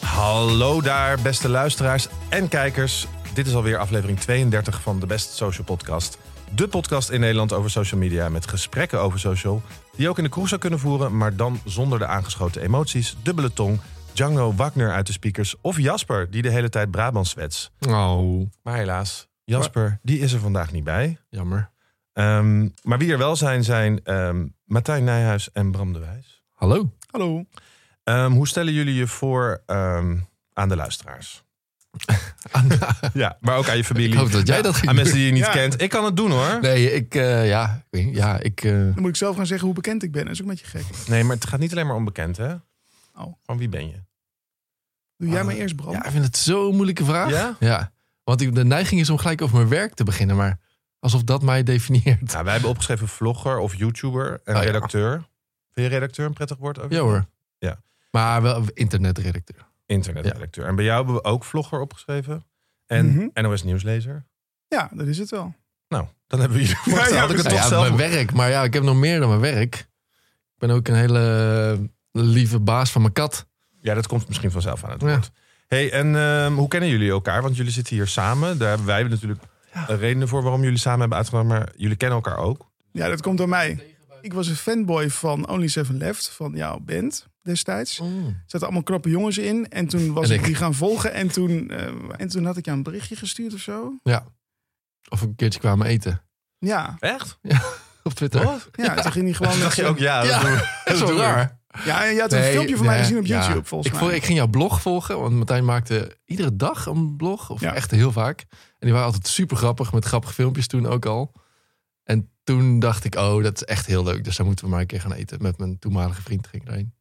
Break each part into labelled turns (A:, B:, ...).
A: Hallo daar, beste luisteraars en kijkers. Dit is alweer aflevering 32 van de Best Social Podcast. De podcast in Nederland over social media met gesprekken over social... die je ook in de kroeg zou kunnen voeren, maar dan zonder de aangeschoten emoties... dubbele tong, Django Wagner uit de speakers... of Jasper, die de hele tijd Brabant zwets.
B: Oh,
A: Maar helaas, Jasper, die is er vandaag niet bij.
B: jammer.
A: Ehm, maar wie er wel zijn, zijn ehm, Martijn Nijhuis en Bram de Wijs.
B: Hallo.
C: Hallo.
A: Ehm, hoe stellen jullie je voor ehm, aan de luisteraars? Ja, maar ook aan je familie.
B: Ik hoop dat jij dat ging
A: Aan mensen die je niet
C: Ja.
A: kent. Ik kan het doen hoor. Nee.
B: Nee, ik, eh, ja, ik, weet niet. ja, ik, eh,
C: Dan moet ik zelf gaan zeggen hoe bekend ik ben. Dat is ook een beetje gek.
A: maar het gaat niet alleen maar om bekend hè.
C: Oh.
A: Van wie ben je?
C: Doe jij
B: Ah,
C: maar eerst, Bram.
B: ja, ik vind het zo'n moeilijke vraag.
A: Ja?
B: want ik, de neiging is om gelijk over mijn werk te beginnen, maar alsof dat mij definieert.
A: Nou, wij hebben opgeschreven vlogger of YouTuber en
B: Oh, ja.
A: redacteur. Vind je redacteur een prettig woord? Ook?
B: Ja hoor.
A: Ja.
B: Maar wel internetredacteur.
A: Internetredacteur. En bij jou hebben we ook vlogger opgeschreven. En
C: Mhm.
A: NOS Nieuwslezer.
C: Ja, dat is het wel.
A: Nou, dan hebben we je
C: Ja, ja,
A: had ik het
C: precies.
A: toch
B: Nou ja,
A: zelf
B: mijn werk, maar ja, ik heb nog meer dan mijn werk. Ik ben ook een hele eh, lieve baas van mijn kat.
A: Ja, dat komt misschien vanzelf aan het
B: Ja.
A: woord. Hey, en ehm, hoe kennen jullie elkaar? Want jullie zitten hier samen. Daar hebben wij natuurlijk
B: Ja.
A: een redenen voor waarom jullie samen hebben uitgenomen. Maar jullie kennen elkaar ook.
C: Ja, dat komt door mij. Ik was een fanboy van Only Seven Left, van jouw band destijds. Er zaten allemaal knappe jongens in. En toen was
B: En
C: ik.
B: ik.
C: die gaan volgen. En toen, eh, en toen had ik jou een berichtje gestuurd of zo.
B: Ja. Of we een keertje kwamen eten
C: Ja,
A: Echt?
B: op Twitter.
A: Wat?
C: ja toen ging hij gewoon...
A: Dan dacht je ook, ja,
B: Ja.
A: dat doen we.
B: Dat is wel
A: doen we.
B: raar.
C: Ja, en je had een
B: Nee,
C: filmpje van mij
B: nee,
C: gezien op
B: ja.
C: YouTube, volgens
B: ik,
C: mij.
B: volg- ik ging jouw blog volgen, want Martijn maakte iedere dag een blog. Of
C: Ja.
B: echt heel vaak. En die waren altijd super grappig, met grappige filmpjes toen ook al. En toen dacht ik, oh, dat is echt heel leuk. Dus daar moeten we maar een keer gaan eten. Met mijn toenmalige vriend ging ik daarheen.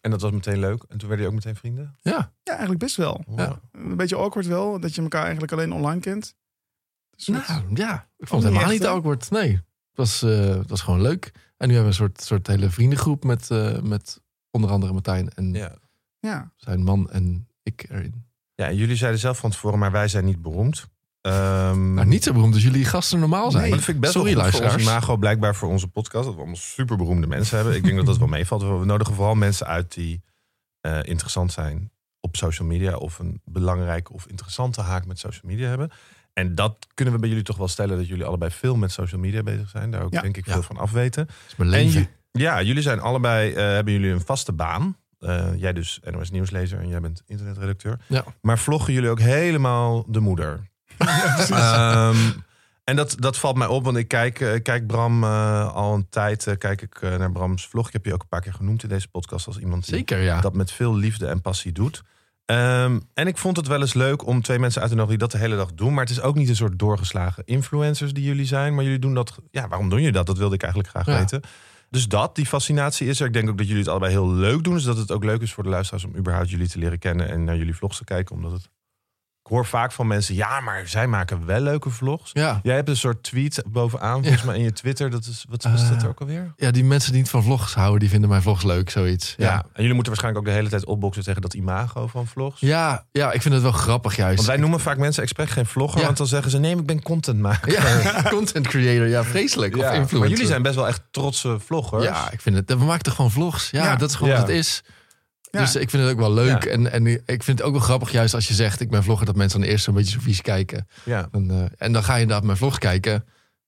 A: En dat was meteen leuk. En toen werden jullie ook meteen vrienden.
B: Ja,
C: Ja, eigenlijk best wel.
A: Wow.
C: Een beetje awkward wel, dat je elkaar eigenlijk alleen online kent. Dus dat-
B: nou, ja. Ik vond het
C: Niet
B: helemaal
C: echt,
B: niet
C: hè?
B: awkward. Nee, het was, eh, het was gewoon leuk. En nu hebben we een soort, soort hele vriendengroep met, eh, met onder andere Martijn en
A: Ja.
C: ja.
B: zijn man en ik erin.
A: ja, en jullie zeiden zelf van tevoren, maar wij zijn niet beroemd. Ehm,
B: Nou, niet zo beroemd als jullie gasten normaal zijn.
A: maar dat vind ik best
B: Sorry,
A: wel goed voor ons
B: luisteraars.
A: imago, blijkbaar voor onze podcast. Dat we allemaal superberoemde mensen hebben. Ik denk dat dat wel meevalt. We nodigen vooral mensen uit die eh, interessant zijn op social media. Of een belangrijke of interessante haak met social media hebben. En dat kunnen we bij jullie toch wel stellen. Dat jullie allebei veel met social media bezig zijn. Daar ook
C: Ja.
A: denk ik
B: Ja.
A: veel van afweten.
B: Dat is mijn
A: En
B: leven.
A: je- ja, jullie zijn allebei, eh, hebben jullie een vaste baan. Eh, jij dus NOS Nieuwslezer en jij bent internetredacteur.
B: Ja.
A: Maar vloggen jullie ook helemaal de moeder? Ehm, en dat, dat valt mij op, want ik kijk, eh, kijk Bram eh, al een tijd eh, kijk ik, eh, naar Brams vlog. Ik heb je ook een paar keer genoemd in deze podcast als iemand die
B: Zeker, ja.
A: dat met veel liefde en passie doet. Ehm, en ik vond het wel eens leuk om twee mensen uit te nodigen die dat de hele dag doen. Maar het is ook niet een soort doorgeslagen influencers die jullie zijn. Maar jullie doen dat. Ja, waarom doen jullie dat? Dat wilde ik eigenlijk graag
B: Ja.
A: weten. Dus dat, die fascinatie is er. Ik denk ook dat jullie het allebei heel leuk doen. Dus dat het ook leuk is voor de luisteraars om überhaupt jullie te leren kennen en naar jullie vlogs te kijken. Omdat het. Ik hoor vaak van mensen, ja, maar zij maken wel leuke vlogs.
B: Ja.
A: Jij hebt een soort tweet bovenaan, volgens mij in je Twitter. Dat is, wat was dat
B: Eh,
A: ook alweer?
B: Ja, die mensen die niet van vlogs houden, die vinden mijn vlogs leuk, zoiets.
A: Ja.
B: Ja,
A: En jullie moeten waarschijnlijk ook de hele tijd opboksen tegen dat imago van vlogs.
B: ja, ja ik vind het wel grappig juist.
A: Want wij noemen vaak mensen expres geen vlogger,
B: Ja.
A: want dan zeggen ze nee, maar ik ben contentmaker.
B: ja, content creator, ja, vreselijk. Of influencer.
A: maar jullie zijn best wel echt trotse vloggers.
B: Ja, ik vind het. We maken toch gewoon vlogs? Ja,
C: Ja.
B: dat is gewoon
A: Ja.
B: wat het is.
C: Ja.
B: Dus ik vind het ook wel leuk.
A: Ja.
B: En, en ik vind het ook wel grappig juist als je zegt... ik ben vlogger, dat mensen dan eerst een beetje zo vies kijken.
A: ja.
B: En, eh, en dan ga je inderdaad mijn vlog kijken.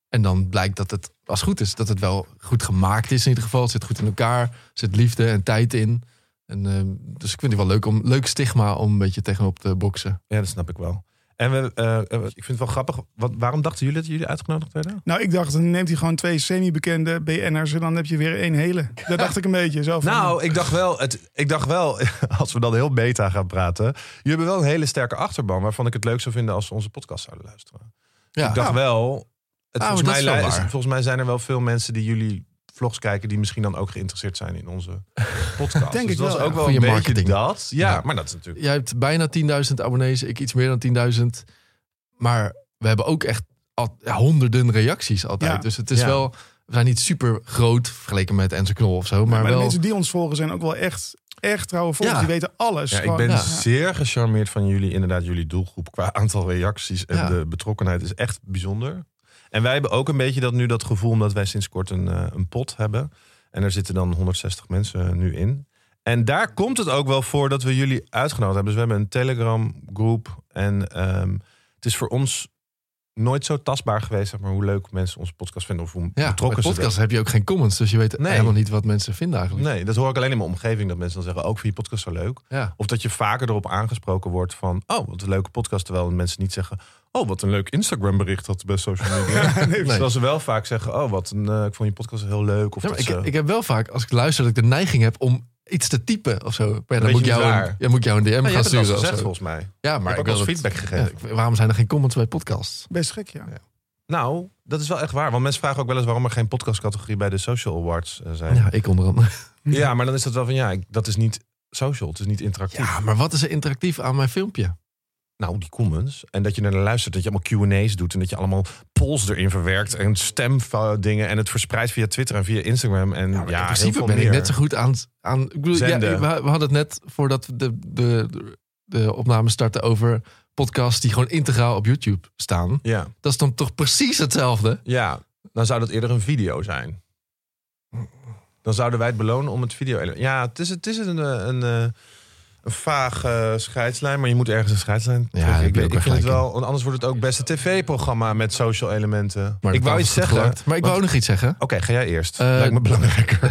B: En dan blijkt dat het, als het goed is, dat het wel goed gemaakt is in ieder geval. Het zit goed in elkaar. Er zit liefde en tijd in. En, eh, dus ik vind het wel leuk om leuk stigma om een beetje tegenop te boksen.
A: Ja, dat snap ik wel. En we, eh, eh, ik vind het wel grappig. Wat, waarom dachten jullie dat jullie uitgenodigd werden?
C: Nou, ik dacht, dan neemt hij gewoon twee semi-bekende BN'ers en dan heb je weer één hele. Dat dacht ik een beetje. Zo van,
A: Nou, ik dacht wel, het, ik dacht wel, als we dan heel beta gaan praten. Jullie hebben wel een hele sterke achterban waarvan ik het leuk zou vinden als ze onze podcast zouden luisteren.
B: Ja.
A: Ik dacht wel, het,
B: Ah, maar
A: volgens,
B: dat
A: mij,
B: is wel
A: lij-
B: waar.
A: volgens mij zijn er Nou, wel veel mensen die jullie vlogs kijken die misschien dan ook geïnteresseerd zijn in onze podcast.
C: Denk
A: dus
C: ik
A: dat
C: wel,
A: is ook
C: ja.
A: wel
B: Goeie
A: een beetje
B: marketing.
A: dat. Ja,
B: Ja.
A: maar dat is natuurlijk.
B: Jij hebt bijna 10.000 abonnees, ik iets meer dan 10.000. Maar we hebben ook echt al, ja, honderden reacties altijd.
C: Ja.
B: Dus het is
A: Ja.
B: wel, we zijn niet super groot vergeleken met Enzo Knol of zo.
C: maar
B: Maar,
C: de
B: wel,
C: mensen die ons volgen zijn ook wel echt, echt trouwe volgers.
B: Ja.
C: Die weten alles.
A: Ja, ik
C: Gewoon,
A: ben
B: ja.
A: zeer gecharmeerd van jullie, inderdaad, jullie doelgroep qua aantal reacties. En
B: Ja.
A: de betrokkenheid is echt bijzonder. En wij hebben ook een beetje dat nu dat gevoel, omdat wij sinds kort een, eh, een pot hebben. En er zitten dan 160 mensen nu in. En daar komt het ook wel voor dat we jullie uitgenodigd hebben. Dus we hebben een Telegram-groep. En ehm, het is voor ons nooit zo tastbaar geweest, zeg maar, hoe leuk mensen onze podcast vinden. Of hoe
B: Ja, bij
A: betrokken ze
B: podcast heb je ook geen comments, dus je weet
A: Nee.
B: helemaal niet wat mensen vinden
A: zijn.
B: eigenlijk.
A: Nee, dat hoor ik alleen in mijn omgeving. Dat mensen dan zeggen, ook vind je podcast zo leuk?
B: Ja.
A: Of dat je vaker erop aangesproken wordt van... oh, wat een leuke podcast. Terwijl mensen niet zeggen... oh, wat een leuk Instagram-bericht dat bij social media. nee, Terwijl ze wel vaak zeggen... oh, wat een, eh, ik vond je podcast heel leuk. Of
B: Ja, maar
A: dat
B: ik,
A: ze-
B: ik heb wel vaak, als ik luister, dat ik de neiging heb om iets te typen of zo. Maar ja, dan,
A: Weet
B: moet ik
A: je niet
B: jou een,
A: waar.
B: ja, moet ik jou een DM
A: Ja, Nou, je
B: gaan
A: hebt het al
B: sturen. of
A: gezegd,
B: zo.
A: volgens mij.
B: Ja,
A: Maar
B: maar
A: ik
B: ik
A: heb
B: wil
A: ook al
B: dat-
A: feedback
B: ja,
A: gegeven.
B: ik- waarom zijn er geen comments bij podcasts?
C: Best gek, ja.
A: Nou, dat is wel echt waar. Want mensen vragen ook wel eens waarom er geen podcastcategorie bij de Social Awards eh, zijn. Ja.
B: Ja, ik onder andere.
A: maar dan is dat wel van ja, ik- dat is niet social, het is niet interactief.
B: Ja, maar wat is er interactief aan mijn filmpje?
A: Nou, die comments. En dat je naar luistert, dat je allemaal QA's doet en dat je allemaal polls erin verwerkt en stemdingen en het verspreidt via Twitter en via Instagram. En ja,
B: Ja, maar in
A: heel
B: principe
A: veel
B: ben ik
A: meer.
B: net zo goed aan het- aan. Ik bedoel, ja,
A: Zenden.
B: we, we hadden het net voordat we de, de, de opname starten over podcasts die gewoon integraal op YouTube staan.
A: Ja,
B: Dat is dan toch precies hetzelfde?
A: ja, dan zou dat eerder een video zijn. Dan zouden wij het belonen om het video. Ja, het is, het is een, eh, een, eh, een vaag eh, scheidslijn, maar je moet ergens een scheidslijn.
B: Ja,
A: trekken.
B: daar heb
A: ik,
B: je
A: weet-
B: ook
A: ik
B: wel
A: vind het
B: gelijk
A: wel, want anders wordt het ook best een tv-programma met social elementen.
B: Maar
A: ik
B: dat
A: wou
B: was
A: iets
B: goed
A: zeggen.
B: gelukt. Maar ik wou ook nog iets zeggen.
A: Oké, ga jij eerst.
B: Eh,
A: Lijkt me belangrijker.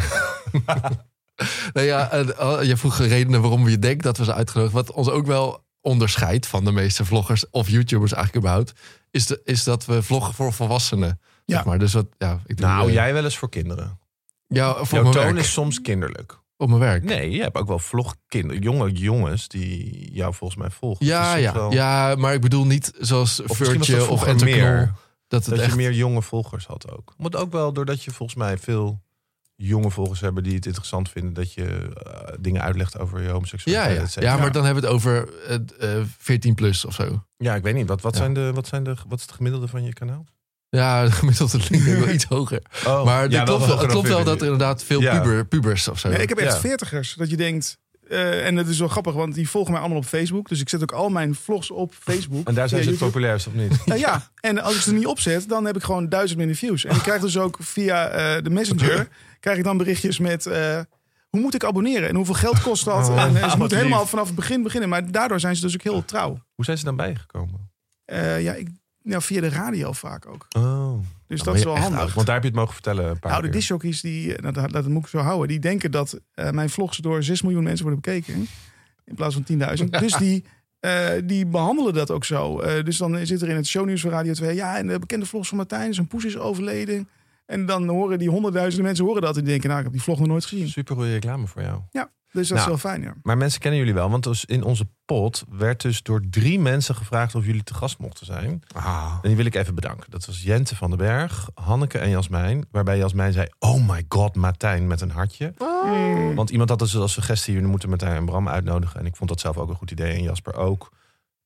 B: Nou ja, eh, eh, je vroeg redenen waarom je denkt dat we ze uitgenodigd. Wat ons ook wel onderscheidt van de meeste vloggers of YouTubers eigenlijk überhaupt, is, de, is dat we vloggen voor volwassenen.
C: Ja.
B: Zeg maar. Dus wat, ja, ik doe,
A: Nou,
B: eh,
A: jij wel eens voor kinderen.
B: Ja, voor
A: Jouw
B: mijn
A: toon
B: werk.
A: is soms kinderlijk.
B: Op mijn werk.
A: Nee, je hebt ook wel vlogkinderen. Jonge jongens die jou volgens mij volgen.
B: Ja,
A: Dus
B: ja,
A: soms wel-
B: ja, maar ik bedoel niet zoals
A: Of misschien was dat
B: Virtue of
A: vroeger
B: Enterknol.
A: meer.
B: Dat het
A: Dat
B: echt...
A: je meer jonge volgers had ook. Moet ook wel doordat je volgens mij veel jonge volgers hebben die het interessant vinden dat je eh, dingen uitlegt over je
B: ja,
A: homoseksualiteit.
B: ja.
A: et cetera.
B: ja, maar dan hebben we het over eh, eh, 14 plus of zo.
A: ja, ik weet niet. Wat, wat,
B: Ja.
A: zijn de, wat, zijn de, wat is het gemiddelde van je kanaal?
B: Ja, de gemiddelde link denk ik wel iets hoger.
A: Oh,
B: maar het
A: ja,
B: klopt, wel,
A: hoger
B: het
A: dan
B: klopt wel
A: 14.
B: dat er inderdaad veel
A: Ja.
B: puber, pubers of zo.
C: Nee, ik heb
A: Ja.
C: echt veertigers. Dat je denkt... eh, en dat is wel grappig, want die volgen mij allemaal op Facebook. Dus ik zet ook al mijn vlogs op Facebook.
A: En daar zijn
C: via
A: ze het
C: YouTube.
A: populairst, of niet?
C: Nou ja, en als ik ze er niet opzet, dan heb ik gewoon duizend minder views. En ik krijg dus ook via eh, de messenger, krijg ik dan berichtjes met... eh, hoe moet ik abonneren en hoeveel geld kost dat?
A: Oh,
C: en, eh,
A: wat
C: ze moeten
A: lief.
C: helemaal vanaf het begin beginnen. Maar daardoor zijn ze dus ook heel trouw.
A: Hoe zijn ze dan bijgekomen?
C: Eh, ja, ik, nou, via de radio vaak ook.
A: Oh,
C: Dus
A: Dan
C: dat
A: ben
C: is
A: je
C: wel
A: echt
C: handig.
A: oud, want daar heb je het mogen vertellen een paar
C: Nou, de
A: keer.
C: discjockeys, die, eh, nou, dat, dat moet ik zo houden, die denken dat eh, mijn vlogs door 6 miljoen mensen worden bekeken. In plaats van 10.000. Dus die, eh, die behandelen dat ook zo. Eh, dus dan zit er in het shownieuws van Radio 2, ja, en de bekende vlogs van Martijn, zijn poes is overleden. En dan horen die honderdduizenden mensen horen dat en die denken, nou, ik heb die vlog nog nooit gezien.
A: Super goede reclame voor jou.
C: Dus dat
A: Nou.
C: is wel fijn, ja.
A: Maar mensen kennen jullie wel, want dus in onze pot werd dus door drie mensen gevraagd of jullie te gast mochten zijn.
B: Ah.
A: En die wil ik even bedanken. Dat was Jente van den Berg, Hanneke en Jasmijn. Waarbij Jasmijn zei, oh my god, Martijn met een hartje.
C: Hm. Mm.
A: Want iemand had dus als suggestie, jullie moeten Martijn en Bram uitnodigen. En ik vond dat zelf ook een goed idee en Jasper ook.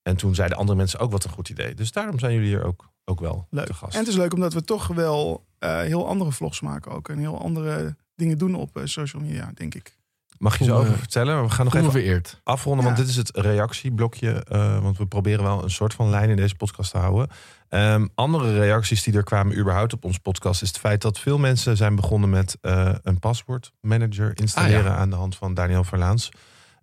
A: En toen zeiden andere mensen ook wat een goed idee. Dus daarom zijn jullie hier ook, ook wel
C: Leuk.
A: te gast.
C: En het is leuk omdat we toch wel eh, heel andere vlogs maken ook. En heel andere dingen doen op eh, social media, denk ik.
A: Mag je zo
B: Kom,
A: over
B: eh,
A: vertellen? Maar We gaan nog
B: Nog
A: even
B: vereerd.
A: afronden, want
C: Ja.
A: dit is het reactieblokje. eh, want we proberen wel een soort van lijn in deze podcast te houden. Ehm, andere reacties die er kwamen überhaupt op ons podcast... is het feit dat veel mensen zijn begonnen met eh, een paswoordmanager installeren...
B: Ah, ja.
A: aan de hand van Daniel Verlaans.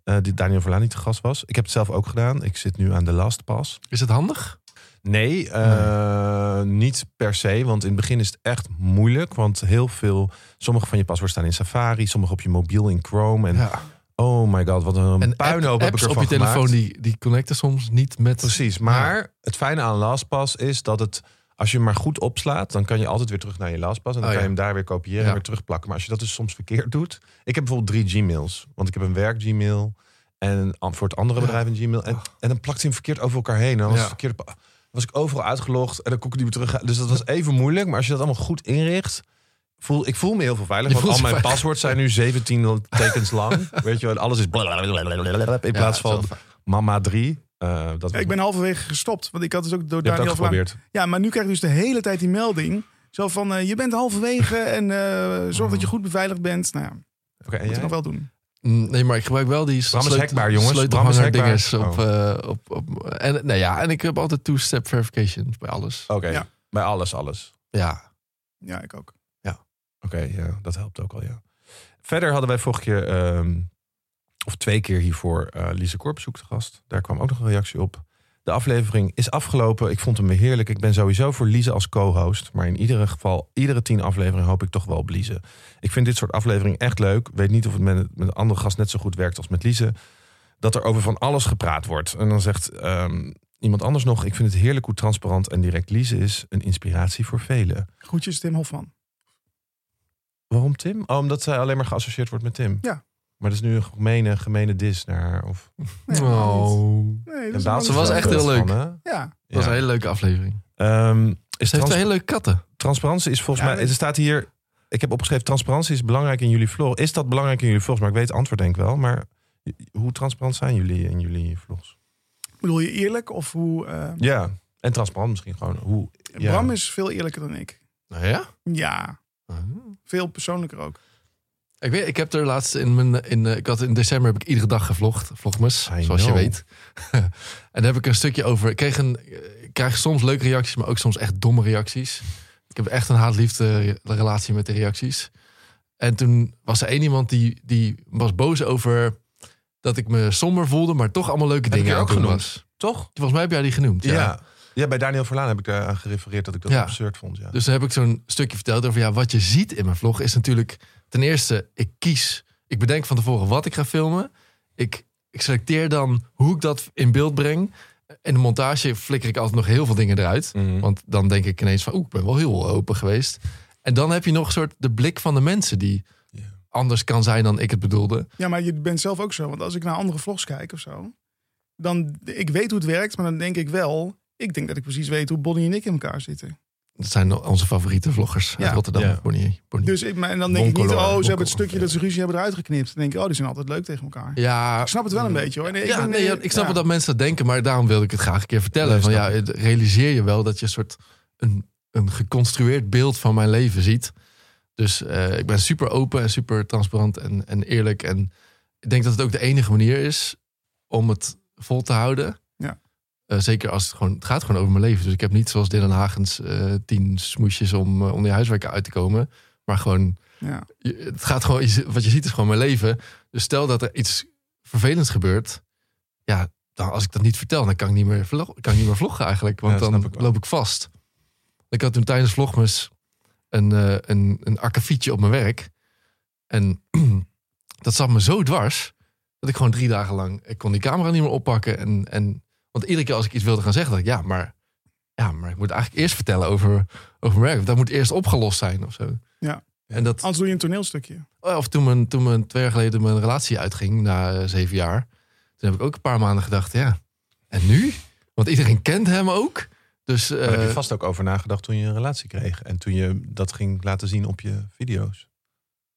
A: Eh, die Daniel Verlaan niet te gast was. Ik heb het zelf ook gedaan. Ik zit nu aan de LastPass.
B: Is het handig?
A: Nee, eh, niet per se. Want in het begin is het echt moeilijk. Want heel veel... Sommige van je paswoorden staan in Safari. Sommige op je mobiel in Chrome. En
B: Ja.
A: oh my god, wat een
B: En
A: puinhoop
B: app-
A: heb ik
B: apps
A: ervan
B: op je telefoon
A: gemaakt.
B: die, die connecten soms niet met...
A: Precies, maar het fijne aan LastPass is dat het... Als je hem maar goed opslaat, dan kan je altijd weer terug naar je LastPass. En dan
B: Oh,
A: kan je hem
B: ja.
A: daar weer kopiëren en
B: Ja.
A: weer terugplakken. Maar als je dat dus soms verkeerd doet... Ik heb bijvoorbeeld drie Gmails. Want ik heb een werk Gmail en een an- voor het andere
B: Ja. Oh.
A: bedrijf een Gmail. En, en dan plakt hij hem verkeerd over elkaar heen. En dan was,
B: Ja.
A: het verkeerd, op- was ik overal uitgelogd en dan kon ik niet meer terug. Dus dat was even moeilijk. Maar als je dat allemaal goed inricht... Voel, ik voel me heel veel veilig,
B: Je
A: want al
B: voelt je
A: mijn
B: veilig.
A: paswoorden zijn nu 17 tekens lang. Weet je wel, en alles is blablabla in
B: Ja,
A: plaats
B: het
A: van
B: is wel fijn.
A: Mama 3. eh dat
C: Ja, ik ben halverwege gestopt, want ik had het ook door
A: je hebt het
C: Daniel
A: ook
C: Vlaam-
A: geprobeerd.
C: Ja, maar nu krijg je dus de hele tijd die melding. Zo van, eh, je bent halverwege en eh, zorg dat je goed beveiligd bent. Nou ja, moet
A: Oké, en
C: je
A: jij?
C: nog wel doen.
B: Mm, Nee, maar ik gebruik wel die
A: Bram is hackbaar, jongens.
B: sleutelhanger
A: Bram is
B: dinges
A: hackbaar. Oh.
B: op, eh, op, op... En, nou ja, en ik heb altijd two-step verification bij alles.
A: Oké,
C: Ja.
A: bij alles, alles.
B: Ja.
C: Ja, ik ook.
A: Oké, ja, dat helpt ook al, ja. Verder hadden wij vorige keer ehm, twee keer hiervoor eh, Lise Korp zoekt gast. Daar kwam ook nog een reactie op. De aflevering is afgelopen. Ik vond hem weer heerlijk. Ik ben sowieso voor Lise als co-host. Maar in ieder geval, iedere tien afleveringen hoop ik toch wel op Lise. Ik vind dit soort afleveringen echt leuk. Weet niet of het met, met een andere gast net zo goed werkt als met Lise. Dat er over van alles gepraat wordt. En dan zegt ehm, iemand anders nog... ik vind het heerlijk hoe transparant en direct Lise is. Een inspiratie voor velen.
C: Groetjes, Tim Hofman.
A: Waarom Tim? Oh, omdat zij alleen maar geassocieerd wordt met Tim.
C: Ja.
A: Maar dat is nu een gemene, gemene dis naar haar. Of...
C: Nee,
B: Oh.
C: niet. Nee, dat
A: En
C: is
A: Daan
C: een
B: ze was
A: is
B: echt
A: wel
B: heel
A: best
B: leuk.
A: van, hè?
C: Ja,
B: Dat was
A: Ja.
B: een hele leuke aflevering.
A: Ehm, is
B: Ze heeft
A: trans-
B: twee hele leuke katten.
A: transparantie is volgens
C: Ja,
A: mij...
C: dat-
A: Er staat hier... Ik heb opgeschreven, transparantie is belangrijk in jullie vlog. Is dat belangrijk in jullie vlogs? Maar ik weet het antwoord denk ik wel. Maar j- hoe transparant zijn jullie in jullie vlogs?
C: bedoel je eerlijk of hoe... eh,
A: Ja, en transparant misschien gewoon. Hoe, ja.
C: Bram is veel eerlijker dan ik.
A: Oh
B: Nou ja?
C: Ja,
B: Oh.
C: veel persoonlijker ook.
B: Ik, weet, ik heb er laatst in mijn. In, eh, ik had in december heb ik iedere dag gevlogd. Vlogmas,
A: I
B: zoals
A: know.
B: je weet. en daar heb ik een stukje over. Ik kreeg, een, ik krijg soms leuke reacties, maar ook soms echt domme reacties. Ik heb echt een haat-liefde re- relatie met de reacties. En toen was er één iemand die, die was boos over dat ik me somber voelde, maar toch allemaal leuke
A: Heb ik
B: dingen
A: je
B: aan
A: ook
B: het doen
A: genoemd?
B: was.
A: Toch?
B: Volgens mij heb jij die genoemd.
A: Ja. ja. bij Daniel Verlaan heb ik daar aan gerefereerd dat ik dat
B: Ja.
A: absurd vond. Ja.
B: Dus dan heb ik zo'n stukje verteld over ja, wat je ziet in mijn vlog is natuurlijk ten eerste, ik kies, ik bedenk van tevoren wat ik ga filmen. Ik, ik selecteer dan hoe ik dat in beeld breng. In de montage flikker ik altijd nog heel veel dingen eruit.
A: Mhm.
B: Want dan denk ik ineens van, oeh, ik ben wel heel open geweest. En dan heb je nog een soort de blik van de mensen die
A: Ja.
B: anders kan zijn dan ik het bedoelde.
C: Ja, maar je bent zelf ook zo. Want als ik naar andere vlogs kijk of zo... dan, ik weet hoe het werkt, maar dan denk ik wel... ik denk dat ik precies weet hoe Bonnie en ik in elkaar zitten.
B: Dat zijn onze favoriete vloggers uit
C: Ja.
B: Rotterdam.
A: Ja.
B: Bonnier, Bonnier.
C: Dus ik, maar- en dan denk ik niet,
B: Boncolor,
C: oh, ze hebben
B: Boncolor,
C: het stukje
B: ja.
C: dat ze ruzie hebben eruit geknipt. Dan denk ik, oh, die zijn altijd leuk tegen elkaar.
B: ja,
C: Ik snap het wel een beetje, hoor. Nee,
B: ja,
C: ben-
B: nee, ja, ik snap
C: ja.
B: wel dat mensen dat denken, maar daarom wilde ik het graag een keer vertellen.
A: Nee,
B: van
A: snap
B: ja, het- realiseer je wel dat je een soort een, een geconstrueerd beeld van mijn leven ziet. Dus eh, ik ben super open en super transparant en, en eerlijk. En ik denk dat het ook de enige manier is om het vol te houden.
C: Ja.
B: Eh, zeker als het gewoon, het gaat gewoon over mijn leven. Dus ik heb niet zoals Dylan Hagens eh, tien smoesjes om eh, onder je huiswerken uit te komen. Maar gewoon
C: Ja.
B: je- het gaat gewoon, je- wat je ziet is gewoon mijn leven. Dus stel dat er iets vervelends gebeurt. Ja, dan, als ik dat niet vertel, dan kan ik niet meer, vlog, kan ik niet meer vloggen eigenlijk. Want
A: Ja, dat
B: dan
A: snap ik wel.
B: loop ik vast. Ik had toen tijdens Vlogmas een, eh een, een akkefietje op mijn werk. En dat zat me zo dwars. Dat ik gewoon drie dagen lang, ik kon die camera niet meer oppakken. En, en, want iedere keer als ik iets wilde gaan zeggen, dacht ik, ja, maar, ja, maar ik moet eigenlijk eerst vertellen over, over mijn werk. Dat moet eerst opgelost zijn of zo.
C: Ja.
B: En dat,
C: Anders doe je een toneelstukje.
B: Oh, of toen mijn, toen mijn twee jaar geleden mijn relatie uitging na eh, zeven jaar. Toen heb ik ook een paar maanden gedacht, ja. En nu? Want iedereen kent hem ook. Dus eh,
A: Daar heb je vast ook over nagedacht toen je een relatie kreeg. En toen je dat ging laten zien op je video's.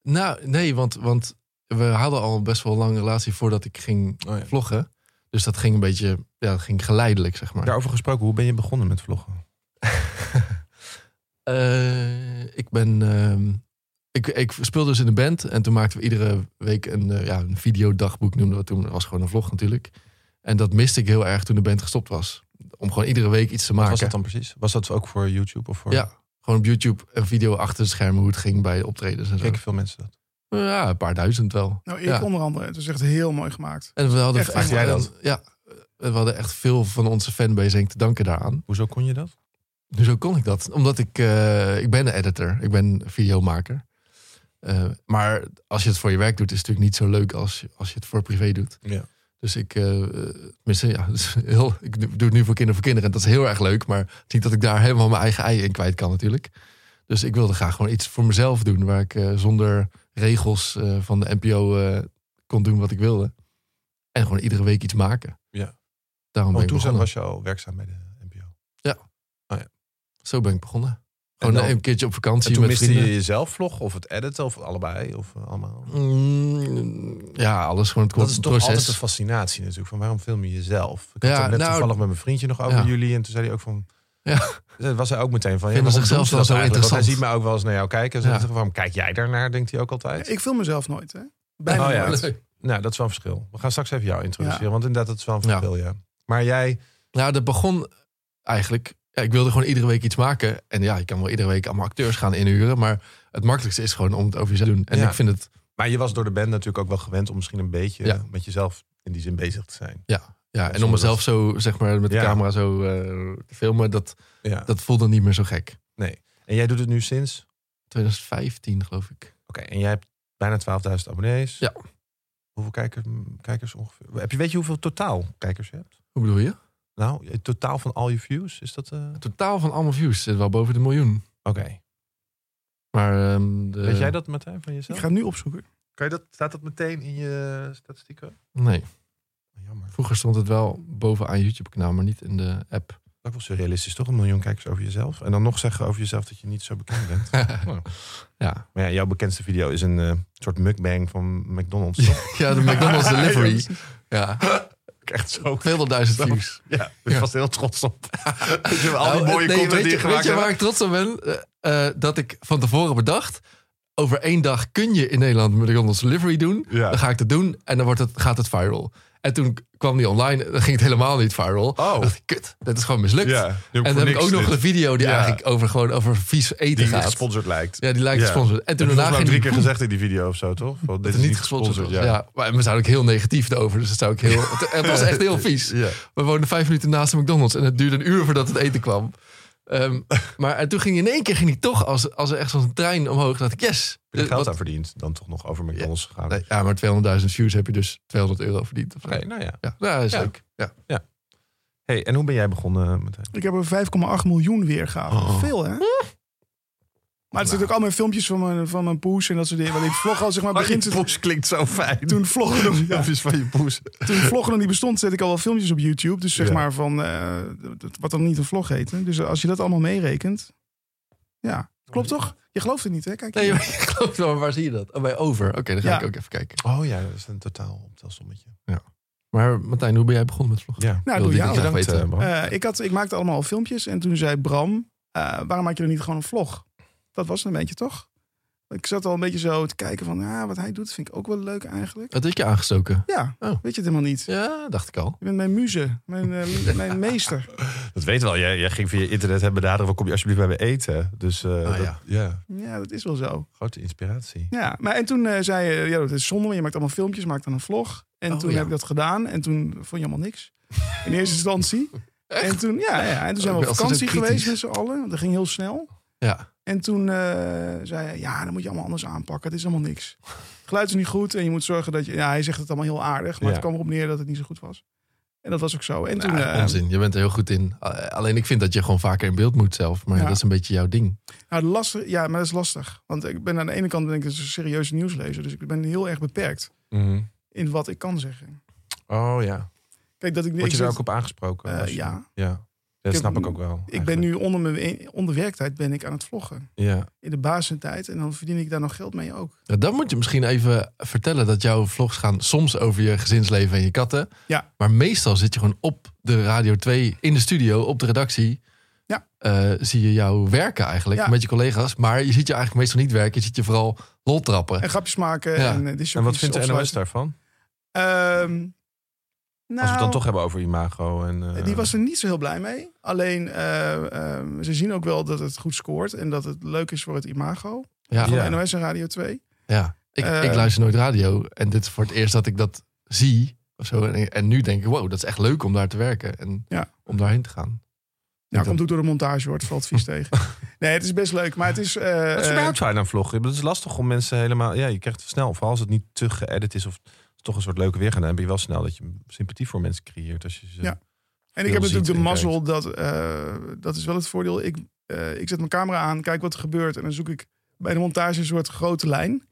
B: nou, nee, want, want we hadden al best wel lang een relatie voordat ik ging
A: Oh ja.
B: vloggen. Dus dat ging een beetje, ja, dat ging geleidelijk, zeg maar.
A: Daarover gesproken, hoe ben je begonnen met vloggen?
B: Eh, ik ben. ehm, ik, ik speelde dus in een band en toen maakten we iedere week een, eh, ja, een videodagboek, noemden we het toen. Dat was gewoon een vlog natuurlijk. En dat miste ik heel erg toen de band gestopt was. Om gewoon iedere week iets te
A: Wat
B: maken.
A: was dat dan precies? Was dat ook voor YouTube of voor...
B: Ja. Gewoon op YouTube een video achter de schermen hoe het ging bij optredens en zo.
A: Kijken veel mensen dat?
B: Ja, een paar duizend wel.
C: Nou, ik
B: Ja.
C: onder andere. Het is echt heel mooi gemaakt.
B: En we hadden
C: Echt,
A: echt jij dat?
B: Ja, we hadden echt veel van onze fanbase denk ik, te danken daaraan.
A: Hoezo kon je dat?
B: Dus Zo kon ik dat. Omdat ik, eh, ik ben een editor. Ik ben videomaker. Eh, maar als je het voor je werk doet, is het natuurlijk niet zo leuk als, je- als je het voor privé doet.
A: Ja.
B: Dus ik, eh tenminste, ja, het is heel, ik doe het nu voor kinderen voor kinderen. En dat is heel erg leuk. Maar het is niet dat ik daar helemaal mijn eigen ei in kwijt kan natuurlijk. Dus ik wilde graag gewoon iets voor mezelf doen. Waar ik eh, zonder regels eh, van de NPO eh, kon doen wat ik wilde. En gewoon iedere week iets maken.
A: Ja.
B: Daarom
A: Oh,
B: ben ik
A: toen
B: begonnen.
A: was je al werkzaam bij de NPO.
B: Zo ben ik begonnen. Gewoon
A: dan-
B: een keertje op
A: En
B: vakantie
A: toen
B: met
A: miste
B: vrienden.
A: je jezelf vlog of het editen of allebei of eh, allemaal?
B: Mm, ja, alles gewoon het
A: Dat is toch altijd
B: proces.
A: de fascinatie natuurlijk. Van waarom film je jezelf? Ik had
B: Ja,
A: het net
B: nou,
A: toevallig met mijn vriendje nog over
B: ja.
A: jullie. En toen zei hij ook van... Dus
B: Ja.
A: Dat was hij ook meteen van... Ja, waarom doen
B: Vinden
A: ze
B: zichzelf
A: dat
B: wel zo
A: eigenlijk? Want hij
B: interessant.
A: ziet mij ook wel eens naar jou kijken. En
B: Ja.
A: dan zegt hij, waarom kijk jij daarnaar? Denkt hij ook altijd.
C: Ik film mezelf nooit, hè? Bijna
A: Oh ja.
C: nooit.
B: Leuk.
A: Nou, dat is wel een verschil. We gaan straks even jou introduceren. Want inderdaad, dat is wel een
B: Ja.
A: verschil, ja. Maar jij...
B: Nou, dat begon eigenlijk. Ja, ik wilde gewoon iedere week iets maken. En ja, je kan wel iedere week allemaal acteurs gaan inhuren. Maar het makkelijkste is gewoon om het over jezelf te doen. En
A: Ja.
B: ik vind het.
A: Maar je was door de band natuurlijk ook wel gewend om misschien een beetje
B: Ja.
A: met jezelf in die zin bezig te zijn.
B: Ja, en
A: Zonder
B: om mezelf zo, zeg maar, met de
A: Ja.
B: camera zo eh, te filmen, dat,
A: Ja.
B: dat voelde niet meer zo gek.
A: En jij doet het nu sinds?
B: 2015, geloof ik.
A: Oké, en jij hebt bijna 12.000 abonnees.
B: Ja.
A: Hoeveel kijkers, kijkers ongeveer? Heb je, weet je hoeveel totaal kijkers je hebt?
B: Hoe bedoel je?
A: Nou, het totaal van al je views, is dat... eh, Oké.
B: Totaal van allemaal views zit wel boven de miljoen. Maar, ehm, de-
A: Weet jij dat, Martijn, van
C: Ik
A: jezelf?
C: ga het nu opzoeken.
A: Kan je dat, staat dat meteen in je eh, statistieken?
B: Nee.
A: Oh, Jammer.
B: Vroeger stond het wel bovenaan YouTube-kanaal, maar niet in de app.
A: Dat is ook wel surrealistisch, toch? Een miljoen kijkers over jezelf. En dan nog zeggen over jezelf dat je niet zo bekend bent.
B: ja.
A: Maar ja, jouw bekendste video is een eh, soort mukbang van McDonald's. toch?
B: ja, de McDonald's delivery. Ja,
A: Ook Echt zo.
B: duizend views.
A: Ja, ik was er heel trots op. Dat je al die
B: Nou,
A: mooie
B: nee,
A: content die je
B: weet je, weet
A: gemaakt
B: je
A: hebt.
B: waar ik trots op ben? Eh, eh, dat ik van tevoren bedacht, over één dag kun je in Nederland McDonald's delivery doen.
A: Ja.
B: Dan ga ik dat doen en dan wordt het, gaat het viral. En toen kwam die online, dan ging het helemaal niet viral.
A: Oh.
B: Dan dacht ik, kut, dat is gewoon mislukt.
A: Ja, nu heb ik voor
B: en dan heb ik
A: niks
B: ook nog
A: dit.
B: een video die
A: Ja.
B: eigenlijk over, gewoon over vies eten
A: Die
B: gaat.
A: gesponsord lijkt.
B: Ja, die lijkt
A: Ja.
B: gesponsord. En
A: Heb
B: toen
A: je volgens mij
B: daarna
A: ook drie
B: ging die
A: keer gezegd in die video of zo, toch? Want dit
B: Het niet gesponsord was. Ja. maar we zijn ook heel negatief erover. Dus dat zou ik heel. Het, het was echt heel vies.
A: Ja.
B: We woonden vijf minuten naast de McDonald's en het duurde een uur voordat het eten kwam. Ehm, maar en toen ging in één keer ging hij toch als, als echt zo'n trein omhoog. Dacht ik, yes.
A: Heb je er
B: Dit-
A: geld
B: wat-
A: aan verdiend? Dan toch nog over McDonald's gegaan?
B: Nee, ja, maar 200.000 views heb je dus 200 euro verdiend. Of zo.
A: Oké, nou ja.
B: Ja, nou, is
A: Ja.
B: leuk. Ja.
A: Hey, en hoe ben jij begonnen, eh, Martijn?
C: Ik heb er 5,8 miljoen weergaven.
A: Oh.
C: Veel, hè? Maar het
B: Nou.
C: zit ook allemaal in filmpjes van mijn, van mijn poes en dat soort dingen. Want ik vlog al, zeg maar, begint het...
A: poes Oh, klinkt zo fijn.
C: Toen vloggen, nog- ja,
A: Filmpjes van je poes.
C: toen vloggen nog niet bestond, zet ik al wel filmpjes op YouTube. Dus zeg
A: Ja.
C: maar van, eh, dat- wat dan niet een vlog heet. hè. Dus als je dat allemaal meerekent. Ja, klopt toch? Je gelooft het niet, hè? Kijk,
B: Nee,
C: hier.
B: maar ik geloof het wel, maar waar zie je dat? Oh, bij over. Oké, dan ga
C: Ja.
B: ik ook even kijken.
A: Oh ja, dat is een totaal optelsommetje.
B: Maar Martijn, hoe ben jij begonnen met vloggen?
A: Ja,
C: nou,
B: Wilde
C: door
B: ik
C: jou.
B: het graag
A: bedankt.
B: weten.
A: eh, Bram.
C: Eh, ik, had, ik maakte allemaal al filmpjes en toen zei Bram, eh, waarom maak je er niet gewoon een vlog? Dat was het een beetje, toch? Ik zat al een beetje zo te kijken van, ah, wat hij doet vind ik ook wel leuk eigenlijk.
B: Wat heb je aangestoken?
C: Ja,
B: Oh.
C: weet je het helemaal niet.
B: Ja, dacht ik al.
C: Je bent mijn muze, mijn, eh, mijn meester.
A: Dat weet wel. Jij, jij ging via internet hebben benaderen. Waar kom je alsjeblieft bij me eten? Dus eh,
B: Ah,
A: dat-
B: ja.
C: Ja, dat is wel zo.
A: grote inspiratie.
C: Ja, maar en toen eh, zei je, ja, dat is zonde, want je maakt allemaal filmpjes, maakt dan een vlog. En
B: Oh,
C: toen
B: ja.
C: heb ik dat gedaan en toen vond je allemaal niks. In eerste instantie. En toen, ja, ja, en toen zijn we
B: Ik ben altijd
C: op vakantie
B: zo kritisch.
C: geweest met z'n allen. want Dat ging heel snel.
B: Ja.
C: En toen eh, zei hij, ja, dan moet je allemaal anders aanpakken. Het is allemaal niks. Het geluid is niet goed en je moet zorgen dat je... Ja, hij zegt het allemaal heel aardig, maar
A: Ja.
C: het kwam erop neer dat het niet zo goed was. En dat was ook zo. En toen,
B: Ja,
C: eh,
B: Nou, Ah, onzin. Je bent er heel goed in. Uh, Alleen ik vind dat je gewoon vaker in beeld moet zelf. Maar ja,
C: Ja.
B: dat is een beetje jouw ding.
C: nou, lastig, ja, maar dat is lastig. Want ik ben aan de ene kant denk ik een serieuze nieuwslezer. Dus ik ben heel erg beperkt
A: Mhm.
C: in wat ik kan zeggen.
A: Oh ja.
C: Kijk, dat ik
A: Word
C: ik
A: je daar
C: zit-
A: ook op aangesproken?
C: Eh,
A: als je-
C: ja.
A: ja. Dat
C: heb-
A: snap ik ook wel.
C: Ik ben nu onder mijn onder werktijd ben ik aan het vloggen.
A: Ja.
C: In de basentijd. En dan verdien ik daar nog geld mee ook.
B: Ja, dan moet je misschien even vertellen dat jouw vlogs gaan soms over je gezinsleven en je katten.
C: Ja.
B: Maar meestal zit je gewoon op de Radio 2 in de studio, op de redactie.
C: Ja.
B: Eh, zie je jou werken eigenlijk
C: Ja.
B: met je collega's. Maar je ziet je eigenlijk meestal niet werken. Je ziet je vooral lol trappen.
C: En grapjes maken.
B: Ja.
C: En, eh, discjockeys
A: En wat vindt de NOS
C: opsluiten.
A: daarvan?
C: Ehm,
A: Als we het dan
C: nou,
A: toch hebben over imago. En, eh,
C: Die was er niet zo heel blij mee. Alleen eh, ehm, ze zien ook wel dat het goed scoort en dat het leuk is voor het imago.
B: Ja,
C: Van
A: Ja.
C: NOS en Radio 2.
B: ja. Ik,
C: Eh.
B: ik luister nooit radio. En dit is voor het eerst dat ik dat zie. Of zo. En, en nu denk ik, wow, dat is echt leuk om daar te werken. En
C: Ja.
B: om daarheen te gaan.
C: Nou, komt ook door de montage hoor, het valt vies tegen. Nee, het is best leuk, maar het is... eh,
A: Wat is er überhaupt fijn aan vloggen? Ik bedoel, Het is lastig om mensen helemaal... Ja, je krijgt snel, vooral als het niet te geëdit is... of toch een soort leuke weer gaan, dan heb je wel snel dat je sympathie voor mensen creëert. Als je ze...
C: Ja. En ik
A: veel
C: heb
A: ziet
C: natuurlijk de
A: en
C: mazzel dat, eh, dat is wel het voordeel. Ik, eh, ik zet mijn camera aan, kijk wat er gebeurt en dan zoek ik bij de montage een soort grote lijn.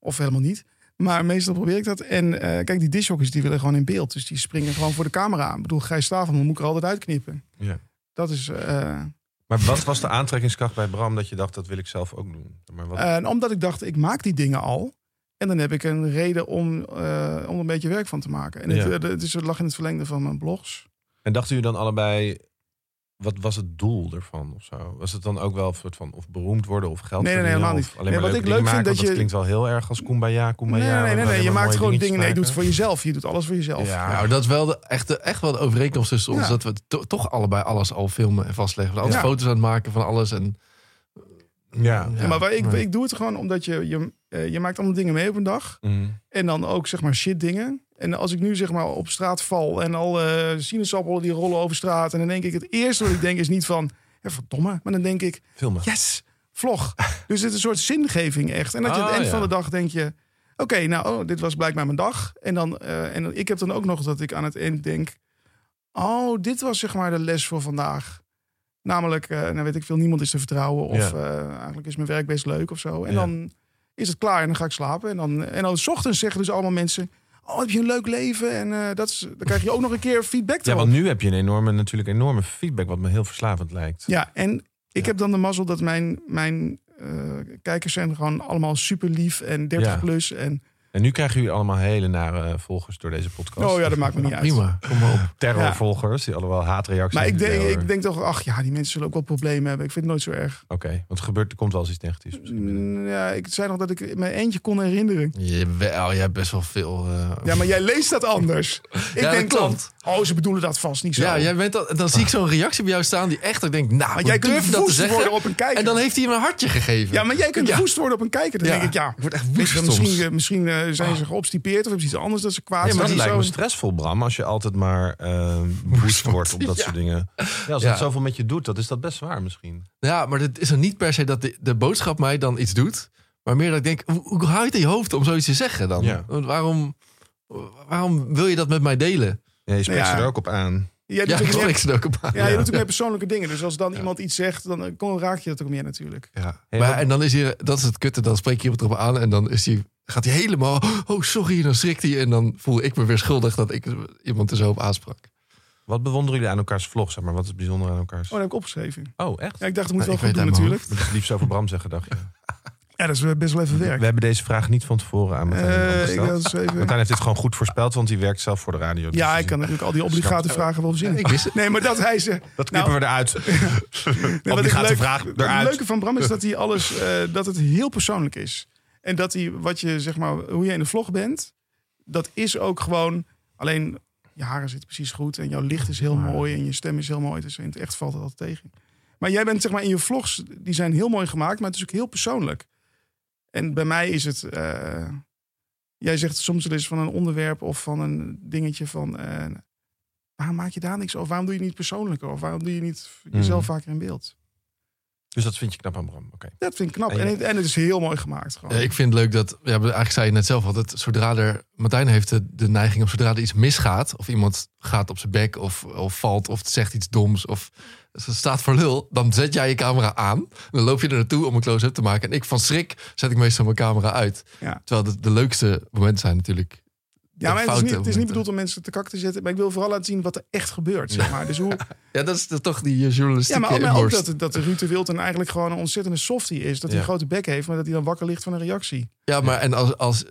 C: Of helemaal niet. Maar meestal probeer ik dat. En eh, kijk, die dishokjes die willen gewoon in beeld. Dus die springen gewoon voor de camera aan. Ik bedoel, Gijs Stavelman moet ik er altijd uitknippen.
A: Ja.
C: Dat is... eh,
A: Maar wat was de aantrekkingskracht bij Bram dat je dacht... dat wil ik zelf ook doen? Maar wat...
C: En omdat ik dacht, ik maak die dingen al. En dan heb ik een reden om, eh, om er een beetje werk van te maken. En
A: Ja.
C: het, eh, het, is, het lag in het verlengde van mijn blogs.
A: En dachten jullie dan allebei... Wat was het doel ervan of zo? Was het dan ook wel een soort van of beroemd worden of geld
C: Nee, nee, nee,
A: verdienen,
C: helemaal
A: of
C: niet.
A: Alleen
C: Nee,
A: maar
C: wat
A: leuke
C: ik leuk
A: dingen
C: vind
A: maken,
C: dat
A: want het
C: je-
A: klinkt wel heel erg als kumbaya,
C: nee,
A: kumbaya.
C: nee, nee, nee,
A: alleen
C: Je
A: maar
C: maakt
A: mooie
C: gewoon dingen. Nee, je doet
A: dingetjes
C: het voor jezelf. Je doet alles voor jezelf.
A: maken. Ja.
B: Nou, dat is wel de, echt, de- echt wel de overeenkomst tussen ons.
C: Ja.
B: Dat we to- toch allebei alles al filmen en vastleggen. We zijn altijd
C: Ja.
B: foto's aan het maken van alles. En
A: Ja.
B: Ja.
C: Ja, maar wij- ik,
B: nee.
C: ik doe het gewoon omdat je, je, eh, je maakt allemaal dingen mee op een dag.
A: Mhm.
C: En dan ook zeg maar shit dingen. En als ik nu zeg maar op straat val en al eh, sinaasappelen die rollen over straat. En dan denk ik, het eerste wat ik denk is niet van, ja, verdomme. Maar dan denk ik,
A: Filmen.
C: yes, vlog. Dus het is een soort zingeving echt. En dat je aan
A: Ah,
C: het eind
A: ja.
C: van de dag denk je, oké, nou, oh, dit was blijkbaar mijn dag. En, dan, eh, en dan, ik heb dan ook nog dat ik aan het eind denk, oh, dit was zeg maar de les voor vandaag. Namelijk, eh nou weet ik veel, niemand is te vertrouwen. Of
A: Ja.
C: eh, eigenlijk is mijn werk best leuk of zo. En
A: Ja.
C: dan is het klaar en dan ga ik slapen. En dan, en dan 's ochtends zeggen dus allemaal mensen... Oh, heb je een leuk leven? En eh, dat is, dan krijg je ook nog een keer feedback
A: Ja,
C: erop.
A: want nu heb je een enorme, natuurlijk enorme feedback, wat me heel verslavend lijkt.
C: Ja, en
A: Ja.
C: ik heb dan de mazzel dat mijn, mijn eh, kijkers zijn gewoon allemaal super lief en 30
A: Ja.
C: plus. En,
A: En nu krijgen jullie allemaal hele nare eh, volgers door deze podcast.
C: oh ja, dat maakt me niet uit.
B: Prima, kom maar op.
A: Terrorvolgers, die allemaal haatreacties.
C: Maar ik denk,
A: hebben.
C: ik denk toch, ach ja, die mensen zullen ook wel problemen hebben. Ik vind het nooit zo erg.
A: Oké, want er gebeurt, er komt wel eens iets negatiefs. misschien binnen.
C: Mm, Ja, ik zei nog dat ik mijn eentje kon herinneren.
B: Jawel, oh, jij hebt best wel veel... eh,
C: Ja, maar jij leest dat anders. Ik
B: dat
C: denk dan,
B: klopt.
C: oh, ze bedoelen dat vast niet zo.
B: Ja, jij bent al- dan zie ik zo'n reactie bij jou staan die echt, ik denk, nou,
C: maar
B: wat
C: jij
B: durf
C: kunt
B: je dat te
C: woest worden
B: zeggen?
C: op een kijker.
B: En dan heeft hij hem een hartje gegeven.
C: ja, maar jij kunt
B: Ja.
C: woest worden op een kijker. Dan
B: Ja. Ah.
C: denk ik, ja,
B: wordt echt
C: weet
B: woest
C: je wel,
B: soms.
C: misschien, eh, misschien eh, zijn ze geobstipeerd of hebben ze iets anders dat ze kwaad
A: Ja, maar
C: zijn.
A: dat
C: of
A: lijkt me
C: zo.
A: stressvol, Bram, als je altijd maar eh woest wordt op dat
B: ja.
A: soort dingen. Ja, als
B: Ja.
A: het zoveel met je doet, dat is dat best zwaar misschien.
B: Ja, maar het is er niet per se dat de, de boodschap mij dan iets doet. Maar meer dat ik denk, hoe, hoe hou je het in je hoofd om zoiets te zeggen dan?
A: Ja.
B: Want Waarom, waarom wil je dat met mij delen?
A: Ja, je spreekt
C: Nou ja.
A: ze er ook op aan.
C: Jij doet
B: Ja,
C: ook-
B: ik
C: jij-
B: spreek ze er ook op aan.
C: Ja, je doet ook meer persoonlijke dingen. Dus als dan iemand iets zegt, dan eh, kon- raak je dat ook meer natuurlijk. Oh,
B: Ja.
A: Hey,
B: maar,
A: wat-
B: en dan is hier, dat is het kutte, dan spreek je iemand erop aan en dan is die, gaat hij helemaal, oh sorry, en dan schrikt hij en dan voel ik me weer schuldig dat ik iemand er zo op aansprak.
A: Wat bewonderen jullie aan elkaars vlog, zeg maar? Wat is bijzonder aan elkaars?
C: Oh, dat heb ik opgeschreven.
A: Oh, echt?
C: Ja, ik dacht, dat
B: Nou,
C: moet wel
B: ik
C: goed
B: weet
C: doen
B: het uit mijn
C: natuurlijk.
A: Dat is liefst over Bram zeggen, dacht je.
C: Ja, dat is eh, best wel even werk.
A: We hebben deze vraag niet van tevoren aan Martijn en Bram
C: Eh, ik
A: gesteld.
C: dacht, dat is even...
A: Martijn heeft dit gewoon goed voorspeld, want hij werkt zelf voor de radio. Dus
C: Ja,
A: die-
C: ik kan natuurlijk al die obligate vragen wel verzinnen.
B: Ik wist het.
C: Nee, maar dat hij ze...
A: Dat knippen we eruit.
C: Nee,
A: die
C: wat ik
A: gaat de
C: leuk-
A: vraag
C: Het
A: eruit.
C: leuke van Bram is dat hij alles, eh, dat het heel persoonlijk is. En dat hij, wat je zeg maar, hoe je in de vlog bent, dat is ook gewoon. Alleen je haren zitten precies goed en jouw licht is heel mooi en je stem is heel mooi. Dus in het echt valt het altijd tegen. Maar jij bent zeg maar in je vlogs, die zijn heel mooi gemaakt, maar het is ook heel persoonlijk. En bij mij is het. eh, jij zegt soms wel eens van een onderwerp of van een dingetje van. eh, waarom maak je daar niks over? Waarom doe je niet persoonlijker? Of waarom doe je niet jezelf
A: Hmm.
C: vaker in beeld?
A: Dus dat vind je knap aan Bram. Oké.
B: Nou,
C: Dat vind ik knap.
A: En
C: En,
A: je-
C: het, en het is heel mooi gemaakt. Gewoon.
B: Ja, ik vind het leuk dat, ja, eigenlijk zei je net zelf al, dat zodra er, Martijn heeft de, de neiging om zodra er iets misgaat, of iemand gaat op zijn bek of, of valt of zegt iets doms of ze staat voor lul, dan zet jij je camera aan. Dan loop je er naartoe om een close-up te maken. En ik van schrik zet ik meestal mijn camera uit.
C: Ja.
B: Terwijl de, de leukste momenten zijn natuurlijk.
C: ja, maar het is,
B: foute
C: niet, het is
B: momenten.
C: niet bedoeld om mensen te kak te zetten. Maar ik wil vooral laten zien wat er echt gebeurt. Zeg maar. dus hoe,
B: Ja, dat is de- toch die eh, journalistieke
C: ja, maar ook, maar ook
B: inborst.
C: dat, dat Ruud de Wilton eigenlijk gewoon een ontzettende softie is. Dat
A: Ja.
C: hij een grote bek heeft, maar dat hij dan wakker ligt van een reactie.
B: Ja, maar en als, als,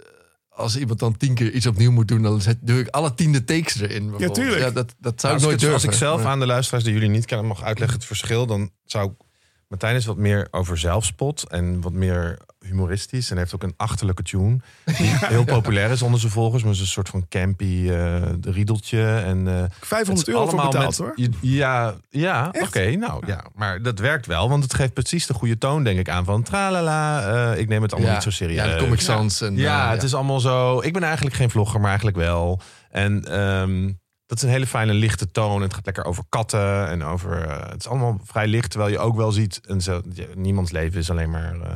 B: als iemand dan tien keer iets opnieuw moet doen, dan zet, doe ik alle tiende takes erin. bijvoorbeeld.
C: tuurlijk.
B: Ja, dat, dat zou
A: Nou,
B: ik nooit
A: als, ik, het-
B: durven.
A: als ik zelf
B: Maar-
A: aan de luisteraars die jullie niet kennen mag uitleggen het verschil, dan zou ik. Martijn is wat meer over zelfspot en wat meer humoristisch. En heeft ook een achterlijke tune. Die heel populair is onder zijn volgers. Maar is een soort van campy eh, riedeltje. En, eh, het is
C: 500 euro voor
A: allemaal
C: betaald
A: met-
C: hoor.
A: je- Ja, ja oké. nou ja. Maar dat werkt wel. Want het geeft precies de goede toon, denk ik, aan. Van tralala, eh, ik neem het allemaal
B: ja,
A: niet zo serieus.
B: Ja, de Comic Sans. En,
A: Ja,
B: eh,
A: het is dus allemaal zo. Ik ben eigenlijk geen vlogger, maar eigenlijk wel. En ehm, dat is een hele fijne lichte toon. Het gaat lekker over katten en over. eh, het is allemaal vrij licht, terwijl je ook wel ziet. En zo, je- niemands leven is alleen maar eh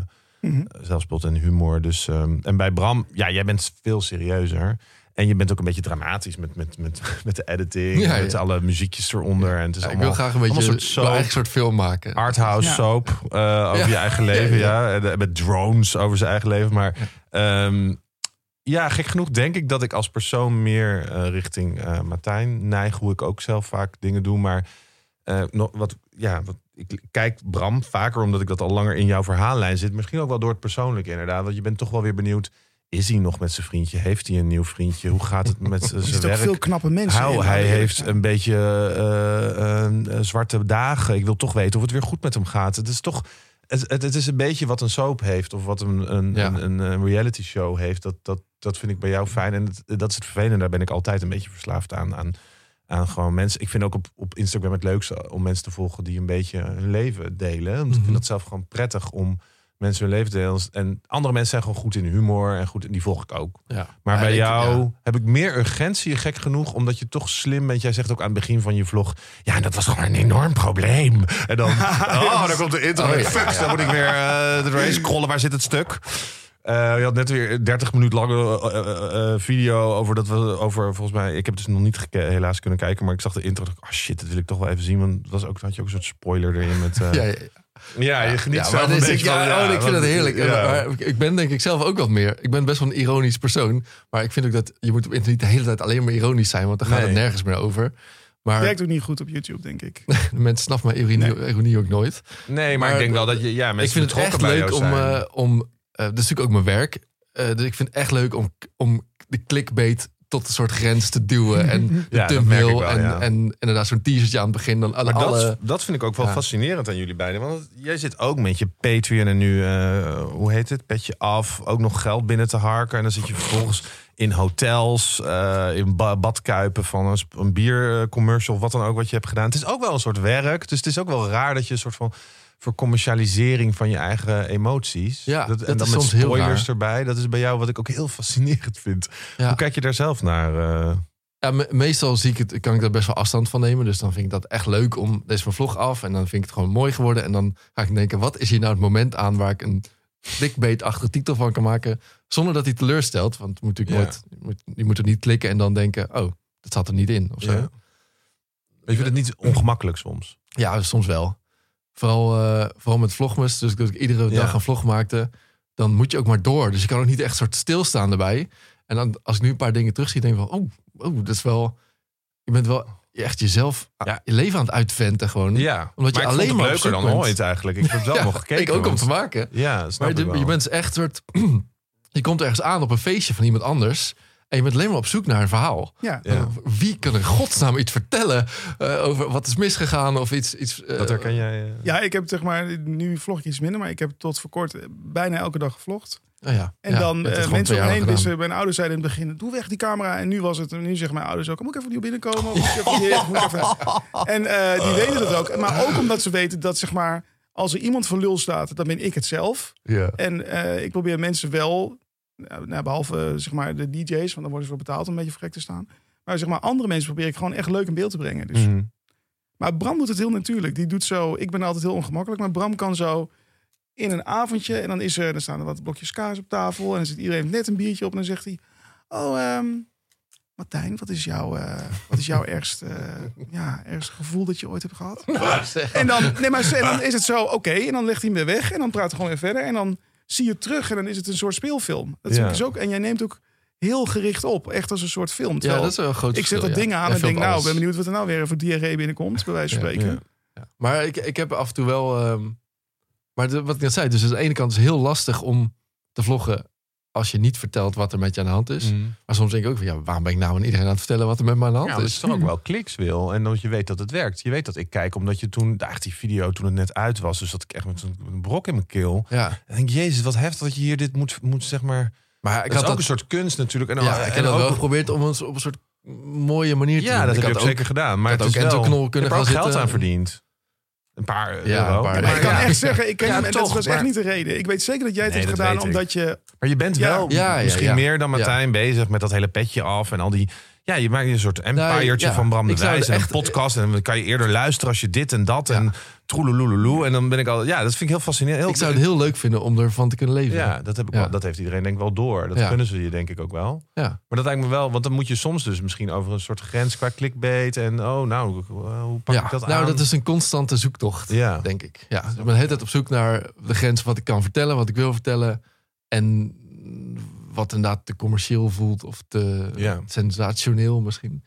C: Mhm.
A: zelfspot en humor. Dus, ehm, en bij Bram, ja, jij bent veel serieuzer. En je bent ook een beetje dramatisch met, met, met, met de editing.
B: Ja,
A: met
B: ja.
A: alle muziekjes eronder. En het is
B: Ja, ik
A: allemaal
B: wil graag een beetje
A: allemaal
B: een
A: soort soap.
B: mijn eigen soort film maken.
A: arthouse
C: Ja.
A: soap eh, over
B: Ja.
A: je eigen leven.
B: Ja,
A: Ja, En, eh, Met drones over zijn eigen leven. Maar ehm, ja, gek genoeg denk ik dat ik als persoon meer eh, richting eh, Martijn neig. Hoe ik ook zelf vaak dingen doe. Maar eh, nog wat, ja, wat, ik kijk Bram vaker omdat ik dat al langer in jouw verhaallijn zit. Misschien ook wel door het persoonlijke inderdaad. Want je bent toch wel weer benieuwd. Is hij nog met zijn vriendje? Heeft hij een nieuw vriendje? Hoe gaat het met z-
C: Er
A: zijn
C: zitten ook veel
A: werk?
C: knappe mensen
A: Hou,
C: in.
A: hij
C: Nou,
A: heeft
C: ja.
A: een beetje eh, eh, eh, zwarte dagen. Ik wil toch weten of het weer goed met hem gaat. Het is toch. Het, het, het is een beetje wat een soap heeft of wat een, een,
B: Ja.
A: een, een, een reality show heeft. Dat, dat, dat vind ik bij jou fijn. En het- dat is het vervelende. Daar ben ik altijd een beetje verslaafd aan. aan aan gewoon mensen. Ik vind ook op, op
C: Mhm.
A: Instagram het leukste om mensen te volgen die een beetje hun leven delen. Want ik vind dat zelf gewoon prettig om mensen hun leven delen. En andere mensen zijn gewoon goed in humor en goed in, die volg ik ook.
B: Ja.
A: Maar bij
B: ik-
A: jou
B: ja.
A: heb ik meer urgentie, gek genoeg, omdat je toch slim bent. Jij zegt ook aan het begin van je vlog, ja, en dat was gewoon een enorm probleem. En dan, oh, dan komt de intro.
B: Oh, ja.
A: Fuck, dan moet ik weer eh, de race scrollen. Waar zit het stuk? Eh, je had net weer 30 minuten lange eh, eh, eh, video over dat we over volgens mij. Ik heb het dus nog niet geke- helaas kunnen kijken, maar ik zag de intro. dacht ik, Oh shit, dat wil ik toch wel even zien. Want dat was ook, had je ook een soort spoiler erin met. eh,
B: Ja,
A: ja,
B: ja,
A: je geniet
B: maar
A: zelf
B: dan
A: een
B: is
A: beetje
B: ik-
A: van,
B: ja, oh, ik vind
A: want-
B: dat heerlijk.
A: ja.
B: Maar ik- ik ben denk ik zelf ook wat meer. Ik ben best wel een ironisch persoon. Maar ik vind ook dat je moet op internet niet de hele tijd alleen maar ironisch zijn. Want dan gaat het
A: Nee.
B: nergens meer over. Maar
C: Werkt ook niet goed op YouTube, denk ik.
B: de mensen snappen mijn ironie, ironie ook nooit.
A: Nee, maar,
B: Maar
A: ik denk wel dat je. Ja, mensen
B: ik vind het
A: betrokken
B: echt
A: bij
B: leuk
A: jou
B: om,
A: zijn.
B: eh, om eh, dat is natuurlijk ook mijn werk. Eh, dus ik vind het echt leuk om, om de clickbait tot een soort grens te duwen. En de
A: Ja, dat merk ik
B: thumbnail
A: wel,
B: en,
A: ja.
B: en inderdaad zo'n teasertje aan het begin. Dan alle,
A: Maar dat,
B: alle-
A: dat vind ik ook wel
B: Ja.
A: fascinerend aan jullie beiden. Want jij zit ook met je Patreon en nu, eh, hoe heet het, petje af. Ook nog geld binnen te harken. En dan zit je vervolgens in hotels, eh, in ba- badkuipen van een, sp- een biercommercial. Wat dan ook wat je hebt gedaan. Het is ook wel een soort werk. Dus het is ook wel raar dat je een soort van vercommercialisering van je eigen emoties.
B: Ja, dat
A: en dan
B: is
A: met
B: soms heel
A: spoilers
B: raar.
A: erbij. Dat is bij jou wat ik ook heel fascinerend vind.
B: Ja.
A: Hoe kijk je daar zelf naar? eh?
B: ja, me- meestal zie ik het, kan ik daar best wel afstand van nemen. Dus dan vind ik dat echt leuk om deze mijn vlog af. En dan vind ik het gewoon mooi geworden. En dan ga ik denken, wat is hier nou het moment aan waar ik een clickbait-achtige titel van kan maken. Zonder dat hij teleurstelt. Want het moet natuurlijk
A: Ja.
B: nooit, je moet, je moet er niet klikken en dan denken, oh, dat zat er niet in. Of zo.
A: Ja. Maar je vindt het niet ongemakkelijk soms?
B: Ja, soms wel. Vooral, eh, vooral met vlogmas. Dus dat ik
A: Ja.
B: iedere dag een vlog maakte. Dan moet je ook maar door. Dus je kan ook niet echt soort stilstaan erbij. En dan, als ik nu een paar dingen terugzie, denk ik van... Oh, oh dat is wel... Je bent wel echt jezelf...
A: Ja.
B: Je leven aan het uitventen gewoon.
A: Ja,
B: Omdat
A: maar
B: je
A: ik
B: alleen
A: vond
B: maar
A: het
B: op
A: leuker
B: zoek
A: dan
B: bent.
A: ooit eigenlijk. Ik heb het wel
B: Ja,
A: nog gekeken.
B: ik ook om
A: want-
B: te maken.
A: Ja, dat snap
B: Maar
A: ik
B: je,
A: wel.
B: je bent echt soort... je komt ergens aan op een feestje van iemand anders. En je bent alleen maar op zoek naar een verhaal.
C: Ja.
A: Ja.
B: Wie kan er godsnaam iets vertellen eh, over wat is misgegaan of iets... iets eh,
A: Dat herken jij. eh.
C: Ja, ik heb zeg maar, nu vlog ik iets minder, maar ik heb tot voor kort eh, bijna elke dag gevlogd.
B: nou ja,
C: En
B: ja,
C: dan
B: je hebt het
C: eh,
B: gewoon
C: mensen
B: twee
C: om
B: jaar
C: me heen
B: gedaan.
C: wisten, mijn ouders zeiden in het begin, doe weg die camera. En nu was het, nu zeggen mijn ouders ook, "Oh, moet ik even opnieuw binnenkomen? Of moet ik even hier, moet ik even... En eh, die weten dat ook. Maar ook omdat ze weten dat zeg maar, als er iemand voor lul staat, dan ben ik het zelf.
B: Ja.
C: En eh, ik probeer mensen wel, nou, nou, behalve eh, zeg maar de DJ's, want dan worden ze voor betaald om een beetje vrek te staan. Maar zeg maar, andere mensen probeer ik gewoon echt leuk in beeld te brengen. Dus
A: Mhm.
C: maar Bram doet het heel natuurlijk. Die doet zo, ik ben altijd heel ongemakkelijk, maar Bram kan zo in een avondje en dan is er, dan staan er wat blokjes kaas op tafel en dan zit iedereen net een biertje op en dan zegt hij, oh ehm, Martijn, wat is jouw, eh, wat is jouw ergste, eh, ja, ergste gevoel dat je ooit hebt gehad? En dan, nee, maar, en dan is het zo, oké, en dan legt hij hem weer weg en dan praat hij gewoon weer verder en dan zie je het terug en dan is het een soort speelfilm. Dat is
A: Ja.
C: dus ook, en jij neemt ook heel gericht op, echt als een soort film.
B: Ja,
C: Terwijl
B: dat is wel een groot
C: ik zet
B: verschil,
C: dat
B: ja.
C: ding aan
B: Jij
C: en denk,
B: filmt
C: nou, ik
B: alles.
C: ben benieuwd wat er nou weer voor diarree binnenkomt, bij wijze van
B: Ja,
C: spreken.
A: ja.
B: Maar ik, ik heb af en toe wel... ehm, maar de- wat ik net zei, dus aan de ene kant is het heel lastig om te vloggen... als je niet vertelt wat er met je aan de hand is.
A: Mhm.
B: Maar soms denk ik ook van, ja, waarom ben ik nou aan iedereen aan het vertellen... wat er met mij aan de hand
A: Ja,
B: is?
A: dat is dan ook wel kliks wil. En dat je weet dat het werkt. Je weet dat ik kijk, omdat je toen, nou, echt die video toen het net uit was. Dus dat ik echt met een, met een brok in mijn keel.
B: Ja,
A: En denk, jezus, wat heftig dat je hier dit moet, moet zeg maar.
B: maar
A: Ik
B: ik
A: had
B: had
A: ook
B: dat,
A: een soort kunst natuurlijk. En, dan-
B: ja, ik heb
A: en
B: dat wel
A: ook,
B: geprobeerd om het op een soort mooie manier te
A: ja,
B: doen.
A: dat
B: ik
A: heb je ook
B: had
A: zeker gedaan. Maar
B: ik
A: het
B: had
A: is
B: ook Enzo
A: wel,
B: Knol
A: ik
B: kunnen
A: heb er ook
B: gaan
A: geld aan
B: zitten.
A: verdiend. Een paar
B: Ja,
A: euro.
B: een paar. Maar
C: Ja, maar ik kan
A: ja.
C: echt zeggen, ik ken
A: Ja,
C: hem en
A: toch,
C: dat was
A: maar-
C: echt niet de reden. Ik weet zeker dat jij het
A: Nee,
C: hebt
A: dat
C: gedaan
A: weet ik.
C: omdat je...
A: Maar je bent
C: Ja.
A: wel
B: Ja, ja,
A: misschien
B: ja.
A: meer dan
B: Ja.
A: Martijn bezig met dat hele petje af en al die. Ja, je maakt een soort empiretje
B: Nou, ja.
A: van Bram de
B: Ik zou
A: Wijs en
B: er
A: een
B: echt-
A: podcast. En dan kan je eerder luisteren als je dit en dat
B: Ja.
A: en troeloeloeloe. En dan ben ik al... Ja, dat vind ik heel fascinerend. Heel,
B: Ik zou het heel leuk vinden om ervan te kunnen leven.
A: ja, dat, heb ik
B: Ja.
A: Wel, dat heeft iedereen denk ik wel door. Dat
B: Ja.
A: kunnen ze je denk ik ook wel.
B: Ja.
A: Maar dat lijkt me wel... Want dan moet je soms dus misschien over een soort grens qua clickbait. En oh, nou, hoe pak
B: Ja,
A: ik dat aan?
B: nou, dat is een constante zoektocht.
A: Ja.
B: denk ik. Ja, ik ben de hele tijd op zoek naar de grens van wat ik kan vertellen, wat ik wil vertellen. En wat inderdaad te commercieel voelt of te
A: Ja.
B: sensationeel misschien.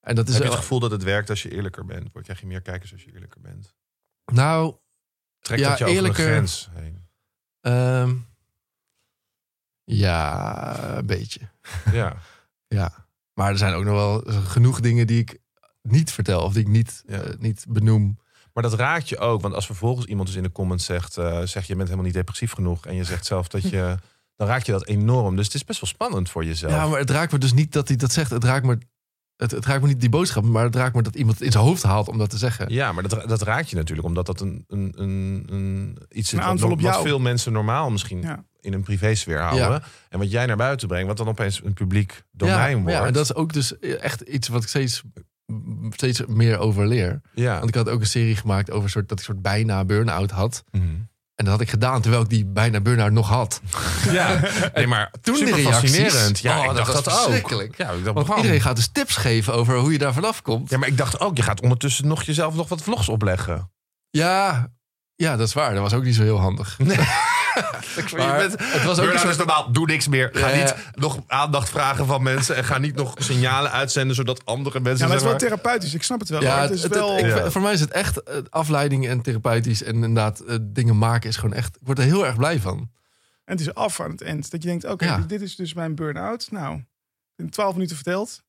B: En dat is
A: Heb je het
B: wel-
A: gevoel dat het werkt als je eerlijker bent? Word krijg je meer kijkers als je eerlijker bent?
B: nou,
A: Trekt
B: Ja,
A: dat je over
B: eerlijker-
A: een grens heen?
B: ehm, ja, een beetje.
A: Ja,
B: Ja. Maar er zijn ook nog wel genoeg dingen die ik niet vertel of die ik niet,
A: Ja.
B: eh, niet benoem.
A: Maar dat raakt je ook. Want als vervolgens iemand dus in de comments zegt... eh, zeg je bent helemaal niet depressief genoeg... en je zegt zelf dat je... dan raakt je dat enorm. Dus het is best wel spannend voor jezelf.
B: Ja, maar het raakt me dus niet dat hij dat zegt. Het raakt me het, het raakt me niet die boodschap, maar het raakt me dat iemand het in zijn hoofd haalt om dat te zeggen.
A: Ja, maar dat, dat raakt je natuurlijk, omdat dat een, een, een, een iets
C: Een
A: is wat,
C: aanval op
A: wat
C: jou.
A: veel mensen normaal misschien
C: Ja.
A: in een privésfeer houden.
B: Ja.
A: En wat jij naar buiten brengt, wat dan opeens een publiek domein
B: ja, maar
A: wordt.
B: Ja, en dat is ook dus echt iets wat ik steeds, steeds meer over leer.
A: Ja.
B: Want ik had ook een serie gemaakt over soort, dat ik soort bijna burn-out had.
A: Mhm.
B: En dat had ik gedaan terwijl ik die bijna burn-out nog had.
A: Ja, nee, maar
B: Toen
A: super
B: de reacties.
A: fascinerend. Ja,
B: Oh,
A: ik
B: dat
A: dacht
B: was
A: dat ook.
B: verschrikkelijk.
A: Ja, ik dacht,
B: Want
A: wauw.
B: iedereen gaat dus tips geven over hoe je daar vanaf komt.
A: ja, maar ik dacht ook, je gaat ondertussen nog jezelf nog wat vlogs opleggen.
B: Ja, ja, dat is waar. Dat was ook niet zo heel handig. Maar het was ook een soort...
A: normaal, doe niks meer. Ga
B: Ja, ja.
A: niet nog aandacht vragen van mensen. En ga niet nog signalen uitzenden, zodat andere
C: Ja,
A: mensen...
C: maar het is wel
A: zeg
C: therapeutisch. Ik snap het wel.
B: Ja,
C: maar
B: het,
C: het is
B: het-
C: wel...
B: ik-
A: Ja.
B: Voor mij is het echt eh, afleiding en therapeutisch. En inderdaad, eh, dingen maken is gewoon echt... Ik word er heel erg blij van.
C: En het is af aan het eind. Dat je denkt, oké,
B: Ja.
C: dit is dus mijn burn-out. Nou, in 12 minuten verteld.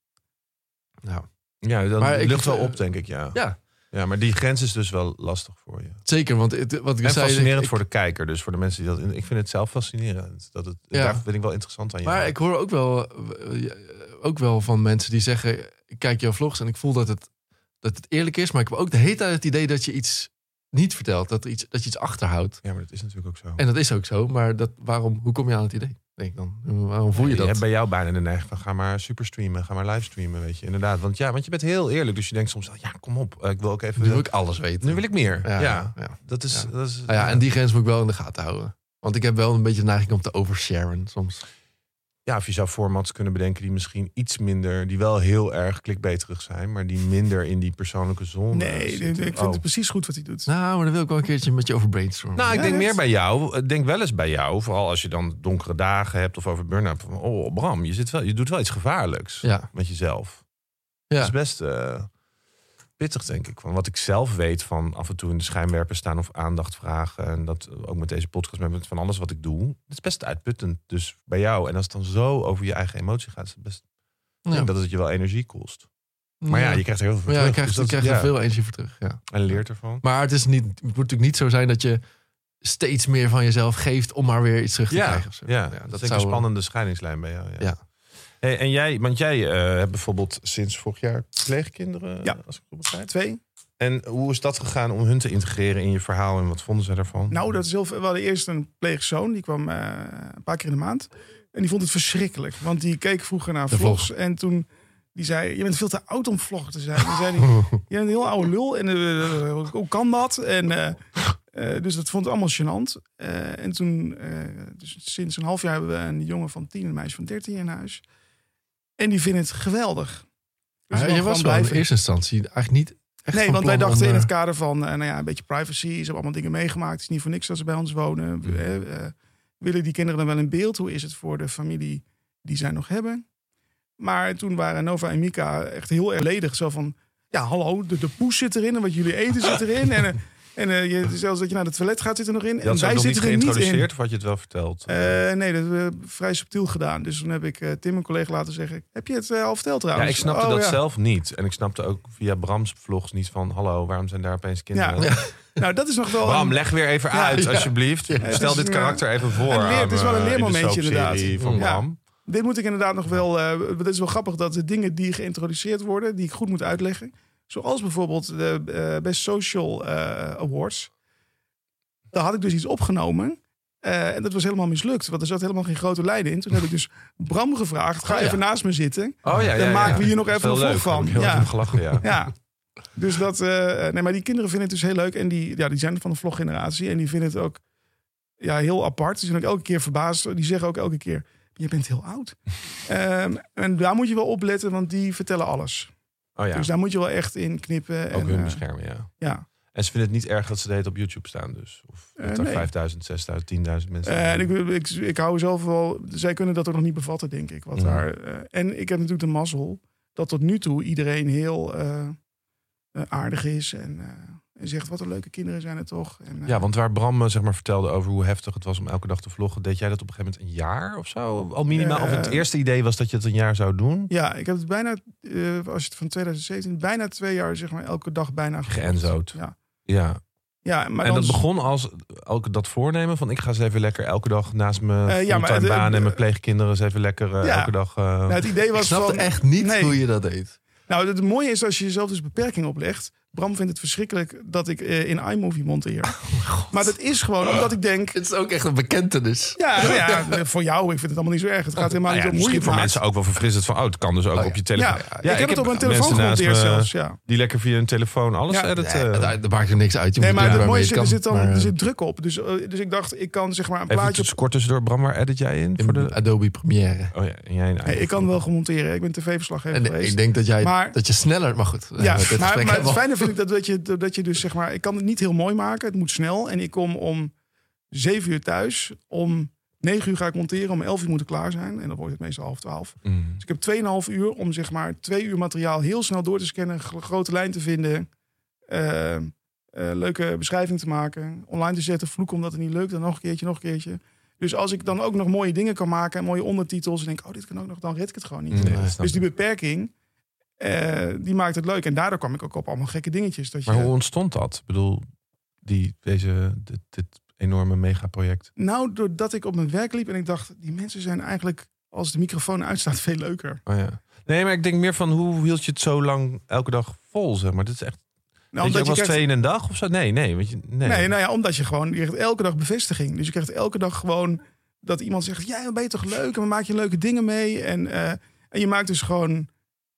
A: maar. ja, dan
B: Maar ik-
A: lucht wel op, denk ik, ja.
B: Ja.
A: Ja, maar die grens is dus wel lastig voor je.
B: Zeker, want het, wat ik
A: En
B: zei... ik-
A: fascinerend
B: ik-
A: voor de kijker, dus voor de mensen die dat... Ik vind het zelf fascinerend. Dat het,
B: Ja.
A: Daar vind ik wel interessant aan je.
B: Maar ik hoor ook wel, eh, eh, ook wel van mensen die zeggen... Ik kijk jouw vlogs en ik voel dat het, dat het eerlijk is. Maar ik heb ook de hele tijd het idee dat je iets niet vertelt. Dat, er iets, dat je iets achterhoudt.
A: Ja, maar dat is natuurlijk ook zo.
B: En dat is ook zo. Maar dat, waarom, hoe kom je aan het idee? Denk ik dan. Waarom voel je
A: Je hebt
B: dat?
A: bij jou bijna de neiging van ga maar superstreamen, ga maar livestreamen, weet je. Inderdaad, want ja, want je bent heel eerlijk, dus je denkt soms, ja, kom op, eh, ik wil ook even...
B: Nu wil ik alles weten.
A: Nu wil ik meer. Ja,
B: Ja, ja.
A: dat is...
B: Ja.
A: Dat is
B: Nou ja, en die grens moet ik wel in de gaten houden. Want ik heb wel een beetje de neiging om te oversharen soms.
A: ja, of je zou formats kunnen bedenken die misschien iets minder, die wel heel erg klikbeterig zijn, maar die minder in die persoonlijke zone
C: Nee, ik
A: zitten.
C: vind
A: Oh.
C: het precies goed wat hij doet.
B: Nou, maar dan wil ik wel een keertje met je over brainstormen.
A: Nou, ik
C: Ja,
A: denk
C: dat-
A: meer bij jou. Ik denk wel eens bij jou, vooral als je dan donkere dagen hebt of over burn-out. van, Oh, Bram, je, zit wel, je doet wel iets gevaarlijks
B: ja.
A: met jezelf.
B: Ja.
A: Dat is best eh, pittig, denk ik. Van wat ik zelf weet van af en toe in de schijnwerpers staan of aandacht vragen. En dat eh, ook met deze podcast, maar met van alles wat ik doe. Het is best uitputtend. Dus bij jou, en als het dan zo over je eigen emotie gaat, is het best. Ik denk dat het je wel energie kost. Maar ja, je krijgt er heel veel voor
B: ja, je
A: terug.
B: krijgt,
A: Dus dat-
B: je krijgt er
A: ja.
B: veel energie voor terug. Ja.
A: En leert ervan.
B: Maar het, is niet, het moet natuurlijk niet zo zijn dat je steeds meer van jezelf geeft om maar weer iets terug te
A: Ja,
B: krijgen. of zo.
A: ja, dat, is een spannende scheidingslijn bij jou. Ja.
B: Ja.
A: Hey, en jij, want jij eh, hebt bijvoorbeeld sinds vorig jaar pleegkinderen, eh,
C: Ja.
A: als ik het goed begrijp.
C: Twee.
A: En hoe is dat gegaan om hun te integreren in je verhaal en wat vonden ze daarvan?
C: Nou, dat is heel veel. We hadden eerst een pleegzoon. Die kwam eh, een paar keer in de maand. En die vond het verschrikkelijk. Want die keek vroeger naar
B: De
C: vlogs.
B: vlog.
C: En toen... Die zei, je bent veel te oud om vlogger te zijn. Toen zei hij, je bent een heel oude lul. En eh, eh, hoe kan dat? En, eh, eh, dus dat vond ik allemaal gênant. Eh, en toen, eh, dus sinds een half jaar hebben we een jongen van 10 en een meisje van 13 in huis. En die vinden het geweldig. Dus
B: Maar
C: mag
B: Ah, je
C: gewoon
B: was wel in
C: blijven.
B: eerste instantie eigenlijk niet echt
C: Nee,
B: van
C: want wij
B: plan
C: dachten
B: om,
C: in het
B: eh,
C: kader van eh, nou ja, een beetje privacy. Ze hebben allemaal dingen meegemaakt. Het is niet voor niks dat ze bij ons wonen. We,
A: Mhm.
C: eh, eh, willen die kinderen dan wel in beeld? Hoe is het voor de familie die zij nog hebben? Maar toen waren Nova en Mika echt heel erg ledig. Zo van, ja hallo, de, de poes zit erin en wat jullie eten zit erin. En, eh, en eh, je, zelfs dat je naar het toilet gaat zit er nog in.
A: Je
C: en
A: had ze ook
C: wij
A: nog niet
C: zitten er niet in.
A: geïntroduceerd of had je het wel verteld?
C: Eh, nee, dat hebben we vrij subtiel gedaan. Dus toen heb ik eh, Tim, een collega, laten zeggen... Heb je het eh, al verteld
A: ja,
C: trouwens?
A: ik snapte
C: Oh,
A: dat
C: ja.
A: zelf niet. En ik snapte ook via Brams vlogs niet van... hallo, waarom zijn daar opeens kinderen?
C: Ja. Nou, dat is nog wel...
A: Bram,
C: een-
A: leg weer even uit,
B: ja.
A: alsjeblieft.
C: het
A: Stel
C: is
A: dit
C: een,
A: karakter even voor.
C: een leer-
A: aan,
C: het is wel
A: eh,
C: een
A: in de
C: leermomentje
A: soapserie
C: inderdaad.
A: van
C: Ja.
A: Bram.
C: Dit moet ik inderdaad nog wel. eh, want het is wel grappig dat de dingen die geïntroduceerd worden, die ik goed moet uitleggen. Zoals bijvoorbeeld de eh, Best Social eh, Awards. Daar had ik dus iets opgenomen. eh, en dat was helemaal mislukt, want er zat helemaal geen grote lijnen in. Toen heb ik dus Bram gevraagd: ga
B: Oh, ja.
C: even naast me zitten.
A: Oh ja, ja,
C: Dan
A: ja.
C: maken we hier nog
A: Dat is
C: even
A: wel
C: een vlog
A: leuk. Daar
C: van.
A: heb ik heel
C: Ja.
A: erg om gelachen, ja.
C: Ja. Dus dat, eh, nee, maar die kinderen vinden het dus heel leuk. En die, ja, die zijn van de vloggeneratie. En die vinden het ook ja, heel apart. Ze zijn ook elke keer verbaasd. Die zeggen ook elke keer, je bent heel oud. Ehm, en daar moet je wel op letten, want die vertellen alles.
A: Oh ja,
C: Dus daar moet je wel echt in knippen.
A: ook
C: en,
A: hun
C: eh,
A: beschermen, ja.
C: ja.
A: En ze vinden het niet erg dat ze de hele tijd op YouTube staan dus. Of dat
C: Eh,
A: daar
C: nee.
A: 5000, 6000, 10.000 mensen
C: Eh, en
A: zijn.
C: ik, ik, ik hou zelf wel... Zij kunnen dat ook nog niet bevatten, denk ik. Wat
A: Ja.
C: daar, eh, en ik heb natuurlijk de mazzel dat tot nu toe iedereen heel eh, eh, aardig is. En, eh, en zegt, wat een leuke kinderen zijn het toch. En, eh,
A: Ja, want waar Bram eh, zeg maar, vertelde over hoe heftig het was om elke dag te vloggen... deed jij dat op een gegeven moment een jaar of zo? Al minimaal? of het
C: Eh,
A: eerste idee was dat je het een jaar zou doen?
C: Ja, ik heb het bijna, eh, als je het van 2017, bijna twee jaar, zeg maar, elke dag bijna
A: Geënzoot.
C: Ja,
A: Ja.
C: ja maar
A: en
C: dan
A: dat begon als elke, dat voornemen van... ik ga eens even lekker elke dag naast mijn
C: Eh, ja, maar
A: fulltime
C: het-
A: baan... en
C: eh,
A: mijn pleegkinderen eens even lekker eh,
C: ja.
A: elke dag... eh,
C: Nou, het idee
B: Ik
C: was
B: snapte
C: van,
B: echt niet
C: Nee.
B: hoe je dat deed.
C: Nou, het mooie is als je jezelf dus beperking oplegt. Bram vindt het verschrikkelijk dat ik eh, in iMovie monteer. maar dat is gewoon omdat ik denk...
B: Het is ook echt een bekentenis.
C: Ja, nou ja, voor jou, ik vind het allemaal niet zo erg. Het gaat helemaal
A: Nou
C: niet
A: ja,
C: om hoe je
A: misschien
C: het
A: voor
C: maakt.
A: mensen ook wel verfrissend van... oh, het kan dus ook
B: Oh ja.
A: op je
C: Ja,
A: telefoon.
C: ik, heb het op mijn telefoon
A: mensen naast
C: gemonteerd
A: me
C: zelfs. Ja.
A: Die lekker via hun telefoon alles eh,
C: Ja.
A: editen.
B: Ja, dat, dat maakt er niks uit. Je
C: eh, Nee,
B: moet
C: maar
B: doen waarmee
C: het mooie
B: je
C: is,
B: kan,
C: er zit, dan,
B: maar,
C: er
B: eh,
C: zit druk op. Dus, eh, dus ik dacht, ik kan zeg maar een
A: Even
C: plaatje...
A: iets kort tussendoor. Bram, waar edit jij in? Voor
B: eh, in
A: de...
B: Adobe Premiere.
A: Oh ja, en jij in
C: Nee, ik kan wel gemonteren. Ik ben tv-verslaggever
B: En
C: geweest.
B: ik denk dat jij
C: Maar-
B: dat je sneller, maar goed. eh,
C: Ja,
B: dit
C: maar,
B: gesprek
C: maar het
B: hebben we al.
C: fijne vind ik dat, dat, je, dat je dus zeg maar... Ik kan het niet heel mooi maken. Het moet snel. En ik kom om zeven uur thuis. Om negen uur ga ik monteren. Om elf uur moet ik klaar zijn. En dan wordt het meestal half twaalf.
A: Mm.
C: Dus ik heb 2,5 uur om zeg maar twee uur materiaal heel snel door te scannen, gro- grote lijn te vinden, eh, eh, leuke beschrijving te maken, online te zetten, vloeken omdat het niet lukt, dan nog een keertje, nog een keertje. Dus als ik dan ook nog mooie dingen kan maken en mooie ondertitels en denk, oh dit kan ook nog, dan red ik het gewoon niet.
A: Nee, dat snap
C: Dus die
A: ik.
C: beperking, eh, die maakt het leuk. En daardoor kwam ik ook op allemaal gekke dingetjes. Dat je,
A: Maar hoe ontstond dat? Ik bedoel, die, deze, dit, dit enorme megaproject.
C: Nou, doordat ik op mijn werk liep en ik dacht, die mensen zijn eigenlijk als de microfoon uitstaat veel leuker. Nou,
A: Oh, ja. Nee, maar ik denk meer van hoe hield je het zo lang elke dag vol, zeg maar. Dit is echt,
C: Nou,
A: weet je, ook wel eens
C: krijgt-
A: twee in een dag of zo? Nee, nee. Weet je, nee.
C: Nee, nou ja, omdat je gewoon, je krijgt elke dag bevestiging. Dus je krijgt elke dag gewoon dat iemand zegt, ja, dan ben je toch leuk en we maken je leuke dingen mee. En, eh, en je maakt dus gewoon,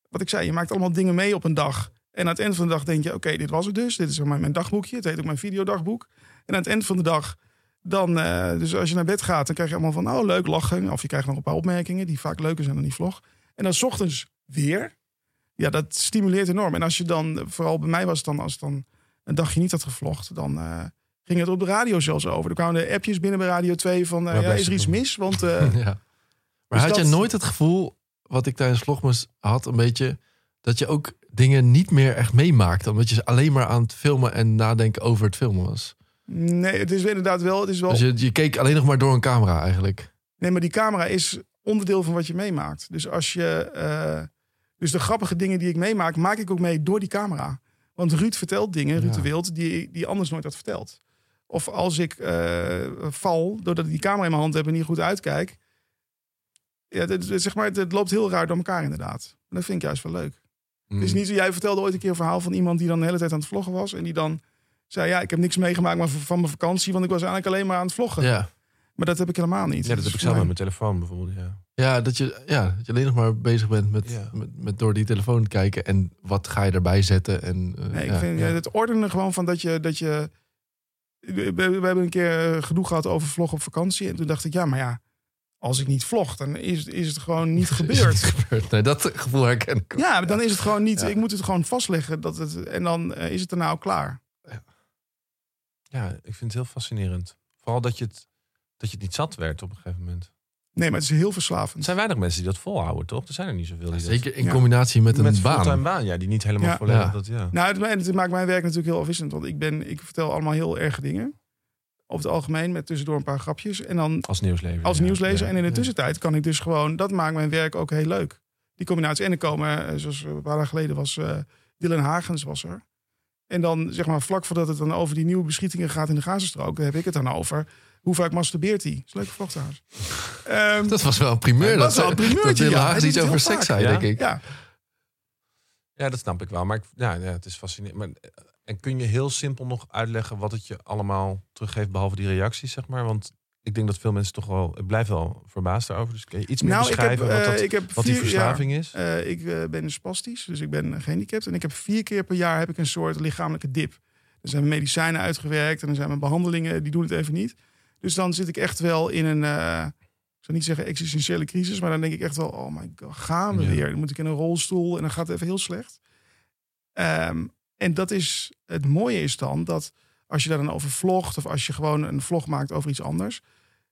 C: wat ik zei, je maakt allemaal dingen mee op een dag. En aan het eind van de dag denk je, oké, dit was het dus. Dit is zeg maar mijn dagboekje, het heet ook mijn videodagboek. En aan het eind van de dag, dan, eh, dus als je naar bed gaat, dan krijg je allemaal van, oh, leuk, lachen. Of je krijgt nog een paar opmerkingen die vaak leuker zijn dan die vlog. En dan 's ochtends weer. Ja, dat stimuleert enorm. En als je dan, vooral bij mij was het dan, als het dan een dagje niet had gevlogd, dan eh, ging het op de radio zelfs over. Er kwamen de appjes binnen bij Radio 2 van, eh,
A: Waar
C: ja,
A: blijft
C: is er
A: het
C: iets
A: dan?
C: mis? Want eh,
B: Ja. Maar
C: Dus
B: had
C: dat-
B: je nooit het gevoel, wat ik tijdens Vlogmas had, een beetje dat je ook dingen niet meer echt meemaakt, omdat je alleen maar aan het filmen en nadenken over het filmen was.
C: nee, het is inderdaad wel, het is wel
B: Dus je, je keek alleen nog maar door een camera eigenlijk.
C: Nee, maar die camera is onderdeel van wat je meemaakt. Dus als je. eh, dus de grappige dingen die ik meemaak, maak ik ook mee door die camera. Want Ruud vertelt dingen, Ruud
B: Ja.
C: de Wild, die, die anders nooit had verteld. Of als ik eh, val, doordat ik die camera in mijn hand heb en niet goed uitkijk. Ja, dat- dat- zeg maar, het, het loopt heel raar door elkaar inderdaad. En dat vind ik juist wel leuk. Het
A: Hmm.
C: is niet zo, jij vertelde ooit een keer een verhaal van iemand die dan de hele tijd aan het vloggen was. En die dan zei, ja, ik heb niks meegemaakt maar van van mijn vakantie, want ik was eigenlijk alleen maar aan het vloggen.
B: Ja.
C: Maar dat heb ik helemaal niet.
A: Ja, dat
C: Dus
A: heb ik
C: voor
A: zelf
C: mij-
A: met mijn telefoon bijvoorbeeld. Ja.
B: Ja, dat je, ja, dat je alleen nog maar bezig bent met,
A: Ja.
B: met, met door die telefoon te kijken en wat ga je erbij zetten. En, eh,
C: Nee, ik
B: ja,
C: vind
B: ja.
C: eh, het ordenen gewoon van dat je. Dat je we, we hebben een keer eh, gedoe gehad over vlog op vakantie. En toen dacht ik, ja, maar ja, als ik niet vlog, dan is, is het gewoon niet
B: Is het
C: gebeurd.
B: gebeurd? Nee, dat gevoel herken ik.
C: Ja, maar dan is het gewoon niet.
B: Ja.
C: Ik moet het gewoon vastleggen. Dat het, en dan eh, is het daarna ook klaar.
A: ja, ik vind het heel fascinerend. Vooral dat je het, dat je het niet zat werd op een gegeven moment.
C: Nee, maar het is heel
A: Er
C: verslavend.
A: zijn weinig mensen die dat volhouden, toch? Er zijn er niet zoveel die
B: Zeker in
C: Ja.
B: combinatie met
A: dat...
B: een
A: Met fulltime
B: baan.
A: baan, ja, die niet helemaal
C: Ja.
A: volledig
B: Ja.
A: dat, ja.
C: Nou, het, en het maakt mijn werk natuurlijk heel afwisselend. Want ik, ben, ik vertel allemaal heel erge dingen. Over het algemeen, met tussendoor een paar grapjes. En dan
A: Als nieuwslezer.
C: als
A: ja.
C: nieuwslezer.
A: Ja.
C: En in de
B: ja.
C: tussentijd kan ik dus gewoon, dat maakt mijn werk ook heel leuk. Die combinatie. En er komen, eh, zoals eh, een paar dagen geleden was eh, Dylan Hagens was er. En dan zeg maar vlak voordat het dan over die nieuwe beschietingen gaat in de Gazastrook, daar heb ik het dan over. Hoe vaak masturbeert hij? Dat is een leuke vraag trouwens. Ehm,
B: Dat was wel een primeur.
C: Dat was wel een
B: ze-
C: primeurtje,
B: Dat Dylan
C: ja. Hij
B: Hagens
C: doet
B: iets
C: het
B: over
C: heel
B: seks
C: vaak.
B: zei,
A: Ja.
B: denk ik.
C: ja.
A: Ja, dat snap ik wel. Maar ik, ja, ja, het is fascinerend. Maar, eh, en kun je heel simpel nog uitleggen wat het je allemaal teruggeeft, behalve die reacties, zeg maar? Want ik denk dat veel mensen toch wel, ik blijf wel verbaasd daarover. Dus kun je iets meer
C: Nou, ik heb,
A: beschrijven wat, dat,
C: eh, ik heb
A: wat die
C: vier- ja.
A: verslaving is?
C: Eh, ik eh, ben spastisch, dus ik ben gehandicapt. En ik heb vier keer per jaar heb ik een soort lichamelijke dip. Er zijn medicijnen uitgewerkt en er zijn mijn behandelingen, die doen het even niet. Dus dan zit ik echt wel in een, eh, ik zou niet zeggen existentiële crisis, maar dan denk ik echt wel, oh my god, gaan we
A: Ja.
C: weer? Dan moet ik in een rolstoel en dan gaat het even heel slecht. Ehm, en dat is, het mooie is dan dat als je daar dan over vlogt of als je gewoon een vlog maakt over iets anders,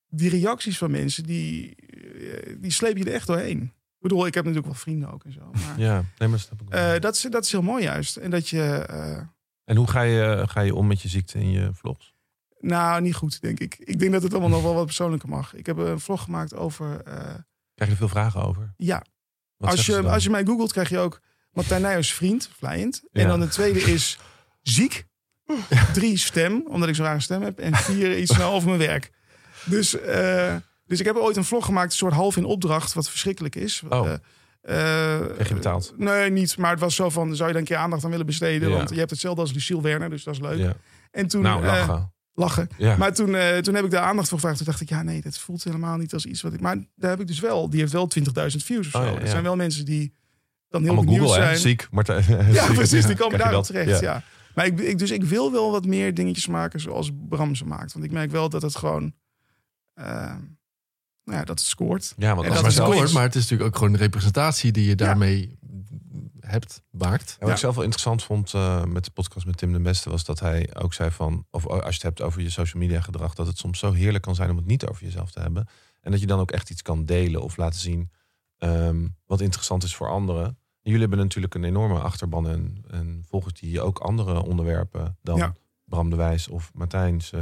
C: die reacties van mensen, die, eh, die sleep je er echt doorheen. Ik bedoel, ik heb natuurlijk wel vrienden ook en zo. Maar,
A: Ja, nee, maar dat snap ik wel.
C: eh, dat, is, dat is heel mooi juist. En dat je, eh,
A: en hoe ga je, ga je om met je ziekte in je vlogs?
C: nou, niet goed, denk ik. Ik denk dat het allemaal nog wel wat persoonlijker mag. Ik heb een vlog gemaakt over, eh,
A: Krijg je er veel vragen over?
C: ja,
A: Wat
C: als
A: zeggen ze
C: je,
A: dan?
C: als je mij googelt, krijg je ook Martijn Nijers vriend, vlijend. En
A: Ja.
C: dan de tweede is ziek. Drie is stem, omdat ik zo'n rare stem heb. En vier iets snel over mijn werk. Dus, eh, dus ik heb ooit een vlog gemaakt, een soort half in opdracht, wat verschrikkelijk is.
A: Oh.
C: Eh, eh,
A: Krijg je betaald?
C: Nee, niet. Maar het was zo van, zou je dan een keer aandacht aan willen besteden?
A: Ja.
C: Want je hebt hetzelfde als Lucille Werner, dus dat is leuk.
A: Ja.
C: En toen...
A: Nou,
C: eh,
A: lachen.
C: lachen.
A: Ja.
C: Maar toen, eh, toen heb ik daar aandacht voor gevraagd. Toen dacht ik, ja nee, dat voelt helemaal niet als iets wat ik... Maar daar heb ik dus wel, die heeft wel 20.000 views of zo.
A: Oh, ja, ja.
C: Er zijn wel mensen die dan heel
A: Allemaal
C: benieuwd
A: Google, hè?
C: zijn.
A: Ziek. Martijn.
C: Ja, precies, die
A: Krijg je
C: komen daar wel
A: dat?
C: terecht, ja. Maar ik, ik, dus ik wil wel wat meer dingetjes maken zoals Bram ze maakt. Want ik merk wel dat het gewoon... eh, nou ja, dat het scoort.
A: Ja, want
C: En
A: als
B: Dat
A: wij
C: dat
B: is
C: is wel
A: zelf,
B: kort,
C: iets.
B: maar het is natuurlijk ook gewoon de representatie die je daarmee hebt, maakt.
A: En wat ik
C: Ja.
A: zelf wel interessant vond eh, met de podcast met Tim de Beste... was dat hij ook zei van... of oh, als je het hebt over je social media gedrag... dat het soms zo heerlijk kan zijn om het niet over jezelf te hebben. En dat je dan ook echt iets kan delen of laten zien... ehm, wat interessant is voor anderen. En jullie hebben natuurlijk een enorme achterban... en, en volgens die ook andere onderwerpen dan
C: Ja.
A: Bram de Wijs... of Martijn's eh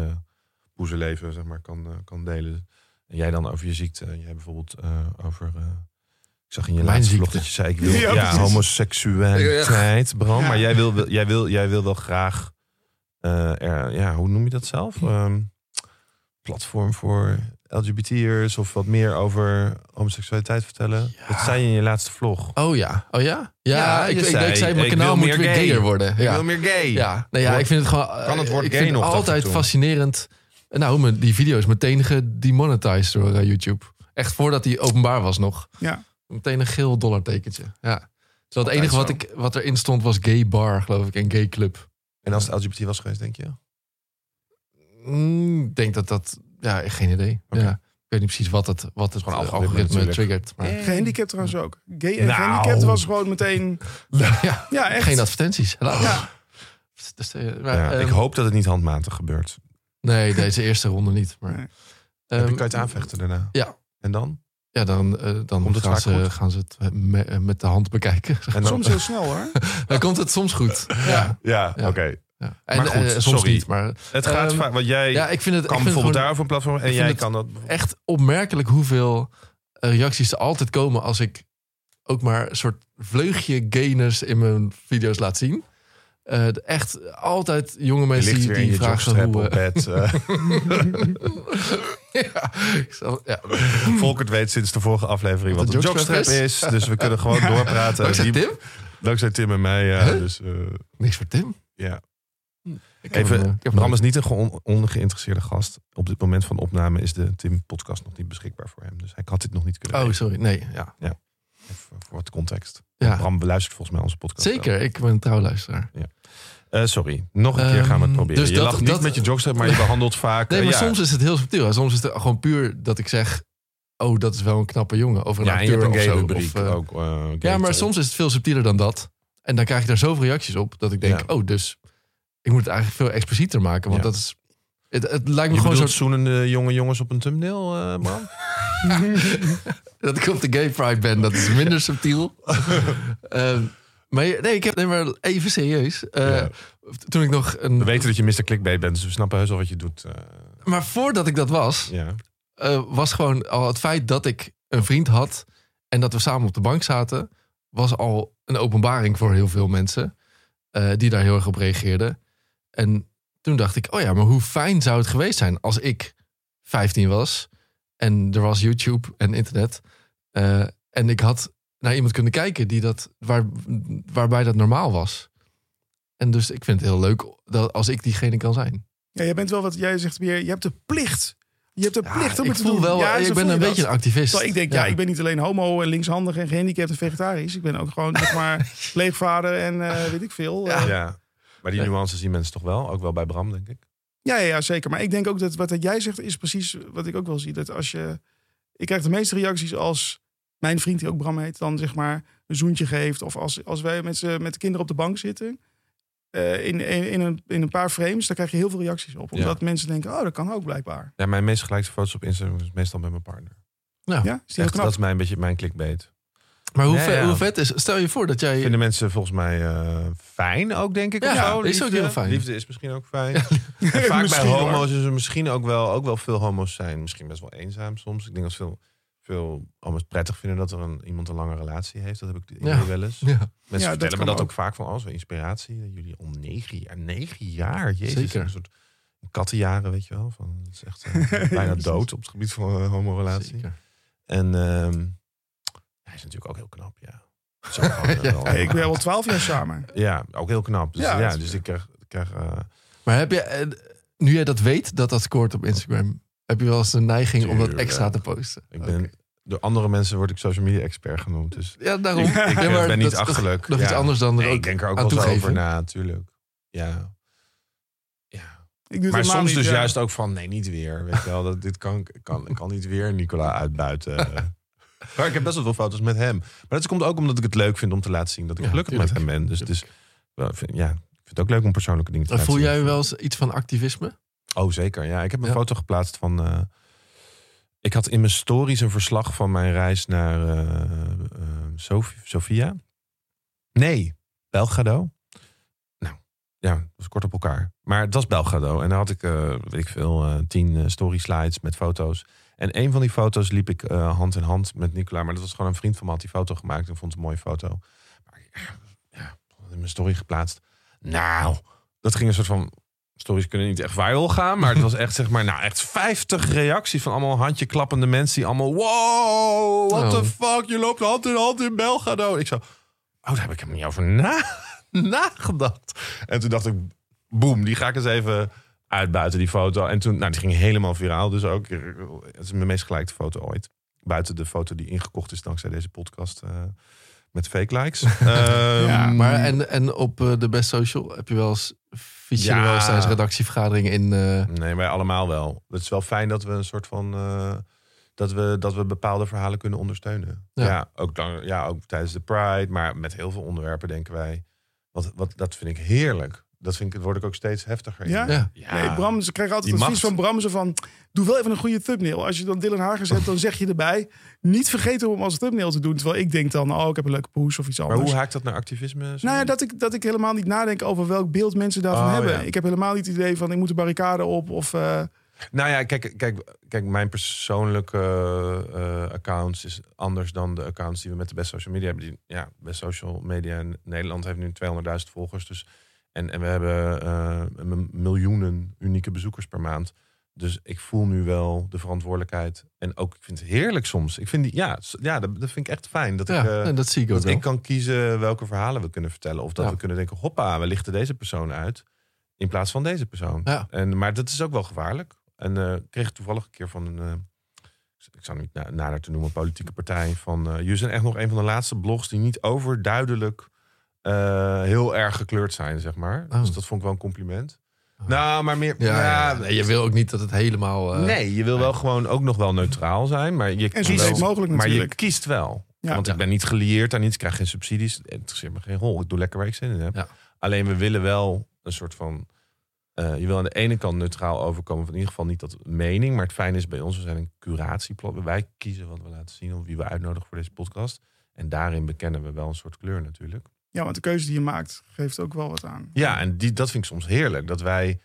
A: boezeleven zeg maar, kan, eh, kan delen. En jij dan over je ziekte. Jij bijvoorbeeld eh, over... eh, ik zag in je
B: Mijn
A: laatste vlog
B: ziekte.
A: dat je zei... ik wil ja,
C: Ja, precies.
A: homoseksualiteit, Bram.
C: Ja.
A: Maar jij wil, wel- jij, wil, jij wil wel graag... eh, er, ja, hoe noem je dat zelf? Ehm, platform voor LGBT'ers... of wat meer over homoseksualiteit vertellen. Dat zei je in je laatste vlog.
B: Oh ja, oh ja? Ja,
A: Ja,
B: ik,
A: je
B: ik,
A: zei,
B: ik zei, mijn
A: ik wil
B: kanaal moet
A: meer
B: weer
A: gay.
B: gayer worden.
A: Ik
B: Ja.
A: wil meer gay.
B: Ja, nou ja, ik vind het gewoon.
A: Kan het woord
B: ik
A: gay
B: vind
A: nog af en
B: altijd
A: toe?
B: fascinerend. En Nou, hoe me die video's meteen gedemonetized door eh, YouTube. Echt voordat die openbaar was nog.
C: Ja.
B: Meteen een geel dollartekentje. Ja. Dus het
C: Altijd
B: enige wat,
C: zo.
B: ik, wat erin stond was gay bar, geloof ik, en gay club.
A: En als het LGBT was geweest, denk je?
B: Mm, Ik denk dat dat. Ja, echt geen idee.
A: Oké.
B: Ja. Ik weet niet precies wat het, wat het
A: Gewoon
B: eh,
A: algoritme
B: algoritme,
A: natuurlijk.
B: triggert. Maar,
C: Gehandicapt trouwens ook. Gay en
A: Nou.
C: gehandicapt was gewoon meteen...
B: ja,
C: Ja, echt.
B: geen advertenties. helaas.
C: Ja.
B: Dus, eh, maar,
A: Ja, ik
B: ehm,
A: hoop dat het niet handmatig gebeurt.
B: Nee, deze eerste ronde niet. Maar,
C: Nee.
A: Heb je
B: ehm,
A: kan je het aanvechten daarna?
B: ja.
A: En dan?
B: Ja, dan, eh, dan
A: Komt het
B: gaan,
A: vaak
B: ze,
A: goed?
B: gaan ze het eh, me- eh, met de hand bekijken.
A: En dan?
C: Soms heel snel hoor.
B: dan komt het soms goed. Ja.
A: Ja,
B: Ja.
A: oké.
B: ja. En,
A: Maar goed,
B: eh, soms
A: sorry.
B: niet. Maar,
A: Het gaat
B: Ehm,
A: vaak... Want jij
B: ja, ik vind het,
A: kan
B: ik vind het
A: bijvoorbeeld
B: gewoon
A: daarover een platform... en
B: vind
A: jij
B: het-
A: kan dat...
B: echt opmerkelijk hoeveel eh, reacties er altijd komen als ik ook maar een soort vleugje gainers in mijn video's laat zien. Eh, de- echt altijd jonge
A: Je
B: mensen
A: ligt
B: die,
A: weer in
B: die
A: je
B: vragen van
A: jogstrap
B: hoe...
A: op bed. eh.
B: eh, ja, ik zal- ja.
A: Volkert weet sinds de vorige aflevering wat
B: Wat
A: een
B: een
A: jogstrap
B: jogstrap
A: is. Dus we kunnen gewoon doorpraten.
B: Oh, ik zei
A: Die-
B: Tim?
A: dankzij Tim en mij. Ja,
B: Huh?
A: dus, eh,
B: Niks voor Tim.
A: ja.
B: Ik heb hem, eh,
A: Even,
B: ik heb hem
A: Bram is niet een geon- ongeïnteresseerde gast. Op dit moment van opname is de Tim-podcast nog niet beschikbaar voor hem. Dus hij had dit nog niet kunnen
B: Oh,
A: weten.
B: sorry. Nee, ja.
A: Even voor het context.
B: ja.
A: Bram beluistert volgens mij onze podcast.
B: Zeker, ik ben een trouwluisteraar.
A: wel. Eh, sorry, nog een keer gaan we het
B: Ehm,
A: proberen.
B: dus
A: je
B: dat-
A: lacht niet
B: dat-
A: met je jogstrap, maar je behandelt vaak...
B: Nee,
A: eh,
B: maar
A: ja.
B: soms is het heel subtiel. hè. Soms is het gewoon puur dat ik zeg... Oh, dat is wel een knappe jongen. Of een
A: Ja, en je
B: acteur
A: hebt een
B: of
A: gay
B: zo.
A: rubriek.
B: Of, eh,
A: ook, eh, gay
B: ja, maar
A: talk.
B: soms is het veel subtieler dan dat. En dan krijg ik daar zoveel reacties op... dat ik denk,
A: Ja.
B: oh, dus... ik moet het eigenlijk veel explicieter maken. Want
A: Ja.
B: dat is... Het, het lijkt me
A: Je
B: gewoon
A: bedoelt
B: zo...
A: zoenende jonge jongens op een thumbnail, eh, Bram?
B: Dat ik op de gay pride ben, dat is minder subtiel. Ehm, maar je- nee, ik heb nee, maar even serieus. Eh,
A: Ja.
B: Toen ik nog een...
A: We weten dat je Mr. Clickbait bent, dus we snappen heus al wat je doet. eh,
B: Maar voordat ik dat was...
A: ja.
B: eh, was gewoon al het feit dat ik een vriend had en dat we samen op de bank zaten, was al een openbaring voor heel veel mensen eh, die daar heel erg op reageerden. En toen dacht ik, oh ja, maar hoe fijn zou het geweest zijn als ik 15 was en er was YouTube en internet eh, en ik had naar iemand kunnen kijken die dat, waar, waarbij dat normaal was. En dus ik vind het heel leuk dat als ik diegene kan zijn.
C: Ja, jij bent wel wat jij zegt weer. Je hebt de plicht. Je hebt de
B: Ja,
C: plicht om
B: ik
C: het te
B: voel
C: doen.
B: wel,
C: ja, zo
B: ik ben
C: voel
B: een
C: je
B: beetje
C: dat.
B: een activist.
C: Terwijl ik denk, ja. ik ben niet alleen homo en linkshandig en gehandicapt en vegetarisch. Ik ben ook gewoon, zeg maar, pleegvader en eh, weet ik veel.
B: Ah.
C: Eh,
A: ja. Maar die nuances zien mensen toch wel? Ook wel bij Bram, denk ik.
C: Ja, ja, ja, zeker. Maar ik denk ook dat wat jij zegt is precies wat ik ook wel zie. Dat als je. Ik krijg de meeste reacties als mijn vriend, die ook Bram heet, dan zeg maar een zoentje geeft. Of als, als wij met, z'n- met de kinderen op de bank zitten. eh, in, in, in, een, in een paar frames, daar krijg je heel veel reacties op. Omdat mensen denden: oh, dat kan ook blijkbaar.
A: Ja, mijn meest gelijkste foto's op Instagram is meestal met mijn partner.
C: Ja, is die heel
A: Echt,
C: knap.
A: dat is mijn beetje mijn clickbait.
B: Maar hoe,
A: Ja,
B: vet,
A: ja.
B: hoe vet is... Stel je voor dat jij...
A: Vinden mensen volgens mij eh, fijn ook, denk ik.
B: Ja,
A: of zo.
B: is ook heel fijn.
A: Liefde is misschien ook fijn. En vaak bij
C: Misschien, hoor.
A: homo's is er misschien ook wel, ook wel veel homo's zijn. Misschien best wel eenzaam soms. Ik denk dat veel, veel homo's prettig vinden dat er een, iemand een lange relatie heeft. Dat heb ik
B: Ja.
A: wel eens.
B: Ja,
A: Mensen
C: Ja, dat
A: vertellen me
C: kan
A: dat ook.
C: ook.
A: vaak van als we inspiratie. Dat jullie om negen jaar, negen jaar, jezus,
B: Zeker.
A: een soort kattenjaren, weet je wel. Van, het is echt eh, bijna
C: precies.
A: dood op het gebied van eh, homorelatie.
B: zeker.
A: En ehm, Hij is natuurlijk ook heel knap, ja. Zo gewoon, eh, wel-
C: Ik ben al twaalf jaar samen.
A: Ja, ook heel knap. Dus,
C: Ja,
A: ja,
C: dat is-
A: dus ik krijg... ik krijg eh,
B: Maar heb je, eh, nu jij dat weet, dat dat scoort op Instagram, heb je wel eens een neiging om dat
A: Tuurlijk.
B: extra te posten?
A: ik ben, Door andere mensen word ik social media expert genoemd. Dus
B: Ja, daarom.
A: ik, ik, eh,
B: Ja, maar
A: ben
B: dat
A: niet
B: is toch
A: achterlijk.
B: Nog
A: ja.
B: iets anders dan er
A: Nee,
B: ook
A: ik denk er ook
B: aan
A: wel eens
B: toegeven.
A: over na, natuurlijk. Ja. ja.
C: Ik doe het
A: Maar
C: helemaal
A: soms
C: niet,
A: dus
C: ja.
A: juist ook van, nee, niet weer. Weet je wel, dat, dit kan, kan, kan niet weer Nicola uitbuiten. maar ik heb best wel veel foto's met hem. Maar dat komt ook omdat ik het leuk vind om te laten zien dat ik
B: Ja,
A: gelukkig met hem
B: tuurlijk.
A: ben. Dus het is, wel, ik vind- ja, ik vind het ook leuk om persoonlijke dingen te laten
B: Voel
A: zien.
B: jij wel eens iets van activisme?
A: Oh, zeker. Ja, ik heb een
B: Ja.
A: foto geplaatst van. eh, ik had in mijn stories een verslag van mijn reis naar eh eh, Sof- Sofia. Nee, Belgrado. Nou, ja, dat was kort op elkaar. Maar het was Belgrado. En daar had ik, eh, weet ik veel, eh, tien eh, story slides met foto's. En een van die foto's liep ik eh, hand in hand met Nicola. Maar dat was gewoon een vriend van me had die foto gemaakt en vond het een mooie foto. Maar ik, ja, had in mijn story geplaatst. Nou, dat ging een soort van stories kunnen niet echt viral gaan, maar het was echt zeg maar, nou echt 50 reacties van allemaal handjeklappende mensen die allemaal, wow, what
B: Oh.
A: the fuck, je loopt hand in hand in Belgrado. Ik zo, oh, daar heb ik helemaal niet over na, nagedacht. En toen dacht ik, boem, die ga ik eens even uitbuiten die foto. En toen, nou, die ging helemaal viraal, dus ook, het is mijn meest gelikte foto ooit. Buiten de foto die ingekocht is dankzij deze podcast eh, met fake likes. Ehm,
C: Ja.
B: Mm. Maar en, en op eh, de Best Social heb je wel eens, fiets je er
A: Ja.
B: wel eens tijdens redactievergaderingen in... eh,
A: Nee, wij allemaal wel. Het is wel fijn dat we een soort van. eh, dat, we, dat we bepaalde verhalen kunnen ondersteunen.
B: Ja.
A: Ja, ook, dan, ja ook tijdens de Pride, maar met heel veel onderwerpen denken wij. Wat, wat, dat vind ik heerlijk. Dat vind ik, word ik ook steeds heftiger. in.
C: Ja?
B: ja.
C: Nee, Bram, ze krijgen altijd
A: Die
C: advies
A: macht.
C: van Bram. Zo van, doe wel even een goede thumbnail. Als je dan Dylan Hagers hebt, dan zeg je erbij... niet vergeten om hem als thumbnail te doen. Terwijl ik denk dan, oh, ik heb een leuke poes of iets
A: Maar
C: anders.
A: hoe haakt dat naar activisme?
C: Nou ja, dat ik, dat ik helemaal niet nadenk over welk beeld mensen daarvan
A: Oh,
C: hebben.
A: ja.
C: Ik heb helemaal niet het idee van, ik moet de barricade op. Of, eh,
A: Nou ja, kijk, kijk, kijk mijn persoonlijke eh, accounts is anders dan de accounts die we met de best social media hebben. Die, ja, best social media in Nederland heeft nu 200.000 volgers. Dus, en, en we hebben eh, m- miljoenen unieke bezoekers per maand. Dus ik voel nu wel de verantwoordelijkheid. En ook, ik vind het heerlijk soms. Ik vind die, ja, s- ja dat, dat vind ik echt fijn. Dat
B: Ja,
A: ik, eh,
B: nee, dat zie ik ook
A: dat
B: wel.
A: ik kan kiezen welke verhalen we kunnen vertellen. Of dat
B: Ja.
A: we kunnen denken, hoppa, we lichten deze persoon uit. In plaats van deze persoon.
B: Ja.
A: En, maar dat is ook wel gevaarlijk. En eh, ik kreeg toevallig een keer van een... eh, ik zou niet na, nader te noemen, politieke partij. Van, eh, jullie zijn echt nog een van de laatste blogs die niet overduidelijk eh, heel erg gekleurd zijn, zeg maar.
B: Oh.
A: Dus dat vond ik wel een compliment. Nou, maar meer...
B: Ja, ja,
A: ja,
B: nee, je wil ook niet dat het helemaal... eh,
A: Nee, je wil wel gewoon ook nog wel neutraal zijn. Maar je
C: en zo
A: wel-
C: steeds mogelijk
A: maar
C: natuurlijk.
A: je kiest wel.
C: Ja.
A: Want ik ben niet gelieerd aan iets, ik krijg geen subsidies. Het interesseert me geen rol. Ik doe lekker waar ik zin in heb.
B: Ja.
A: Alleen we willen wel een soort van... eh, je wil aan de ene kant neutraal overkomen. Van in ieder geval niet dat mening. Maar het fijne is bij ons, we zijn een curatieplan. Wij kiezen wat we laten zien of wie we uitnodigen voor deze podcast. En daarin bekennen we wel een soort kleur natuurlijk.
C: Ja, want de keuze die je maakt, geeft ook wel wat aan.
A: Ja, en die, dat vind ik soms heerlijk. Dat wij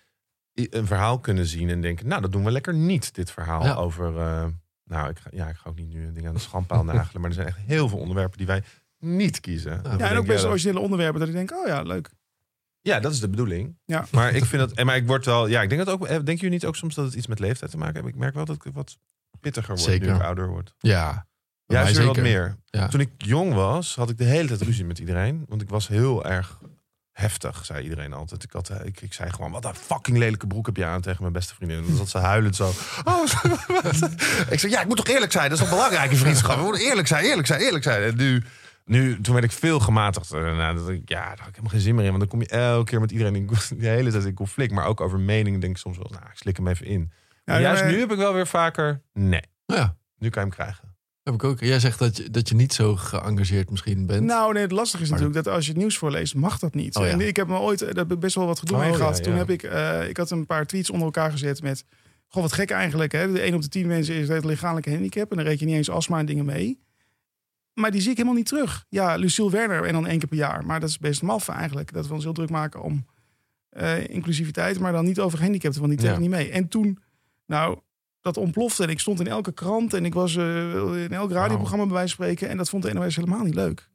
A: i- een verhaal kunnen zien en denken... nou, dat doen we lekker niet, dit verhaal
B: Ja.
A: over... eh, nou, ik ga, ja, ik ga ook niet nu een ding aan de schandpaal nagelen... maar er zijn echt heel veel onderwerpen die wij niet kiezen. Dat we
C: Ja, en
A: denken,
C: ook best
A: dat-
C: originele onderwerpen. Dat ik denk, oh ja, leuk.
A: Ja, dat is de bedoeling.
C: Ja.
A: Maar ik vind dat. En maar ik word wel. Ja, ik denk dat ook. eh, Denken jullie niet ook soms dat het iets met leeftijd te maken heeft? Ik merk wel dat ik wat pittiger word
B: Zeker.
A: nu ik ouder word.
B: Ja. Bij
A: Ja,
B: mij
A: zeker. wat
B: zeker.
A: meer.
B: Ja.
A: Toen ik jong was, had ik de hele tijd ruzie met iedereen. Want ik was heel erg heftig, zei iedereen altijd. Ik, had, eh, ik, ik zei gewoon, wat een fucking lelijke broek heb je aan tegen mijn beste vriendin. En dan zat ze huilend zo. Oh, wat? ik zei, ja, ik moet toch eerlijk zijn? Dat is toch belangrijk in vriendschap? We moeten eerlijk zijn, eerlijk zijn, eerlijk zijn. En nu, nu toen werd ik veel gematigder. En, nou, dat ik, ja, daar had ik helemaal geen zin meer in. Want dan kom je elke keer met iedereen in, de hele tijd in conflict. Maar ook over meningen denk ik soms wel, nou, ik slik hem even in. Maar
C: Ja,
A: juist
C: maar-
A: nu heb ik wel weer vaker, nee,
B: ja,
A: nu kan je hem krijgen.
B: heb ik ook. Jij zegt dat je, dat je niet zo geëngageerd misschien bent.
C: Nou, nee, het lastige is natuurlijk dat als je het nieuws voorleest, mag dat niet.
B: Oh ja.
C: En ik heb me ooit eh, daar heb ik best wel wat gedoe
A: Oh
C: mee
A: ja,
C: gehad.
A: ja.
C: Toen heb ik, eh, ik had een paar tweets onder elkaar gezet met. Goh, wat gek eigenlijk. Hè? De 1 op de 10 mensen is het lichamelijke handicap. En dan reken je niet eens astma en dingen mee. Maar die zie ik helemaal niet terug. Ja, Lucille Werner en dan één keer per jaar. Maar dat is best maf eigenlijk. Dat we ons heel druk maken om eh, inclusiviteit. Maar dan niet over gehandicapten, want die tellen
B: Ja.
C: niet mee. En toen, nou, dat ontplofte. En ik stond in elke krant en ik was eh, in elk radioprogramma bij wijze van spreken. En dat vond de NOS helemaal niet leuk.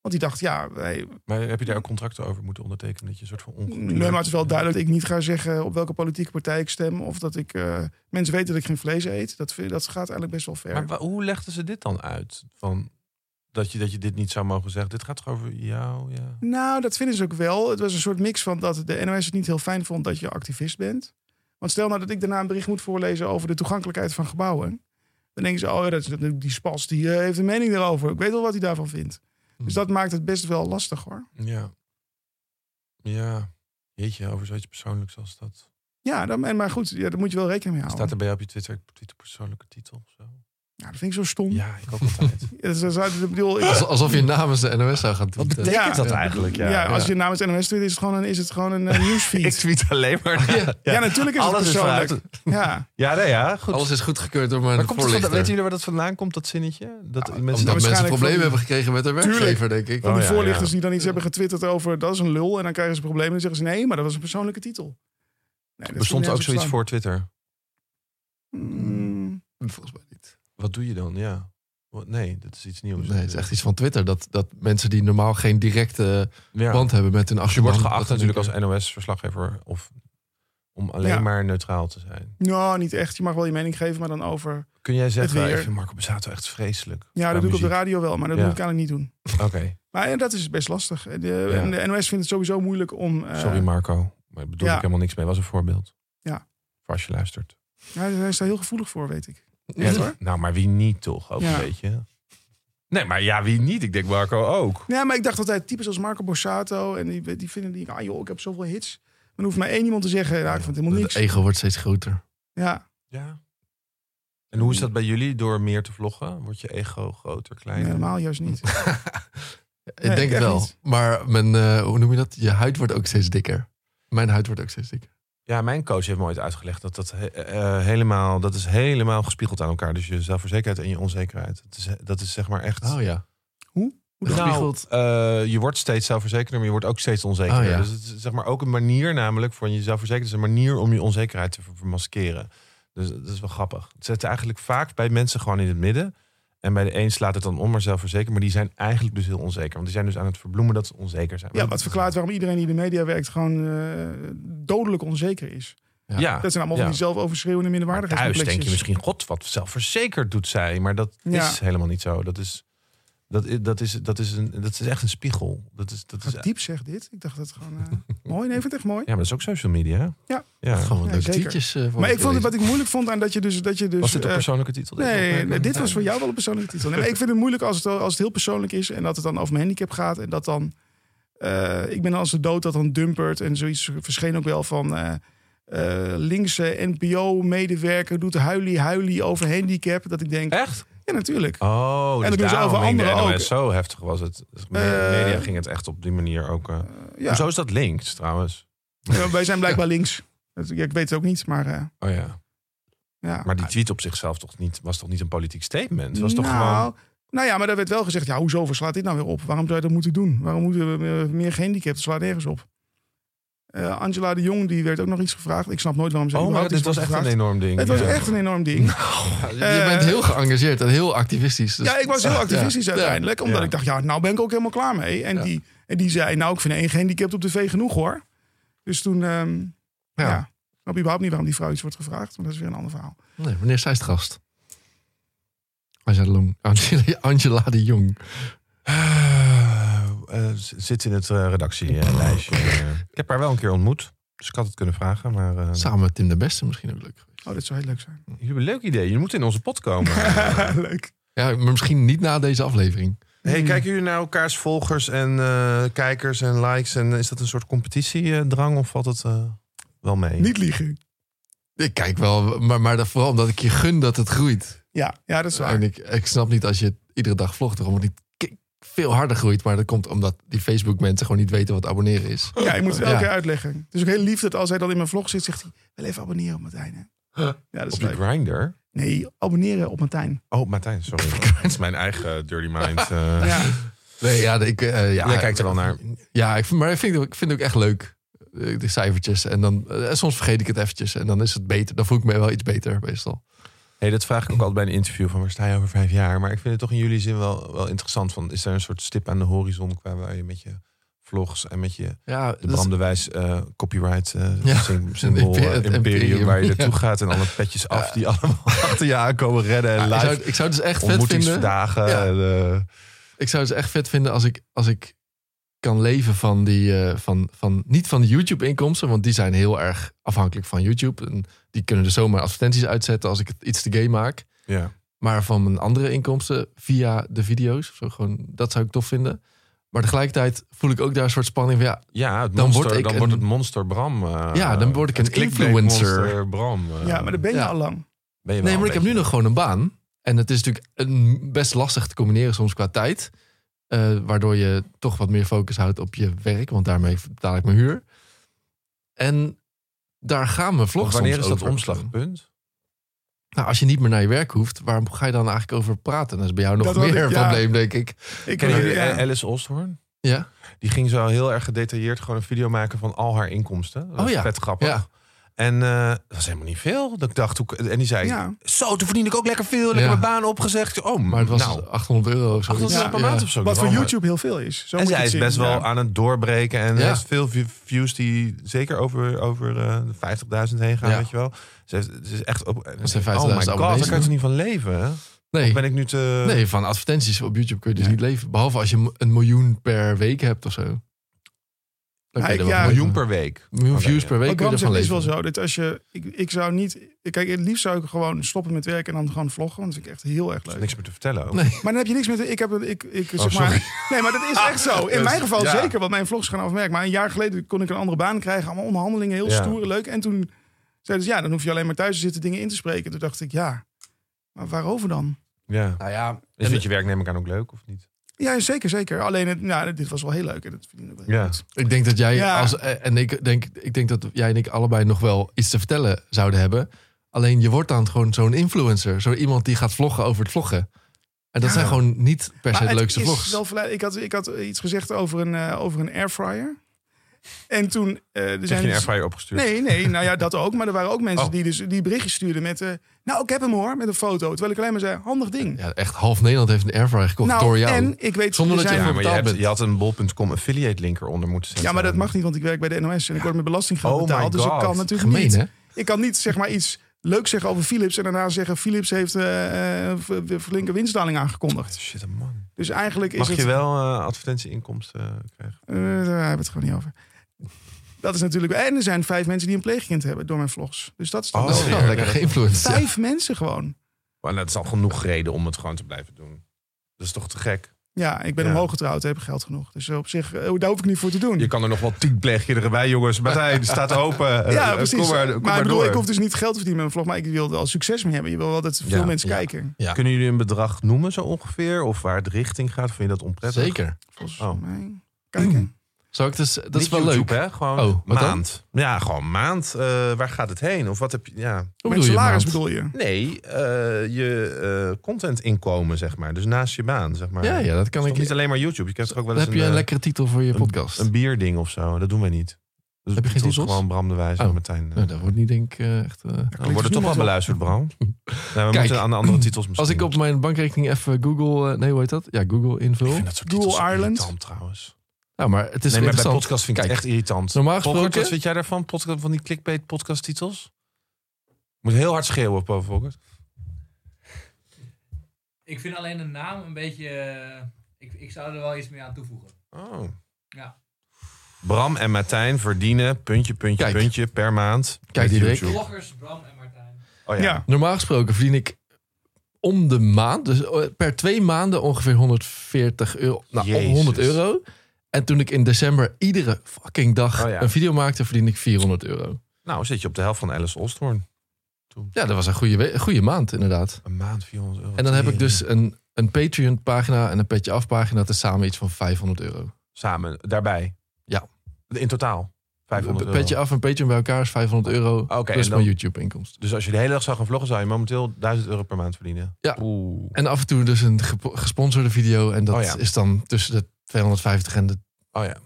C: Want die dacht, ja, wij,
A: Maar heb je daar ook contracten over moeten ondertekenen? Dat je een soort van ongelukkig...
C: nee, maar mm, het is wel duidelijk dat ik niet ga zeggen op welke politieke partij ik stem. Of dat ik. eh, mensen weten dat ik geen vlees eet. Dat, vind- dat gaat eigenlijk best wel ver.
A: Maar wa- hoe legden ze dit dan uit? Van, Dat je, dat je dit niet zou mogen zeggen. Dit gaat toch over jou? Ja.
C: Nou, dat vinden ze ook wel. Het was een soort mix van dat de NOS het niet heel fijn vond dat je activist bent. Want stel nou dat ik daarna een bericht moet voorlezen over de toegankelijkheid van gebouwen. Dan denken ze, oh, ja, dat is, natuurlijk die spas die eh, heeft een mening daarover. Ik weet wel wat hij daarvan vindt.
B: Hmm.
C: Dus dat maakt het best wel lastig hoor.
A: Ja. Ja. Jeetje, over zoiets persoonlijks als dat.
C: Ja, dan, en maar goed, ja, daar moet je wel rekening mee houden.
A: Staat er bij jou op je Twitter, Twitter persoonlijke titel of zo?
C: Ja, dat vind ik zo stom.
A: Ja, ik ook altijd.
C: Dat is- dat is- ik bedoel, ik-
B: Als- alsof je namens de NOS zou gaan
A: Wat
B: tweeten.
A: betekent
C: Ja.
A: dat eigenlijk? eh, Ja,
C: ja, als je namens NOS tweet, is het gewoon een, is het gewoon een eh,
A: Ik
C: newsfeed.
A: tweet alleen maar.
B: Ja,
C: ja, natuurlijk is het
A: Alles is
C: persoonlijk. ja.
A: Ja, nee, ja, goed.
B: Alles is goedgekeurd door mijn
A: Waar komt het vandaan?
B: voorlichter.
A: Weten jullie waar dat vandaan komt, dat zinnetje? Dat mensen
B: Omdat mensen
C: waarschijnlijk
B: problemen
C: voor-
B: hebben gekregen met hun
C: Tuurlijk.
B: werkgever, denk ik.
C: Van die
A: Oh, ja,
C: voorlichters
A: ja.
C: die dan iets hebben getwitterd over dat is een lul. En dan krijgen ze problemen. En dan zeggen ze nee, maar dat was een persoonlijke titel. Nee, dat is
A: Bestond er ook
C: nergens
A: zoiets
C: op slaan.
A: voor Twitter?
C: Mm,
B: Volgens mij niet.
A: Wat doe je dan? Ja. Wat- Nee, dat is iets nieuws.
B: Nee, het is echt iets van Twitter. Dat, dat mensen die normaal geen directe
A: Ja.
B: band hebben met hun
A: Dus je
B: achterban...
A: wordt geacht
B: dat in
A: natuurlijk als
B: één
A: NOS-verslaggever of om alleen
C: Ja.
A: maar neutraal te zijn.
C: nou, niet echt. Je mag wel je mening geven, maar dan over.
A: Kun jij zeggen,
C: weer.
A: ik vind Marco Bezato echt vreselijk.
C: Ja, dat
A: Qua
C: doe ik op de
A: muziek.
C: radio wel, maar dat
A: Ja.
C: moet ik eigenlijk niet doen.
A: Oké,
C: Maar eh, dat is best lastig. De,
A: Ja.
C: en de NOS vindt het sowieso moeilijk om. eh,
A: sorry Marco. Maar daar bedoel
C: ja.
A: ik helemaal niks mee. was een voorbeeld.
C: Ja.
A: Voor als je luistert.
C: hij, hij is daar heel gevoelig voor, weet ik.
B: keer.
C: Ja, hoor.
A: Nou, maar wie niet toch? Ook
C: Ja.
A: een beetje. Nee, maar ja, wie niet? Ik denk Marco ook.
C: Ja, maar ik dacht altijd types als Marco Borsato. En die, die vinden die. Ah joh, ik heb zoveel hits. Maar dan hoeft maar één iemand te zeggen. Ja, ik vind het helemaal
B: Het
C: niks.
B: ego wordt steeds groter.
C: Ja.
A: Ja. En hoe is dat bij jullie? Door meer te vloggen? Wordt je ego groter,
C: Nee,
A: kleiner?
C: helemaal juist niet.
B: Ik
C: Nee,
B: denk het
C: echt
B: wel.
C: niet.
B: Maar mijn, eh, hoe noem je dat? Je huid wordt ook steeds dikker. Mijn huid wordt ook steeds dikker.
A: Ja, mijn coach heeft me ooit uitgelegd dat dat he- eh, helemaal, dat is helemaal gespiegeld aan elkaar. Dus je zelfverzekerdheid en je onzekerheid. Dat is, dat is zeg maar echt.
B: Oh ja.
C: Hoe
A: Nou,
C: dat spiegelt.
A: eh, je wordt steeds zelfverzekerder, maar je wordt ook steeds onzekerder.
B: Oh ja.
A: Dus het is zeg maar ook een manier namelijk van je zelfverzekerd is een manier om je onzekerheid te ver- vermaskeren. Dus dat is wel grappig. Het zet eigenlijk vaak bij mensen gewoon in het midden. En bij de een slaat het dan om, maar zelfverzekerd. Maar die zijn eigenlijk dus heel onzeker. Want die zijn dus aan het verbloemen dat ze onzeker zijn.
C: Ja, wat verklaart waarom iedereen die in de media werkt gewoon eh, dodelijk onzeker is.
A: Nou, Ja,
C: Dat zijn allemaal
A: Ah, Ja.
C: van die zelfoverschreeuwende
A: Maar thuis
C: minderwaardigheidscomplexes.
A: denk je misschien, god, wat zelfverzekerd doet zij. Maar dat
C: Ja.
A: is helemaal niet zo. Dat is, dat, i- dat is, dat is, een, dat is echt een spiegel. Dat is, dat is, e-
C: Gaat diep zegt dit. Ik dacht dat het gewoon eh, mooi. Nee, ik vind het echt mooi.
A: ja, maar dat is ook social media. hè?
C: Ja.
A: ja.
B: Gewoon wat
C: Ja,
B: leuke
C: zeker.
B: tweetjes. eh, voor
C: Maar
B: me
C: ik vond het,
B: te
C: wat ik moeilijk vond aan dat je dus... Dat je dus
A: Was dit een
C: eh,
A: persoonlijke titel?
C: Nee, nee, dit was voor jou wel een persoonlijke titel. Nee, maar ik vind het moeilijk als het, als het heel persoonlijk is en dat het dan over mijn handicap gaat. En dat dan, eh, ik ben als de dood dat dan dumpert en zoiets verscheen ook wel van eh, eh, linkse NPO-medewerker doet huilie huilie over handicap. Dat ik denk,
A: Echt?
C: ja natuurlijk.
A: Oh,
C: dat
A: dus
C: doen ze
A: daarom
C: over
A: ging de
C: anderen
A: NOS
C: ook. Eh,
A: Zo heftig was het. De media ging het echt op die manier ook. eh.
C: Ja.
A: Hoezo is dat links trouwens?
C: Ja, wij zijn blijkbaar links. Dat- ja, ik weet het ook niet, maar eh,
A: Oh ja.
C: ja.
A: Maar die tweet op zichzelf toch niet, was toch niet een politiek statement? Het was
C: nou,
A: toch gewoon...
C: Nou ja, maar daar werd wel gezegd, ja, hoezo verslaat dit nou weer op? Waarom zou je dat moeten doen? Waarom moeten we eh, meer gehandicapten? Slaat nergens op. Eh, Angela de Jong, die werd ook nog iets gevraagd. Ik snap nooit waarom ze
A: Oh, maar
C: überhaupt
A: dit
C: iets
A: was echt een
C: gevraagd.
A: enorm ding.
C: Het was
A: Ja.
C: echt een enorm ding.
B: lezen.
C: eh,
B: Nou, Je bent heel geëngageerd en heel activistisch. dus-
C: ja, ik was heel
B: Ja.
C: activistisch
B: Ja.
C: uiteindelijk. Omdat
A: Ja.
C: ik dacht, ja, nou ben ik ook helemaal klaar mee. En,
B: Ja.
C: die, en die zei, nou, ik vind één gehandicapt op tv genoeg hoor. Dus toen, ehm, ja.
B: Ja.
C: ik snap überhaupt niet waarom die vrouw iets wordt gevraagd. Maar dat is weer een ander verhaal.
B: Nee, meneer Zij is de gast. Angela, Long, Angela, Angela de Jong.
A: Eh, eh, z- zit in het eh, redactielijstje. Eh, ik heb haar wel een keer ontmoet. Dus ik had het kunnen vragen. Maar eh
B: Samen met Tim de Beste misschien ook leuk geweest.
C: Oh, dat zou heel leuk zijn.
A: jullie hebben een leuk idee. Jullie moeten in onze pot komen.
C: leuk.
B: Ja, maar misschien niet na deze aflevering.
A: hey, kijken jullie naar elkaars volgers en eh, kijkers en likes? En is dat een soort competitiedrang of valt het eh, wel mee?
C: Niet liegen.
B: Ik kijk wel, maar, maar dat vooral omdat ik je gun dat het groeit.
C: Ja, ja dat is waar.
B: En ik, ik snap niet als je iedere dag vlogt, waarom het niet k- veel harder groeit. Maar dat komt omdat die Facebook mensen gewoon niet weten wat abonneren is.
C: Ja, ik moet het elke
B: Ja.
C: keer uitleggen. Het is ook heel lief dat als hij dan in mijn vlog zit, zegt hij... Wel even abonneren op Martijn, hè? Ja, dat is
A: Op die
C: leuk.
A: grinder?
C: Nee, abonneren op Martijn.
A: Oh, Martijn, sorry. Het is mijn eigen dirty mind. eh.
C: Ja.
B: Nee, ja, ik, eh, ja,
A: Jij kijkt er wel naar.
B: Ja, ik vind, maar ik vind, het ook- ik vind het ook echt leuk. eh, De cijfertjes. En dan eh, soms vergeet ik het eventjes. En dan is het beter. Dan voel ik me wel iets beter meestal.
A: Hey, dat vraag ik ook altijd bij een interview van waar sta je over vijf jaar? Maar ik vind het toch in jullie zin wel, wel interessant. Van, is er een soort stip aan de horizon qua waar je met je vlogs en met je
B: Ja, dat
A: De
B: is-
A: Bram de Wijs eh, copyright eh
B: Dus- Ja.
A: sym- symbool,
B: Het
A: eh,
B: imperium,
A: imperium waar je
B: ja.
A: naartoe gaat en alle petjes af die allemaal achter je aankomen redden en
B: ja, Ah, ik, zou,
A: live
B: ik zou het dus echt vet vinden.
A: ontmoetingsdagen.
B: Ja.
A: en, eh,
B: Ik zou het dus echt vet vinden als ik, als ik kan leven van die, eh, van, van, niet van de YouTube-inkomsten, want die zijn heel erg afhankelijk van YouTube. En die kunnen er zomaar advertenties uitzetten als ik het iets te gay maak.
A: Ja.
B: Maar van mijn andere inkomsten via de video's, of zo, gewoon, dat zou ik tof vinden. Maar tegelijkertijd voel ik ook daar een soort spanning van, ja,
A: Ja, het
B: Dan
A: monster,
B: word ik
A: dan
B: een-
A: wordt het monster Bram. eh,
B: Ja, dan word ik
A: het
B: een
A: clickbait
B: influencer.
A: monster Bram. eh,
C: Ja, maar dat ben je
B: Ja.
C: al lang.
A: ben je wel
B: Nee,
A: een
B: maar ik heb nu
A: beetje.
B: nog gewoon een baan. En het is natuurlijk een, best lastig te combineren soms qua tijd. Eh, waardoor je toch wat meer focus houdt op je werk. Want daarmee betaal ik mijn huur. En daar gaan mijn
A: Want
B: vlogs
A: Wanneer
B: soms
A: is dat
B: over.
A: omslagpunt?
B: Nou, als je niet meer naar je werk hoeft, waarom ga je dan eigenlijk over praten? Dat is bij jou nog
C: Dat had
B: meer
C: ik,
B: een
C: ja.
B: probleem, denk ik.
C: Ik
A: Ken jullie
C: weet- ja.
A: Alice Osborn?
B: Ja,
A: Die ging zo heel erg gedetailleerd gewoon een video maken van al haar inkomsten. Dat was
B: Oh ja.
A: Vet grappig.
B: ja.
A: En eh, dat was helemaal niet veel. Dat ik dacht, hoe, en die zei,
C: Ja.
A: zo, toen verdien ik ook lekker veel. En ik
B: Ja.
A: heb mijn baan opgezegd. Oh,
B: Maar het was
A: nou,
B: 800 euro of zo.
A: 800
C: Ja,
A: per
B: ja.
A: maand of zo.
C: Wat voor
A: Wel, maar-
C: YouTube heel veel is. Zo
A: En
C: moet je
A: zij
C: het
A: is
C: zien.
A: best wel
C: Ja.
A: aan het doorbreken. En
B: Ja.
A: heeft veel vi- views die zeker over, over eh, de 50.000 heen gaan,
B: Ja.
A: weet je wel. Ze, heeft, ze is echt... Op,
B: Dat zijn 50.000
A: oh my god, daar
B: abonnees,
A: kan je
B: hè?
A: niet van leven. hè?
B: Nee.
A: Ben ik nu te...
B: nee, van advertenties op YouTube kun je dus
C: Nee.
B: niet leven. Behalve als je m- een miljoen per week hebt of zo. Dan kun je
C: ik-
B: er wel
C: ja,
B: van
A: Een miljoen
B: leven.
A: per week.
B: miljoen
A: Oké,
B: views
A: ja.
B: per week
C: Wat
B: kun je
C: Oh, Bram
B: ervan
C: zegt is
B: leven.
C: wel zo. Dat als je, ik, ik zou niet... Kijk, het liefst zou ik gewoon stoppen met werken en dan gewoon vloggen. Want dat vind ik echt heel erg
A: Er is
C: leuk.
A: niks meer te vertellen ook.
B: Nee.
C: Maar dan heb je niks met... Ik heb een- ik, ik,
A: Oh,
C: zeg
A: sorry.
C: maar, nee, maar dat is echt zo. In
A: Dus,
C: mijn geval
A: ja.
C: zeker, want mijn vlogs gaan afmerken. Maar een jaar geleden kon ik een andere baan krijgen. Allemaal onderhandelingen, heel
A: Ja.
C: stoer en leuk. En toen zeiden ze, ja, dan hoef je alleen maar thuis te zitten dingen in te spreken. Toen dacht ik, ja, maar waarover dan?
A: Ja.
B: Nou ja,
A: Is het je werk neem ik aan ook leuk of niet?
C: Ja, zeker, zeker. Alleen, het, nou, dit was wel heel leuk. En dat vind ik ook wel heel
A: Ja.
C: goed.
B: ik denk dat jij
C: Ja.
B: als, eh, en ik denk, ik denk dat jij en ik allebei nog wel iets te vertellen zouden hebben. Alleen je wordt dan gewoon zo'n influencer, zo iemand die gaat vloggen over het vloggen. En dat
C: Ja.
B: zijn gewoon niet per
C: Maar
B: se de
C: het
B: leukste
C: is
B: vlogs.
C: wel verleid- ik, had, ik had iets gezegd over een, eh, over een airfryer. En toen... eh, er
A: Zeg
C: zijn
A: je een
C: dus-
A: airfryer opgestuurd?
C: Nee, nee, nou ja, dat ook. Maar er waren ook mensen
A: Oh.
C: die, dus, die berichtjes stuurden met... eh, nou, ik heb hem hoor, met een foto. Terwijl ik alleen maar zei, handig ding.
B: Ja, echt half Nederland heeft een airfryer gekocht door
C: nou,
B: jou.
C: en ik weet...
B: Zonder
C: er
B: dat je
C: zijn-
A: Ja, maar je,
B: betaald
A: hebt,
B: bent.
A: je had een bol.com affiliate link eronder moeten zetten.
C: Ja, maar dat mag niet, want ik werk bij de NOS en ik word met belastinggeld
A: Oh my
C: betaald. Dus ik
A: God.
C: kan natuurlijk
B: Gemeen,
C: niet.
B: hè?
C: Ik kan niet zeg maar iets leuks zeggen over Philips en daarna zeggen Philips heeft eh, eh, v- v- flinke winstdaling aangekondigd.
A: Shit, man.
C: Dus eigenlijk is
A: Mag
C: het.
A: je wel eh, advertentieinkomsten eh, krijgen?
C: Eh, daar hebben we het gewoon niet over. Dat is natuurlijk. En er zijn vijf mensen die een pleegkind hebben door mijn vlogs. Dus dat is toch
A: Oh,
B: Dat is
C: wel
B: wel
A: ja,
B: lekker
A: dat-
B: geïnfluenced. ja.
C: vijf mensen gewoon.
A: Maar dat is al genoeg reden om het gewoon te blijven doen. Dat is toch te gek?
C: Ja, ik ben
A: Ja.
C: omhoog getrouwd, heb geld genoeg. Dus op zich, eh, daar hoef ik niet voor te doen.
A: Je kan er nog wel tien pleegkinderen bij, jongens. Martijn, staat open.
C: ja,
A: Eh,
C: precies.
A: Kom maar,
C: maar,
A: kom maar
C: ik bedoel,
A: door.
C: ik hoef dus niet geld te verdienen met mijn vlog, maar ik wil er wel succes mee hebben. Je wil wel dat veel
A: Ja,
C: mensen
B: ja.
C: kijken.
B: Ja.
A: Kunnen jullie een bedrag noemen zo ongeveer? Of waar het richting gaat? Vind je dat onprettig?
B: Zeker.
C: Volgens
A: Oh.
C: mij. Kijken.
B: Zou ik dus, dat is
A: Niet
B: wel
A: YouTube,
B: leuk.
A: Hè? Gewoon
B: Oh, wat dan?
A: maand. Ja, gewoon maand. Eh, waar gaat het heen? Of wat heb je... Ja.
B: Hoe
C: Met
B: bedoel je, nou? maand?
C: salaris bedoel je?
A: Nee, eh, je eh, contentinkomen, zeg maar. Dus naast je baan, zeg maar.
B: Ja, ja, dat
A: Kan
B: kan ik.
A: niet alleen maar YouTube. Je krijgt er ook wel eens
B: heb je een
A: eh,
B: lekkere titel voor je
A: een-
B: podcast?
A: een bierding of zo. Dat doen wij niet. Dus
B: Heb je geen
A: titels?
B: titels?
A: Gewoon Bram de Wijs en
B: Oh.
A: Martijn. eh,
B: nou, dat wordt niet denk ik eh, echt... eh,
A: Dan wordt het
C: dus
A: toch wel
C: niemand
A: beluisterd, Bram. Nou, we
B: Kijk,
A: moeten aan de andere titels
B: Als
A: misschien.
B: ik op mijn bankrekening even Google, eh, nee hoe heet dat? Ja, Google
A: Ik
B: invul.
A: vind dat soort
C: Google
A: titels ook
C: Ireland.
A: irritant, trouwens.
B: Nou, maar het is
A: nee, maar bij
B: interessant.
A: podcast vind ik
B: Kijk,
A: het echt irritant.
B: Normaal
A: Volkert, wat
B: gesproken,
A: vind jij daarvan? Podcast, van die clickbait podcast titels? Moet heel hard schreeuwen, Paul Volkert.
D: Ik vind alleen de naam een beetje. eh, ik, ik zou er wel iets meer aan toevoegen.
A: Oh.
D: Ja.
A: Bram en Martijn verdienen puntje, puntje,
B: Kijk.
A: puntje per maand.
B: Kijk,
A: met
B: Diederik.
A: YouTube.
D: Vloggers, Bram en Martijn.
A: Oh ja.
C: Ja.
B: normaal gesproken verdien ik om de maand, dus eh, per twee maanden ongeveer 140 euro, nou,
A: Jezus.
B: 100 euro. En toen ik in december iedere fucking dag
A: Oh ja.
B: een video maakte, verdien ik 400 euro.
A: Nou, zit je op de helft van Alice Osthorn.
B: Ja, dat was een goede, we- een goede maand inderdaad.
A: Een maand 400 euro.
B: En dan heb ik
A: Tering.
B: dus een, een Patreon pagina en een Petje Af pagina. Dat is samen iets van 500 euro.
A: Samen, daarbij.
B: Ja.
A: In totaal. 500 euro. Oh,
B: Petje Af en Patreon bij elkaar is 500 euro.
A: Oké,
B: plus
A: en dan-
B: mijn YouTube inkomsten.
A: Dus als je de hele dag zou gaan vloggen, zou je momenteel 1000 euro per maand verdienen.
B: Ja.
A: Oeh.
B: En af en toe dus een gepo- gesponsorde video. En dat
A: Oh ja.
B: is dan tussen de 250 en de...
A: Oh ja.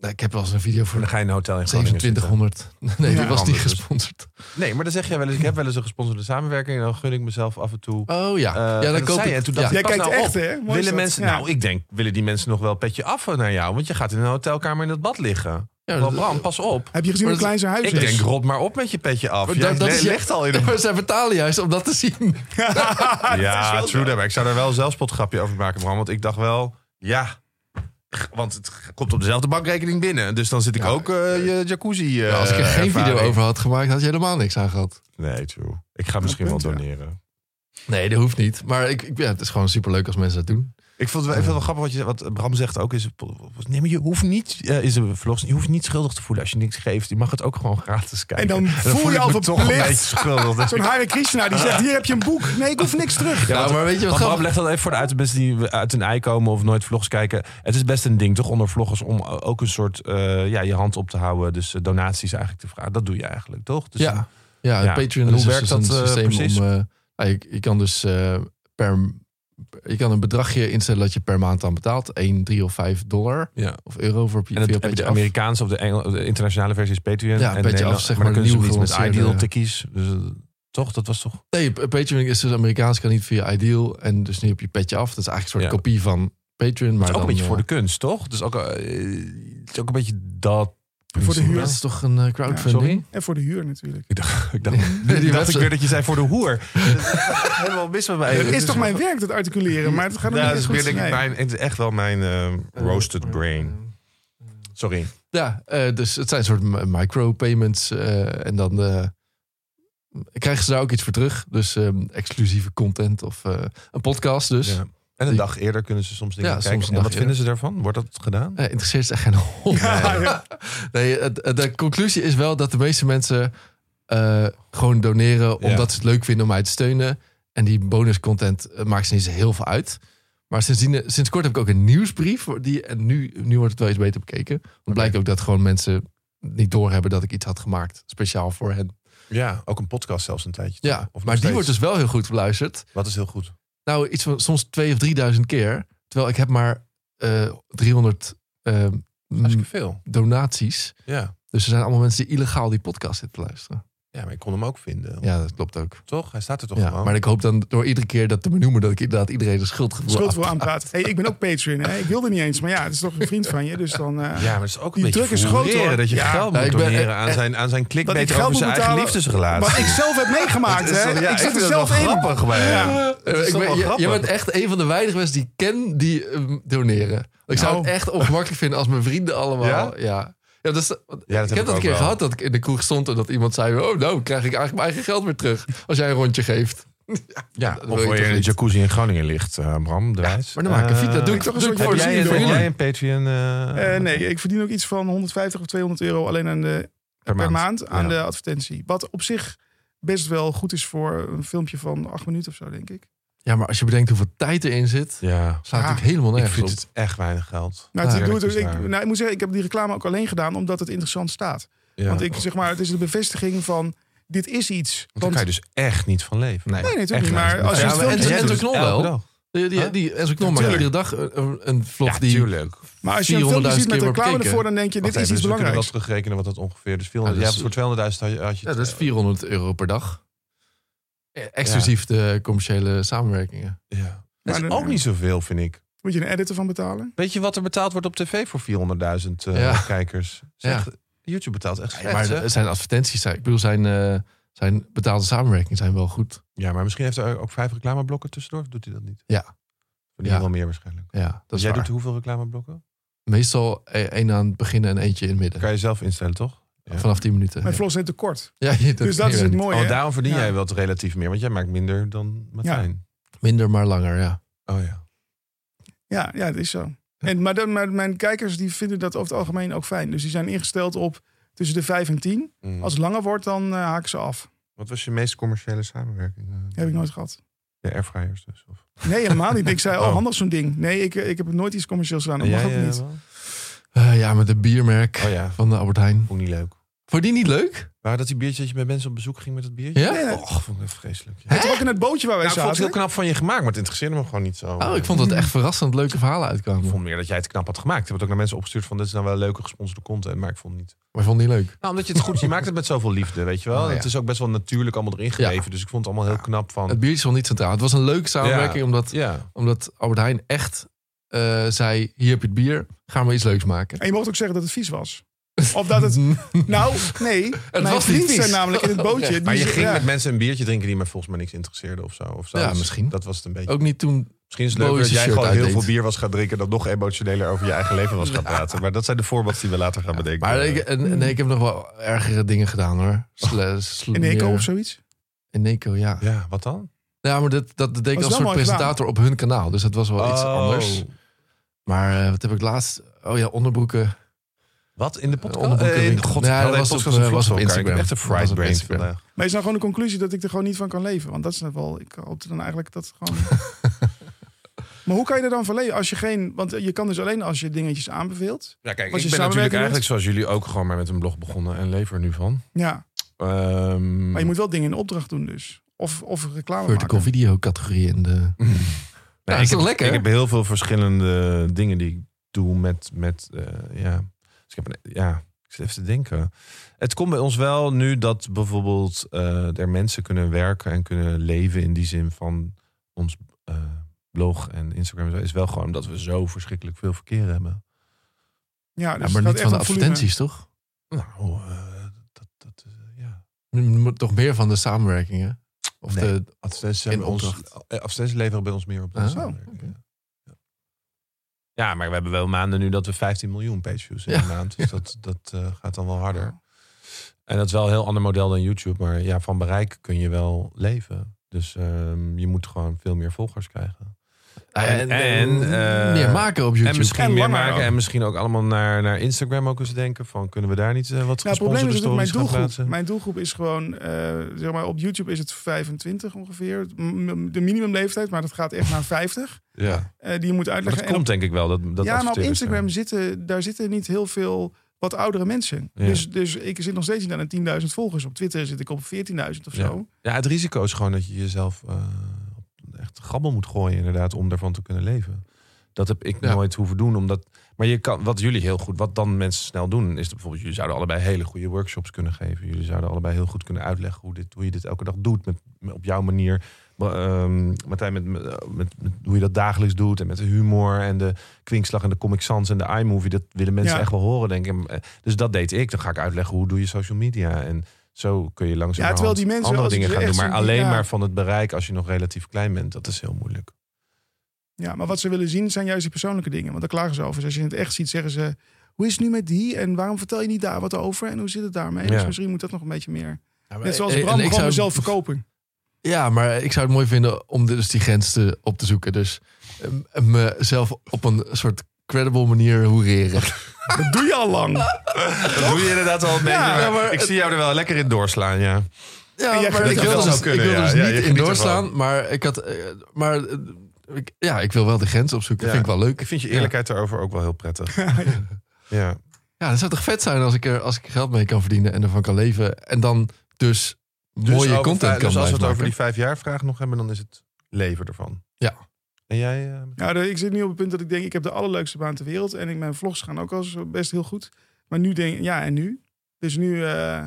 B: Nou, ik heb wel eens een video voor
A: Dan
B: de
A: ga je in een hotel in Groningen zitten.
B: 2700. Nee, die
C: Ja.
B: was niet
A: Anders dus.
B: gesponsord.
A: Nee, maar dan zeg jij wel eens, ik heb wel eens een gesponsorde samenwerking en dan gun ik mezelf af en toe.
B: Oh ja.
A: Eh,
B: ja,
A: en
B: dan
A: dat
B: koop
A: zei je,
B: ik...
A: en toen
B: ja.
A: dacht
C: Jij
A: ik, pas
C: kijkt
A: nou
C: echt,
A: op.
C: hè? Mooi is
A: willen
C: dat.
A: mensen,
C: Ja.
A: nou ik denk, willen die mensen nog wel petje af naar jou? Want je gaat in een hotelkamer in dat bad liggen.
B: Ja,
A: Wel,
B: dat-
A: Bram, pas op.
C: Heb je gezien
B: Maar
C: hoe
B: dat-
C: klein zijn huis
A: Ik
C: is?
A: denk, rot maar op met je petje af.
B: Maar
A: Jij
B: dat- dat
A: le-
B: is-
A: legt al in een...
B: Maar zij vertalen juist om dat te zien.
A: Ja,
C: wel
A: true that. Maar ik zou daar wel een zelfspotgrapje over maken, Bram. Want ik dacht wel, ja... Want het komt op dezelfde bankrekening binnen. Dus dan zit ik ook eh, je jacuzzi... eh,
B: Ja, Nou, als ik er geen video
A: ervaring.
B: over had gemaakt, had je helemaal niks aan gehad.
A: Nee, true. Ik ga misschien wel
C: punt, ja.
A: doneren.
B: Nee, dat hoeft niet. Maar ik, ik, ja, het is gewoon superleuk als mensen dat doen.
A: Ik vond het wel, ik vond het wel grappig wat, je, wat Bram zegt ook. Is, nee, maar je hoeft niet, eh, is een vlog, je hoeft niet schuldig te voelen als je niks geeft. Je mag het ook gewoon gratis kijken.
C: En dan voel je
A: ik
C: al
A: me
C: verplicht.
A: toch een beetje schuldig.
C: Zo'n Hare Krishna die zegt, hier heb je een boek. Nee, ik hoef niks terug.
B: Ja, maar
A: Want
B: weet je wat
A: Bram
B: grappig
A: legt dat even voor de uit de mensen die uit een ei komen of nooit vlogs kijken. Het is best een ding toch onder vloggers om ook een soort eh, ja, je hand op te houden. Dus eh, donaties eigenlijk te vragen. Dat doe je eigenlijk toch? Dus
B: Ja, ja,
A: Ja.
B: Patreon
A: En hoe
B: is
A: werkt
B: dus
A: dat,
B: een
A: eh,
B: systeem
A: precies?
B: om... eh, nou, je, je kan dus eh, per... Je kan een bedragje instellen dat je per maand aan betaalt. 1, 3 of 5 dollar
A: Ja.
B: of euro voor
A: En
B: via
A: het, heb je
B: Patreon
A: de
B: af.
A: Amerikaanse of de, Engel, de internationale versie is Patreon.
B: Ja,
A: en
B: Patreon
A: Nederland-
B: af, zeg
A: maar dan
B: maar,
A: kunnen ze
B: nieuw
A: niet met
B: gelanceerde-
A: Ideal tikkies. Dus, eh, toch? Dat was toch...
B: Nee, Patreon is dus Amerikaans, kan niet via Ideal. En dus nu heb je Petje Af. Dat is eigenlijk een soort
A: Ja.
B: kopie van Patreon. Maar
A: ook
B: dan,
A: een beetje
B: eh,
A: voor de kunst, toch? Dus ook, eh, het is ook een beetje dat.
C: Voor de
B: Dat
C: huur.
B: is toch een eh, crowdfunding?
C: En voor de huur natuurlijk.
A: Ik dacht,
B: die
A: ik dacht ik
B: website.
A: weer dat je zei voor de hoer. Dat is Helemaal mis met mij.
C: Het
A: Het
C: is toch mijn dus- werk, dat articuleren. Maar het gaat nog
A: Ja,
C: niet
A: dat is
C: eens
A: meer
C: goed.
A: denk ik
C: Nee.
A: mijn, het is echt wel mijn eh, roasted brain. Sorry.
B: Ja, eh, dus het zijn soort mi- micropayments. eh, en dan eh, krijgen ze daar ook iets voor terug. Dus ehm, exclusieve content of eh, een podcast dus.
A: Ja. En een dag eerder kunnen ze soms dingen
B: Ja, soms
A: kijken.
B: een
A: en
B: dag
A: wat vinden ze daarvan? Wordt dat gedaan?
B: Eh, interesseert ze echt geen hol.
C: Ja, ja.
B: Nee, het- het- de conclusie is wel dat de meeste mensen eh, gewoon doneren
A: Ja.
B: omdat ze het leuk vinden om mij te steunen. En die bonuscontent eh, maakt ze niet zo heel veel uit. Maar sindsdien, eh, sinds kort heb ik ook een nieuwsbrief. voor Die, en nu, nu wordt het wel eens beter bekeken. Want blijkt ook dat gewoon mensen niet doorhebben dat ik iets had gemaakt. Speciaal voor hen.
A: Ja, ook een podcast zelfs een tijdje. toch?
B: Ja,
A: nog
B: maar die
A: steeds?
B: wordt dus wel heel goed beluisterd.
A: Wat is heel goed.
B: Nou, iets van soms twee of drieduizend keer. Terwijl ik heb maar eh 300 eh, m,
A: Hartstikke veel.
B: donaties.
A: Ja.
B: Dus er zijn allemaal mensen die illegaal die podcast zitten luisteren.
A: ja, maar ik kon hem ook vinden.
B: Ja, dat klopt ook.
A: Toch? Hij staat er toch
B: Ja,
A: gewoon.
B: maar ik hoop dan door iedere keer dat te benoemen... dat ik inderdaad iedereen de schuld
C: Schuld voor aanpraten. Hey, ik ben ook Patreon. Hè? Ik wilde niet eens. Maar ja, het is toch een vriend van je. Dus dan... eh,
A: Ja, maar het is ook een
C: Die
A: beetje
C: druk is groot,
A: foureren
C: hoor.
A: dat je
C: Ja.
A: geld moet
B: Ja, ik ben-
A: doneren aan zijn, aan zijn
C: dat
A: clickbait
C: ik geld
A: over
C: moet
A: zijn eigen
C: betalen-
A: liefdesrelatie.
C: Wat ik zelf heb meegemaakt.
A: Het is
C: Hè?
A: toch- ja,
C: ik
A: ik
C: zit er
A: vind het
C: zelf in.
A: wel grappig bij hem.
C: Ja.
A: is
B: Eh, ik
A: toch wel
B: ben, je,
A: grappig.
B: bent echt een van de weinige mensen die ik ken die eh, doneren. Ik zou
C: Nou.
B: het echt ongemakkelijk vinden als mijn vrienden allemaal... Ja? Ja. dat is,
A: Ja, dat
B: ik heb dat
A: ook
B: een keer
A: wel.
B: gehad dat ik in de kroeg stond... en dat iemand zei, oh nou, krijg ik eigenlijk mijn eigen geld weer terug... als jij een rondje geeft.
A: Ja,
B: dat
A: of
B: wil je
A: waar je
B: toch
A: in de
B: niet?
A: jacuzzi in Groningen ligt, eh, Bram de Wijs.
B: Maar dan maak ik een
A: Eh,
B: fiets. Dat doe ik
C: ik toch een
B: doe ik
C: soort
A: Heb
B: voor
C: jacuzzi
A: jij,
B: zien
A: een,
B: door
A: heb
B: jullie.
A: jij een Patreon eh,
C: Eh, nee, ik verdien ook iets van 150 of 200 euro alleen aan de, per, maand. aan
A: Ja.
C: de advertentie. Wat op zich best wel goed is voor een filmpje van acht minuten of zo, denk ik.
B: Ja, maar als je bedenkt hoeveel tijd erin zit...
A: Ja,
B: slaat
C: Ja,
B: natuurlijk helemaal
A: ik
B: nergens op.
A: vind het echt weinig geld.
C: Nou, het-
A: Ah, Ja,
C: ik, doe het,
A: eerlijk
C: ik,
A: is waar.
C: nou, ik moet zeggen, ik heb die reclame ook alleen gedaan omdat het interessant staat.
A: Ja.
C: Want ik zeg maar, het is de bevestiging van dit is iets.
A: Want daar kan je dus echt niet van leven.
C: nee, natuurlijk
A: echt
C: niet. Maar
A: niet.
C: als je
B: Ja,
C: het
B: maar en-
C: filmpje
B: en-
C: doet,
B: en- Knol wel.
A: dus Elke dag.
B: Die, die,
A: Huh?
B: die Enzo Knol maakt
A: Tuurlijk.
B: iedere dag eh, een, een vlog
A: Ja,
B: die...
A: tuurlijk.
C: maar als je een filmpje
B: 400.000
C: ziet met
B: keer
C: reclame
B: wordt
C: ervoor, dan denk je, dit
A: Wacht even,
C: is iets
A: dus we kunnen wel
C: belangrijks.
A: terugrekenen wat dat ongeveer dus
B: Ja,
A: 400,
B: dat
A: ja,
B: is-
A: voor 200.000 had je, had je
B: Ja,
A: het,
B: dat is
A: eh,
B: 400 euro per dag. Eh, Exclusief de commerciële samenwerkingen.
A: ja.
C: Maar
A: Dat is
C: dan-
A: ook niet zoveel, vind ik.
C: Moet je een editor van betalen?
A: Weet je wat er betaald wordt op tv voor 400.000 eh,
B: Ja.
A: kijkers? Zeg, YouTube betaalt echt slecht,
B: maar
A: hè?
B: zijn advertenties, zijn, ik bedoel, zijn, eh, zijn betaalde samenwerkingen zijn wel goed.
A: Ja, maar misschien heeft hij ook vijf reclameblokken tussendoor. of Doet hij dat niet?
B: Ja.
A: Die
B: Ja.
A: wel meer waarschijnlijk.
B: Ja, dat is
A: Jij
B: waar.
A: doet hoeveel reclameblokken?
B: Meestal e- één aan het begin en eentje in het midden.
A: Kan je zelf instellen, toch? Ja.
B: Vanaf 10 minuten.
C: Mijn vlogs zijn te kort.
B: Ja, je-
C: Dus dat is het
B: je-
C: mooie.
A: Oh,
C: hè?
A: daarom verdien
C: Ja.
A: jij wel relatief meer, want jij maakt minder dan Martijn.
B: Minder, maar langer, ja.
A: Oh ja.
C: Ja, ja, het is zo. En, maar, dan, maar mijn kijkers die vinden dat over het algemeen ook fijn. Dus die zijn ingesteld op tussen de 5 en 10.
A: Mm.
C: Als het langer wordt, dan eh, haak ik ze af.
A: Wat was je meest commerciële samenwerking? eh?
C: Heb ik nooit gehad.
A: De airfryers dus. Of...
C: Nee, helemaal niet. Ik zei, oh,
A: Oh.
C: handig zo'n ding. Nee, ik, ik heb nooit iets commercieels gedaan. Dat
A: En
C: mag
A: jij,
C: ook
A: eh,
C: niet.
A: wel?
B: Eh, ja, met een biermerk
A: Oh ja,
B: van de Albert Heijn.
A: vond ik niet leuk.
B: Vond je die niet leuk?
A: Waren dat die biertjes dat je met mensen op bezoek ging met dat biertje?
B: Ja?
C: Nee, nee.
A: Och, vond ik echt vreselijk. Ja.
C: Het was ook in het bootje waar wij
A: Oh. Nou, ik vond het
C: zaten.
A: heel knap van je gemaakt, maar het interesseerde me gewoon niet zo.
B: Oh, ik vond dat echt verrassend leuke verhalen
A: Ik
B: uitkwamen.
A: vond meer dat jij het knap had gemaakt. Ik heb het ook naar mensen opgestuurd van dit is nou wel leuke gesponsorde content, maar ik vond het niet.
B: Maar ik vond die leuk.
A: Nou, omdat je het goed, je maakt het met zoveel liefde, weet je wel.
B: Oh, ja.
A: Het is ook best wel natuurlijk allemaal erin gegeven, dus ik vond het allemaal heel knap van.
B: Het biertje stond niet centraal. Het was een leuke samenwerking,
A: Ja.
B: omdat
A: Ja.
B: Omdat Albert Heijn echt eh, zei: Hier heb je het bier, gaan we iets leuks maken.
C: En je mocht ook zeggen dat het vies was. Of dat het... Nou, nee. Mijn
B: was niet
C: vrienden zijn
B: vies.
C: namelijk in het bootje. die
A: Maar je
C: ze-
A: ging
C: ja.
A: met mensen een biertje drinken die mij volgens mij niks interesseerde of zo. Of zo.
B: Ja,
A: Dus
B: misschien.
A: Dat was het een beetje.
B: Ook niet toen
A: Misschien is het
B: Bowie
A: leuk dat
B: zijn
A: jij
B: shirt
A: gewoon heel
B: uitdeed.
A: veel bier was gaan drinken... dat nog emotioneler over je eigen leven was gaan praten. Maar dat zijn de voorbeelden die we later gaan bedenken.
B: Maar ik,
C: eh,
B: en, en ik heb nog wel ergere dingen gedaan hoor. Sle, sle-
C: Oh. In Eco
B: meer-
C: of zoiets.
B: In Eco, ja.
A: Ja, wat dan?
B: Ja, maar dat, dat deed ik
C: is
B: als
C: wel
B: soort
C: mooi gedaan.
B: presentator op hun kanaal. Dus dat was wel iets
A: Oh,
B: anders. Maar eh, wat heb ik laatst? Oh ja, onderbroeken.
A: Wat? In de
B: Eh,
A: podcast?
B: onderbroeken
A: Eh, in de
B: winkel.
A: god,
B: Nee,
A: ja,
B: dat was
A: was,
B: op, eh, was op
A: Instagram.
B: Instagram.
A: echt een fried
B: Dat was op
A: brain
B: Instagram.
A: vandaag.
C: Maar is nou gewoon de conclusie dat ik er gewoon niet van kan leven. Want dat is net wel... Ik hoopte dan eigenlijk dat gewoon... maar hoe kan je er dan van leven als je geen... Want je kan dus alleen als je dingetjes aanbeveelt.
A: Ja, kijk,
C: Als
A: ik
C: je
A: ben natuurlijk
C: samenwerking
A: eigenlijk zoals jullie ook gewoon maar met een blog begonnen en lever er nu van.
C: Ja.
A: Ehm,
B: Hmm.
C: Maar je moet wel dingen in opdracht doen dus. Of, of reclame
B: Vertical
C: maken.
B: video categorie in
C: dus
B: de...
A: nee,
B: dat
A: ik
B: is toch
A: heb,
B: lekker?
A: Ik heb heel veel verschillende dingen die ik doe met, met eh, ja. Dus ik heb een- ja, ik zit even te denken. Het komt bij ons wel nu dat bijvoorbeeld eh, er mensen kunnen werken en kunnen leven in die zin van ons eh, blog en Instagram. en zo, Is wel gewoon omdat we zo verschrikkelijk veel verkeer hebben.
C: Ja,
B: Ja,
C: dus
B: maar
C: het gaat
B: niet
C: echt
B: van de
C: om volume.
B: advertenties, toch?
A: Nou, eh, dat, dat eh, ja.
B: M- Toch meer van de samenwerkingen. Of
A: Nee.
B: de...
A: Advertenties
B: In
A: hebben bij ons,
B: opdracht.
A: eh, advertenties leveren bij ons meer
C: Oh.
A: op. dan
B: Ah,
A: samenwerking,
B: oké.
A: ja. Ja. Ja, maar we hebben wel maanden nu dat we 15 miljoen pageviews in
B: Ja.
A: de maand. Dus dat, dat eh, gaat dan wel harder. En dat is wel een heel ander model dan YouTube. Maar ja, van bereik kun je wel leven. Dus ehm, je moet gewoon veel meer volgers krijgen. En- en, eh,
B: meer maken op YouTube.
A: En misschien
C: En
A: meer
C: langer
A: maken.
C: ook.
A: En misschien ook allemaal naar, naar Instagram ook eens denken. Van kunnen we daar niet eh, wat
C: Nou, het probleem
A: gesponsorde
C: is natuurlijk mijn
A: stories gaan
C: doelgroep.
A: plaatsen?
C: Mijn doelgroep is gewoon, eh, zeg maar, op YouTube is het 25 ongeveer. M- De minimumleeftijd, maar dat gaat echt naar 50.
A: Ja,
C: eh, die je moet
A: maar
C: uitleggen.
A: dat
C: En
A: komt denk ik wel. Dat, dat
C: op, ja, maar op
A: adverteerders
C: Instagram
A: zijn.
C: zitten, daar zitten niet heel veel wat oudere mensen.
A: Ja.
C: Dus, dus ik zit nog steeds niet aan de 10.000 volgers. Op Twitter zit ik op 14.000 of
A: Ja.
C: zo.
A: Ja, het risico is gewoon dat je jezelf eh, op- echt gabbel moet gooien, inderdaad, om daarvan te kunnen leven. Dat heb ik
B: Ja.
A: nooit hoeven doen. Omdat, maar je kan, wat jullie heel goed, wat dan mensen snel doen, is dat bijvoorbeeld, jullie zouden allebei hele goede workshops kunnen geven. Jullie zouden allebei heel goed kunnen uitleggen hoe, dit, hoe je dit elke dag doet, met, met- op jouw manier. Maar, ehm, Martijn, met, met, met- met hoe je dat dagelijks doet en met de humor en de kwinkslag en de Comic Sans en de iMovie, dat willen mensen
C: Ja.
A: echt wel horen, denk ik. En, eh, Dus dat deed ik. Dan ga ik uitleggen hoe doe je social media en zo kun je langzaam
C: Ja, terwijl die mensen,
A: andere
C: als ik
A: dingen
C: ze
A: gaan doen.
C: echt
A: Maar
C: zie,
A: alleen
C: ja.
A: maar van het bereik als je nog relatief klein bent, dat is heel moeilijk.
C: Ja, maar wat ze willen zien zijn juist die persoonlijke dingen. Want daar klagen ze over. Dus als je het echt ziet, zeggen ze... hoe is het nu met die? En waarom vertel je niet daar wat over? En hoe zit het daarmee?
A: Ja.
C: Dus misschien moet dat nog een beetje meer.
B: Ja, maar-
C: Net zoals
B: en- en
C: Bram
B: ik
C: gewoon
B: zou-
C: mezelf verkopen.
B: Ja, maar ik zou het mooi vinden om dus die grens te, op te zoeken. Dus em, em, mezelf op een soort credible manier hoereren.
C: Dat doe je al lang.
A: Dat doe je inderdaad al een beetje.
C: Ja,
A: maar ik zie jou er wel lekker in doorslaan, ja.
B: Ja,
C: jij
B: maar
C: geniet
B: ik
C: er
B: wil
C: wel
B: dus,
A: zou kunnen,
B: ik wil
A: ja.
B: dus
A: Ja, je
B: niet in
A: geniet
B: doorslaan, maar ik had... eh, maar eh, ik, ja, ik wil wel de grens opzoeken.
A: Ja.
B: Vind ik wel leuk.
A: Ik vind je eerlijkheid daarover ook wel heel prettig. ja.
B: Ja, dat zou toch vet zijn als ik er als ik er geld mee kan verdienen en ervan kan leven. En dan dus, mooie
A: over
B: content
A: vijf-
B: kan
A: Dus als we het
B: blijven
A: over die
B: maken.
A: vijf jaar vraag nog hebben, dan is het leven ervan.
B: Ja.
A: En jij? eh,
C: Ja, de- ik zit nu op het punt dat ik denk... ik heb de allerleukste baan ter wereld. En ik, mijn vlogs gaan ook al zo best heel goed. Maar nu denk ik, ja, en nu? Dus nu... eh,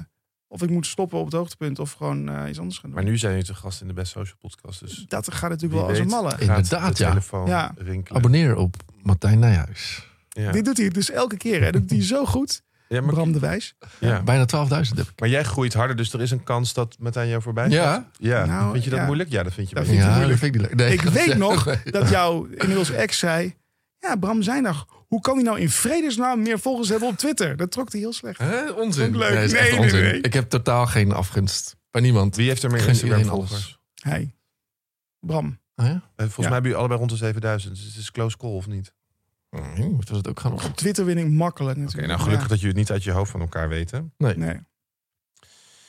C: of ik moet stoppen op het hoogtepunt of gewoon eh, iets anders gaan doen.
A: maar nu zijn jullie te gast in de Best Social Podcast, dus
C: dat gaat natuurlijk
A: Wie
C: wel als een
A: weet.
C: malle.
A: gaat
B: Inderdaad,
A: de
B: ja.
A: telefoon
C: Ja.
A: rinkelen.
B: Abonneer op Martijn Nijhuis.
A: Ja.
C: Dit doet hij dus elke keer. Hè. Dat doet hij zo goed.
A: Ja, maar,
C: Bram de Wijs.
A: ja.
B: Bijna 12.000 heb ik.
A: maar jij groeit harder, dus er is een kans dat Martijn jou voorbij gaat.
B: Ja,
A: Ja.
C: Nou,
A: vind je dat
C: ja.
A: moeilijk? Ja, dat vind je
C: Dat
A: wel.
C: vind ik
B: ja dat
C: moeilijk.
B: vind ik niet leuk. Nee,
C: Ik weet
B: ja,
C: nog
B: nee.
C: dat jouw inmiddels ex zei... Ja, Bram Zijndag, hoe kan hij nou in vredesnaam meer volgers hebben op Twitter? Dat trok hij heel slecht.
B: Hè? Onzin.
C: Ook leuk.
B: Nee, is echt
C: Nee, nee,
B: onzin.
C: nee.
B: Ik heb totaal geen afgunst bij niemand.
A: Wie heeft er meer
B: Gun iedereen
A: Instagram-volgers?
C: Hij. Bram.
B: Oh, ja?
A: Eh, Volgens
C: Ja.
A: mij hebben jullie allebei rond de 7000. Dus het is close call of niet?
B: Hm, Moeten we dat ook gaan op?
C: Op Twitter winning makkelijk
A: Oké,
C: natuurlijk.
A: nou gelukkig dat jullie het niet uit je hoofd van elkaar weten.
B: Nee.
C: Nee.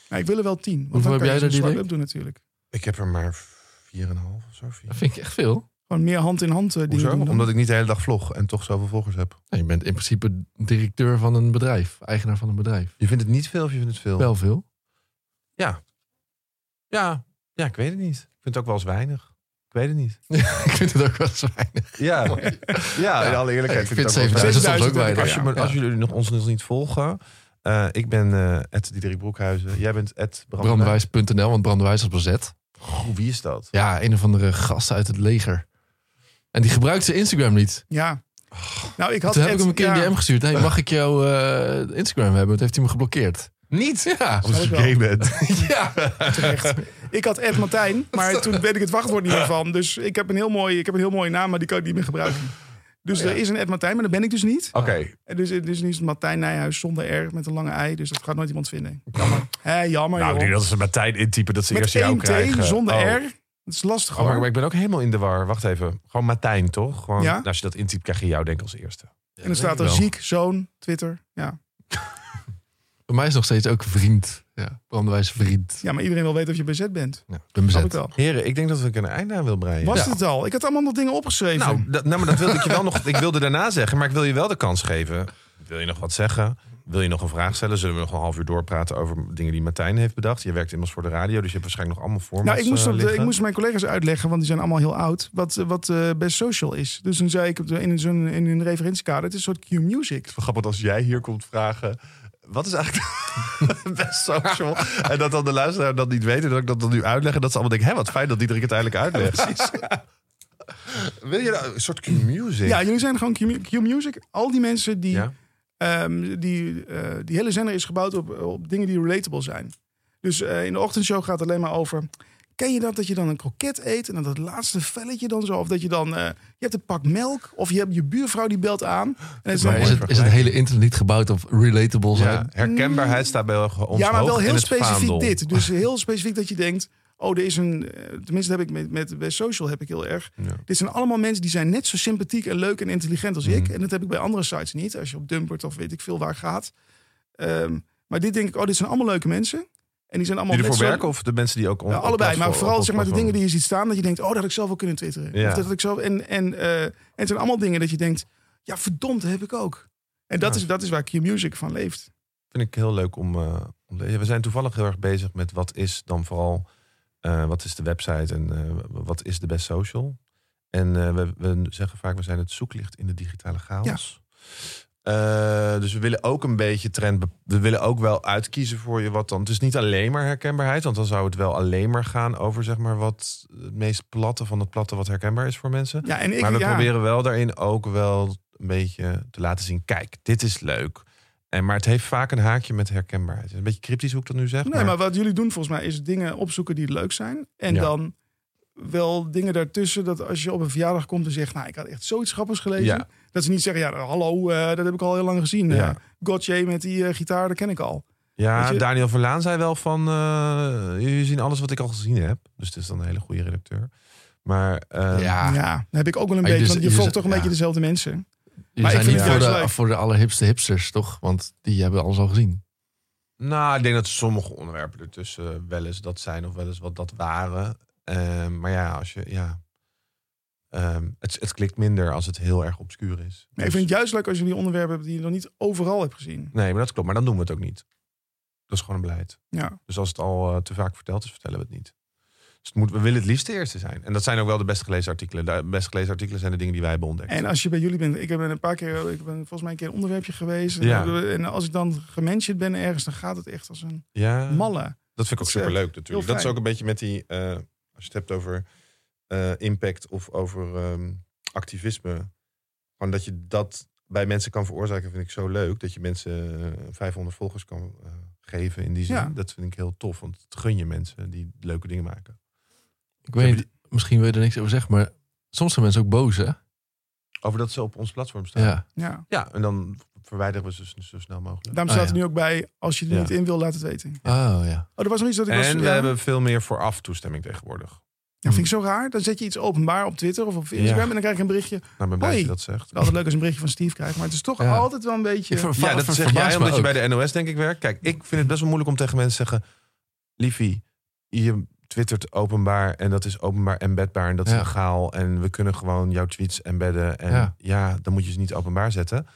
C: Nou, ik wil er wel tien. Want
B: Hoeveel
C: dan kan
B: heb jij er
C: je zo'n
B: die
C: swipe-up doen natuurlijk.
A: Ik heb er maar 4,5 of zo. vier.
B: Dat vind ik echt veel.
C: Gewoon meer hand in hand eh, dingen
A: Hoezo?
C: doen dan.
A: Omdat ik niet de hele dag vlog en toch zoveel volgers heb.
B: Nou, je bent in principe directeur van een bedrijf. Eigenaar van een bedrijf.
A: Je vindt het niet veel of je vindt het veel?
B: Wel veel.
A: Ja. ja, ik weet het niet. Ik vind het ook wel eens weinig. Ik weet het niet.
B: ik vind het ook wel zwijnig.
A: Ja, ja in alle eerlijkheid.
B: Ik vind
A: het ook wel eens
B: 7000 soms ook
C: 7000
B: weinig.
A: weinig. Als, je, me-
B: Ja.
A: als jullie nog ons nog niet volgen. eh, ik ben Ed Diederik Broekhuizen. Jij bent Ed Brandwijk.
B: Brandwijs.nl, want Brandwijs is bezet.
A: Goh, Wie is dat?
B: Ja, een of andere gast uit het leger. En die gebruikt zijn Instagram niet.
C: Ja, Nou, ik had
B: Oh. Toen heb ik
C: echt-
B: hem een keer
C: ja,
B: een DM gestuurd. Hey, mag ik jouw eh, Instagram hebben? Toen heeft hij me geblokkeerd. Niet? Ja.
A: Omdat
C: ik
A: je
C: wel.
A: gay bent.
B: ja.
C: terecht. Ik had Ed Martijn, maar toen weet ik het wachtwoord niet meer van. Dus ik heb een heel mooie, ik heb een heel mooie naam, maar die kan ik niet meer gebruiken. Dus
B: Oh
C: er is een Ed Martijn, maar dat ben ik dus niet.
A: Oké,
C: En Dus, dus nu is het Martijn Nijhuis zonder R met een lange ei. Dus dat gaat nooit iemand vinden. Jammer. Hé, jammer
A: nou, ik
C: joh.
A: denk dat ze Martijn intypen dat ze
C: Met
A: eerst jou
C: één
A: krijgen.
C: T zonder
A: Oh.
C: R. Dat is lastig
A: Oh, maar,
C: hoor.
A: maar ik ben ook helemaal in de war. Wacht even. Gewoon Martijn, toch? Gewoon,
C: Ja.
A: nou, als je dat intypt, krijg je jou denk ik als eerste.
C: En dan staat er
B: wel.
C: ziek, zoon, Twitter. Ja.
B: Voor mij is het nog steeds ook vriend. Ja, brandewijs vriend.
C: ja, maar iedereen wil weten of je bezet bent.
B: Ja, ik ben
C: Snap ik
B: bezet.
C: wel.
A: Heren, ik denk dat we er een einde aan wil breien.
C: Was
B: Ja.
C: het al? Ik had allemaal nog dingen opgeschreven.
A: Nou, dat, nou, maar dat wilde ik je wel nog. Ik wilde daarna zeggen, maar ik wil je wel de kans geven. Wil je nog wat zeggen? Wil je nog een vraag stellen? Zullen we nog een half uur doorpraten over dingen die Martijn heeft bedacht? Je werkt immers voor de radio, dus je hebt waarschijnlijk nog allemaal eh, voor.
C: Nou, ik moest, op de- ik moest mijn collega's uitleggen, want die zijn allemaal heel oud, wat, eh, wat eh, best social is. Dus toen zei ik op de- in zo'n in een referentiekader, het is een soort Q-music.
A: grappig als jij hier komt vragen. Wat is eigenlijk best social? En dat dan de luisteraar dat niet weet en dat ik dat dan nu uitleg. En dat ze allemaal denken, hé, wat fijn dat Diederik het eigenlijk uitlegt. Wil je nou- een soort Q-music?
C: Ja, jullie zijn gewoon Q- Q-music. Al die mensen die,
A: Ja?
C: ehm, die, eh, die hele zender is gebouwd op, op dingen die relatable zijn. Dus eh, in de ochtendshow gaat het alleen maar over, ken je dat dat je dan een kroket eet en dan dat laatste velletje dan zo, of dat je dan, eh, je hebt een pak melk, of je hebt je buurvrouw die belt aan. En dan
B: Maar
C: zegt-
B: is het, is het hele internet niet gebouwd op relatable zijn?
A: Ja, herkenbaarheid staat bij ons
C: Ja, maar wel
A: hoog in
C: heel
A: het
C: specifiek
A: vaandel.
C: dit. Dus heel specifiek dat je denkt... Oh, er is een... eh, Tenminste, heb ik met, met bij social heb ik heel erg. Dit zijn allemaal mensen die zijn net zo sympathiek en leuk en intelligent als
A: Mhm.
C: ik. En dat heb ik bij andere sites niet. Als je op Dumpert of weet ik veel waar gaat. Ehm, maar dit denk ik, oh, dit zijn allemaal leuke mensen. En die zijn allemaal
A: Die
C: net
A: ervoor
C: zo-
A: werken of de mensen die ook... On,
C: Ja,
A: op
C: allebei,
A: platform-
C: maar vooral
A: op
C: zeg maar, de
A: platform-
C: dingen die je ziet staan... dat je denkt, oh, dat had ik zelf wel kunnen twitteren.
A: Ja.
C: Of dat had ik zelf, en, en, eh, en het zijn allemaal dingen dat je denkt... ja, verdomd, dat heb ik ook. En dat,
A: Ja.
C: is, dat is waar Q-Music van leeft.
A: vind ik heel leuk om. eh, om te- ja, we zijn toevallig heel erg bezig met wat is dan vooral. eh, wat is de website en eh, wat is de best social? En eh, we, we zeggen vaak, we zijn het zoeklicht in de digitale chaos. Eh, dus we willen ook een beetje trend. be- We willen ook wel uitkiezen voor je wat dan. Het is niet alleen maar herkenbaarheid, want dan zou het wel alleen maar gaan over zeg maar wat het meest platte van het platte wat herkenbaar is voor mensen.
C: Ja, en ik,
A: maar we
C: ja.
A: proberen wel daarin ook wel een beetje te laten zien. Kijk, dit is leuk. En, maar het heeft vaak een haakje met herkenbaarheid. Het is Een beetje cryptisch hoe ik dat nu zeg.
C: Nee, maar wat jullie doen volgens mij is dingen opzoeken die leuk zijn. En
A: Ja.
C: dan wel dingen daartussen dat als je op een verjaardag komt en zegt... nou, ik had echt zoiets grappigs gelezen.
A: Ja.
C: Dat ze niet zeggen, ja, hallo, eh, dat heb ik al heel lang gezien.
A: Ja.
C: Ja. Gotje met die eh, gitaar, dat ken ik al.
A: ja,
C: weet je-
A: Daniel Verlaan zei wel van... eh, jullie zien alles wat ik al gezien heb. Dus het is dan een hele goede redacteur. Maar eh,
B: Ja.
C: Ja, dat heb ik ook wel een
B: Maar Ah. je
C: beetje,
B: dus-
C: want je
B: je
C: volgt
B: zet-
C: toch een
B: ja.
C: beetje dezelfde mensen.
B: Jullie
C: Maar ik
B: zijn
C: vind
B: niet
C: het
B: voor
C: juist
B: de,
C: leuk.
B: voor de allerhipste hipsters, toch? Want die hebben alles al gezien.
A: nou, ik denk dat sommige onderwerpen ertussen wel eens dat zijn... of wel eens wat dat waren. Ehm, maar ja, als je... Ja, Ehm, het, het klikt minder als het heel erg obscuur is.
C: Maar ik vind het juist leuk als jullie onderwerpen hebben die je nog niet overal hebt gezien.
A: Dus- Nee, maar dat klopt. Maar dan doen we het ook niet. Dat is gewoon een beleid.
C: Ja,
A: Dus als het al eh, te vaak verteld is, vertellen we het niet. Dus het moet, we willen het liefst de eerste zijn. En dat zijn ook wel de best gelezen artikelen. De best gelezen artikelen zijn de dingen die wij hebben ontdekt.
C: en als je bij jullie bent, ik ben een paar keer, ik ben volgens mij een keer een onderwerpje geweest. En,
A: Ja.
C: en als ik dan gemanaged ben ergens, dan gaat het echt als een
A: ja,
C: malle.
A: dat vind ik ook
C: dat is, eh,
A: superleuk natuurlijk. Dat is
C: fijn.
A: ook een beetje met die... eh, als je het hebt over eh, impact of over ehm, activisme. Gewoon dat je dat bij mensen kan veroorzaken vind ik zo leuk. Dat je mensen eh, 500 volgers kan eh, geven in die zin.
C: Ja.
A: Dat vind ik heel tof. Want het gun je mensen die leuke dingen maken.
B: Ik weet niet, misschien wil je er niks over zeggen, maar soms zijn mensen ook boos, hè?
A: Over dat ze op ons platform staan.
B: Ja.
C: Ja.
A: Ja, en dan verwijderen we ze zo- zo snel mogelijk.
C: Daarom
B: Ah,
C: staat er
B: ja.
C: nu ook bij, als je er
A: Ja.
C: niet in wil, laat het weten.
B: Oh ja.
C: Oh, er was nog iets dat ik was...
A: En we
C: ja.
A: hebben veel meer vooraf toestemming tegenwoordig.
C: Ja, vind ik zo raar. Dan zet je iets openbaar op Twitter of op Instagram en dan krijg je een berichtje. Het
A: Nou, ik ben blij dat
C: Hoi.
A: je dat zegt.
C: is altijd leuk als je een berichtje van Steve krijgt, maar het is toch
B: Ja.
C: altijd wel een beetje...
B: Ik ver-
A: Ja, dat
B: ver-
A: zeg
B: verbaast
A: jij
B: me
A: omdat je
B: ook.
A: bij de NOS denk ik werkt. Kijk, ik vind het best wel moeilijk om tegen mensen te zeggen... Liefie, je twittert openbaar en dat is openbaar embedbaar en dat is
B: Ja.
A: legaal. En we kunnen gewoon jouw tweets embedden. En ja.
B: Ja.
A: dan moet je ze niet openbaar zetten.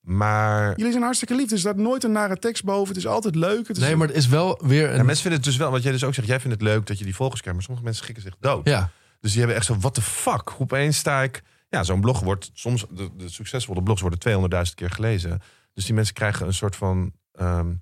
A: Maar
C: Jullie zijn hartstikke lief, er staat nooit een nare tekst boven. Het is altijd leuk. Het is...
B: Nee, maar het is wel weer
A: ja,
B: een...
A: mensen vinden het dus wel, wat jij dus ook zegt, jij vindt het leuk dat je die volgers krijgt. Maar sommige mensen schikken zich dood.
B: Ja.
A: Dus die hebben echt zo, what the fuck? Opeens sta ik... Ja, zo'n blog wordt soms... De, de succesvolle blogs worden 200.000 keer gelezen. Dus die mensen krijgen een soort van... ehm,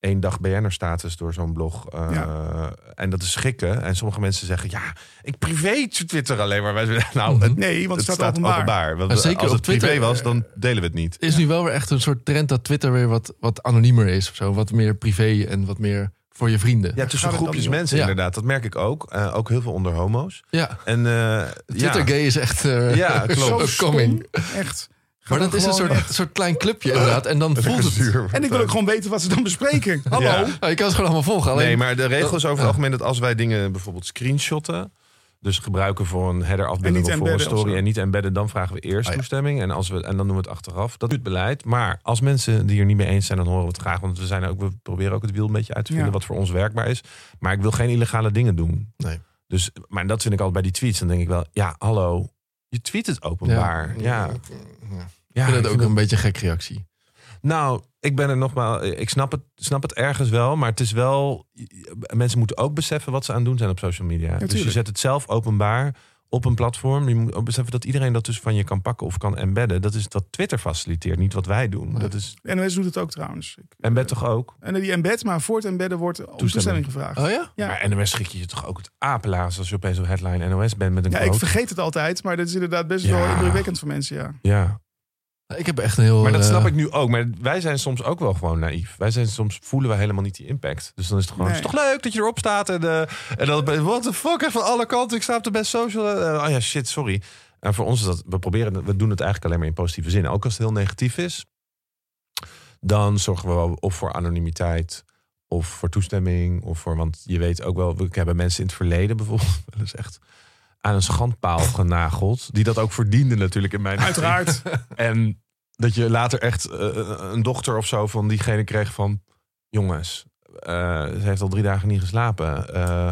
A: één dag BN'er-status door zo'n blog. eh, En dat is schrikken. En sommige mensen zeggen, ja, ik privé Twitter alleen maar. Wij zeggen, Nou, het,
C: Nee, want
A: het
C: het staat,
A: staat openbaar. Want eh,
B: Maar zeker
A: als
B: op
A: het privé
B: Twitter, eh,
A: was, dan delen we het niet.
B: is nu wel weer echt een soort trend dat Twitter weer wat, wat anoniemer is of zo. Wat meer privé en wat meer voor je vrienden.
A: Ja, tussen
C: gaat het
A: groepjes
C: dan niet om?
A: mensen
B: Ja.
A: inderdaad. Dat merk ik ook. Eh, ook heel veel onder homo's.
B: Ja,
A: En eh
B: Twitter
A: ja.
B: gay is echt eh,
A: Ja, klopt.
B: zo
C: Zo
B: coming.
C: stom. Echt.
B: Maar dat
C: dan
B: is een
C: gewoon
B: soort, soort klein clubje inderdaad. En dan voelt het...
A: Zuur.
C: En ik wil ook gewoon weten wat ze dan bespreken. Hallo.
A: Ja.
B: Nou, je kan het gewoon allemaal volgen. Alleen, Oh.
A: Nee, maar de regel is over het
B: Ja.
A: algemeen dat als wij dingen bijvoorbeeld screenshotten. Dus gebruiken voor een header afbeelding
C: En
A: of voor
C: niet
A: een
C: embedden of
A: story
C: zo.
A: en niet embedden, dan vragen we eerst
B: Ah, ja.
A: toestemming. En, als we, en dan doen we het achteraf. Dat is het beleid. Maar als mensen die er niet mee eens zijn, dan horen we het graag. Want we, zijn ook, we proberen ook het wiel een beetje uit te vinden
C: Ja.
A: wat voor ons werkbaar is. Maar ik wil geen illegale dingen doen.
B: Nee.
A: Dus, maar dat vind ik altijd bij die tweets. Dan denk ik wel, ja, hallo, je tweet het openbaar. Ja, ja.
B: Ik vind
A: ik
B: het ook
A: vind
B: een beetje een gek reactie.
A: nou, ik ben er nogmaals. Ik snap het, snap het ergens wel. Maar het is wel. Mensen moeten ook beseffen wat ze aan het doen zijn op social media. dus je
C: tuurlijk.
A: zet het zelf openbaar op een platform. Je moet ook beseffen dat iedereen dat dus van je kan pakken of kan embedden. Dat is wat Twitter faciliteert, niet wat wij doen.
B: Nee.
A: Dat is
C: De NOS doet het ook trouwens. Ik-
A: embed toch ook.
C: En die embed, maar voor het embedden wordt om toestemming gevraagd.
B: Oh ja?
C: Ja.
A: Maar NOS schik je je toch ook het apenlaas als je opeens op headline NOS bent met een
C: Ja, ik
A: quote?
C: vergeet het altijd, maar dat is inderdaad best wel
A: Ja.
C: indrukwekkend voor mensen, ja.
A: Ja,
B: Ik heb echt een heel...
A: maar dat
B: eh,
A: snap ik nu ook. Maar wij zijn soms ook wel gewoon naïef. Wij zijn soms voelen we helemaal niet die impact. Dus dan is het gewoon.
C: Nee.
A: Het is toch leuk dat je erop staat en eh en dan ben je, what the fuck echt van alle kanten. Ik sta op de best social. Eh, oh ja, shit, sorry. En voor ons is dat we proberen, we doen het eigenlijk alleen maar in positieve zin. Ook als het heel negatief is, dan zorgen we wel of voor anonimiteit. Of voor toestemming. Of voor, want je weet ook wel, we hebben mensen in het verleden bijvoorbeeld wel eens echt aan een schandpaal genageld. Die dat ook verdienden natuurlijk in mijn optiek.
C: Uiteraard.
A: En dat je later echt eh, een dochter of zo van diegene kreeg van... Jongens, eh, ze heeft al drie dagen niet geslapen. Eh,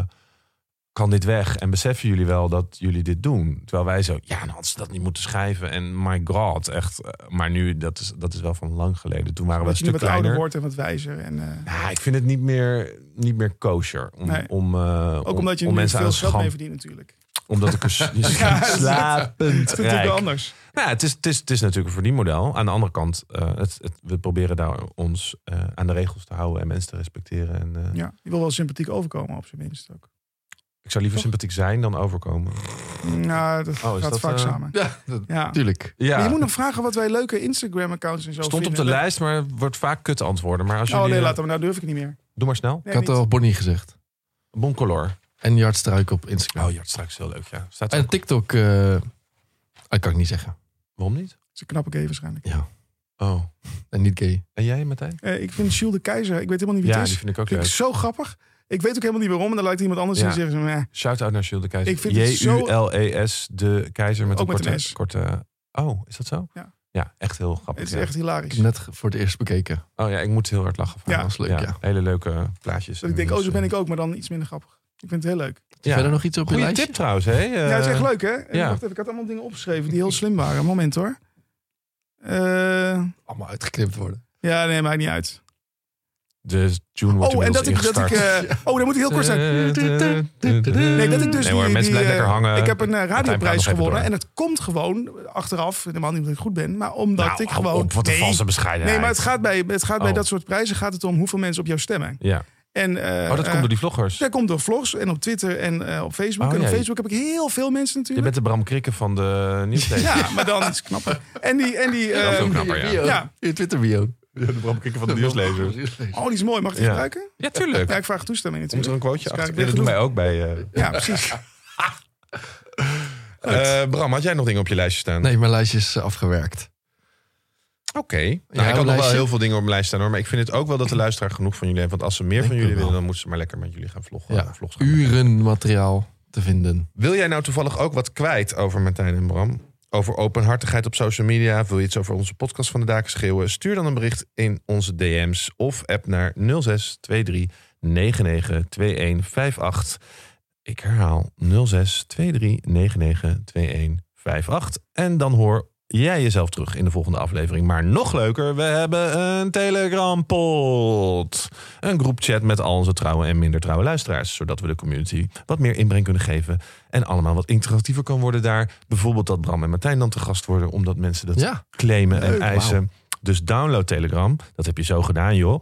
A: kan dit weg? En beseffen jullie wel dat jullie dit doen? Terwijl wij zo, ja, dan had ze dat niet moeten schrijven. En my god, echt. eh, Maar nu, dat is, dat is wel van lang geleden. Toen waren we een
C: Dat je
A: stuk
C: nu wat ouder
A: kleiner.
C: wordt en wat wijzer. En, eh,
A: Nou, ik vind het niet meer, niet meer kosher. Om,
C: Nee.
A: om, eh,
C: ook
A: om-
C: omdat je
A: om
C: nu
A: mensen aan
C: veel
A: een
C: geld mee
A: schand...
C: verdient natuurlijk.
A: Omdat ik dus een s- slapend
C: Dat is natuurlijk wel
A: rijk
C: anders.
A: nou, ja, het is, het, is, het is natuurlijk een verdienmodel. Aan de andere kant, eh, het, het- we proberen daar ons eh, aan de regels te houden en mensen te respecteren. En, eh,
C: Ja. Je wil wel sympathiek overkomen op zijn minst ook.
A: Ik zou liever
C: Toch?
A: sympathiek zijn dan overkomen.
C: Nou, dat
A: Oh, is
C: gaat
A: dat,
C: vaak
A: eh,
C: samen.
B: Ja, dat-
C: Ja.
B: tuurlijk.
A: Ja,
C: Maar je moet nog vragen wat wij leuke Instagram-accounts en zo
A: stond op de
C: vinden.
A: lijst, maar wordt vaak kut antwoorden. Maar als
C: Oh
A: jullie,
C: nee,
A: eh,
C: laat hem. Nou durf ik niet meer.
A: Doe maar snel.
C: Nee,
B: ik had
C: niet.
B: al Bonnie gezegd.
A: Boncolor.
B: En Jart Struik op Instagram.
A: Oh ja, dat is straks heel leuk. Ja. Staat er
B: En
A: ook.
B: TikTok... eh, dat kan ik niet zeggen.
A: Waarom niet?
C: Dat is een knappe gay waarschijnlijk.
B: Ja.
A: Oh.
B: En niet gay.
A: En jij, Martijn?
C: Eh, ik vind Jules de Keizer, ik weet helemaal niet wie
A: Ja,
C: het
A: die
C: is.
A: vind ik ook
C: Vind ik
A: leuk.
C: zo grappig. Ik weet ook helemaal niet waarom. En dan lijkt iemand anders
A: Ja.
C: en zeggen eh, ze, meh.
A: Shout-out naar Jules de Keizer.
C: Ik vind het zo-
A: J-U-L-E-S, E de keizer met
C: Ook
A: een
C: met
A: korte,
C: een S.
A: korte... Oh, is dat zo?
C: Ja.
A: Ja, echt heel grappig.
C: het is
A: ja.
C: echt
B: Ik
C: hilarisch.
B: heb net ge- voor het eerst bekeken.
A: Oh ja, ik moet heel hard lachen. van
C: Ja.
A: hem.
B: Dat is leuk, ja.
A: Hele leuke plaatjes. dus, eh,
C: Dat ik denk, oh zo ben ik ook, maar dan iets minder grappig. Ik vind het heel leuk.
A: Ja.
B: Verder nog iets op je
A: Goeie
B: lijstje?
A: tip trouwens, hè? Eh,
C: ja, het is echt leuk, hè? Eh,
A: ja.
C: Wacht even, ik had allemaal dingen opgeschreven die heel slim waren. Moment hoor. Eh,
B: Allemaal uitgeknipt worden.
C: ja, nee, maakt niet uit.
A: De tune wordt
C: Oh, en dat ik, dat ik...
A: ingestart.
C: eh, oh, daar moet ik heel kort zijn. Nee, dat ik dus
A: Nee hoor,
C: die,
A: mensen blijven
C: die, eh,
A: lekker hangen.
C: Ik heb een
A: Martijn,
C: eh,
A: praat nog
C: radioprijs
A: even
C: gewonnen.
A: door.
C: En dat komt gewoon achteraf. Helemaal niet omdat ik goed ben. Maar omdat
A: Nou,
C: ik
A: hou
C: gewoon...
A: op, wat een
C: nee,
A: valse bescheidenheid.
C: nee, maar het gaat, bij, het gaat bij
A: Oh.
C: dat soort prijzen gaat het om hoeveel mensen op jou stemmen.
A: Ja.
C: En, eh,
A: Oh, dat
C: eh,
A: komt door die vloggers.
C: dat komt door vlogs en op Twitter en eh, op Facebook.
A: Oh,
C: en op
A: ja, je-
C: Facebook heb ik heel veel mensen
A: Je
C: natuurlijk.
A: bent de Bram Krikken van de nieuwslezer.
C: Ja, maar dan is knapper. En die... En die
A: Dat is
C: eh,
A: ook knapper, ja.
B: Bio.
C: Ja.
B: Je Twitter bio.
A: de Bram Krikken van de
C: oh, die is mooi. Mag ik die
A: Ja.
C: gebruiken?
A: Ja, tuurlijk.
C: Ja, ik vraag toestemming
A: Komt er
C: natuurlijk.
A: een quoteje
C: Dus
A: achter?
C: krijg
A: Ja,
C: ik
A: dat
C: weer
A: doen wij ook bij... eh,
C: Ja, precies.
A: eh, Bram, had jij nog dingen op je lijstje staan?
B: Nee, mijn lijstje is eh, afgewerkt.
A: Oké.
B: jouw
A: Nou, ik had nog wel
B: lijstje?
A: heel veel dingen op mijn lijst staan hoor. Maar ik vind het ook wel dat de luisteraar genoeg van jullie heeft. Want als ze meer
B: Denk
A: van jullie
B: het wel.
A: willen, dan moeten ze maar lekker met jullie gaan vloggen.
B: Ja.
A: Vlogs gaan maken.
B: Uren materiaal te vinden.
A: Wil jij nou toevallig ook wat kwijt over Martijn en Bram? Over openhartigheid op social media? Wil je iets over onze podcast van de daken schreeuwen? Stuur dan een bericht in onze DM's of app naar 0623 992158. Ik herhaal 0623 992158. En dan hoor jij jezelf terug in de volgende aflevering. Maar nog leuker, we hebben een Telegram pot. Een groepchat met al onze trouwe en minder trouwe luisteraars. Zodat we de community wat meer inbreng kunnen geven. En allemaal wat interactiever kan worden daar. Bijvoorbeeld dat Bram en Martijn dan te gast worden. Omdat mensen dat
B: Ja.
A: claimen en
B: Leuk,
A: eisen. Dus download Telegram. Dat heb je zo gedaan, joh.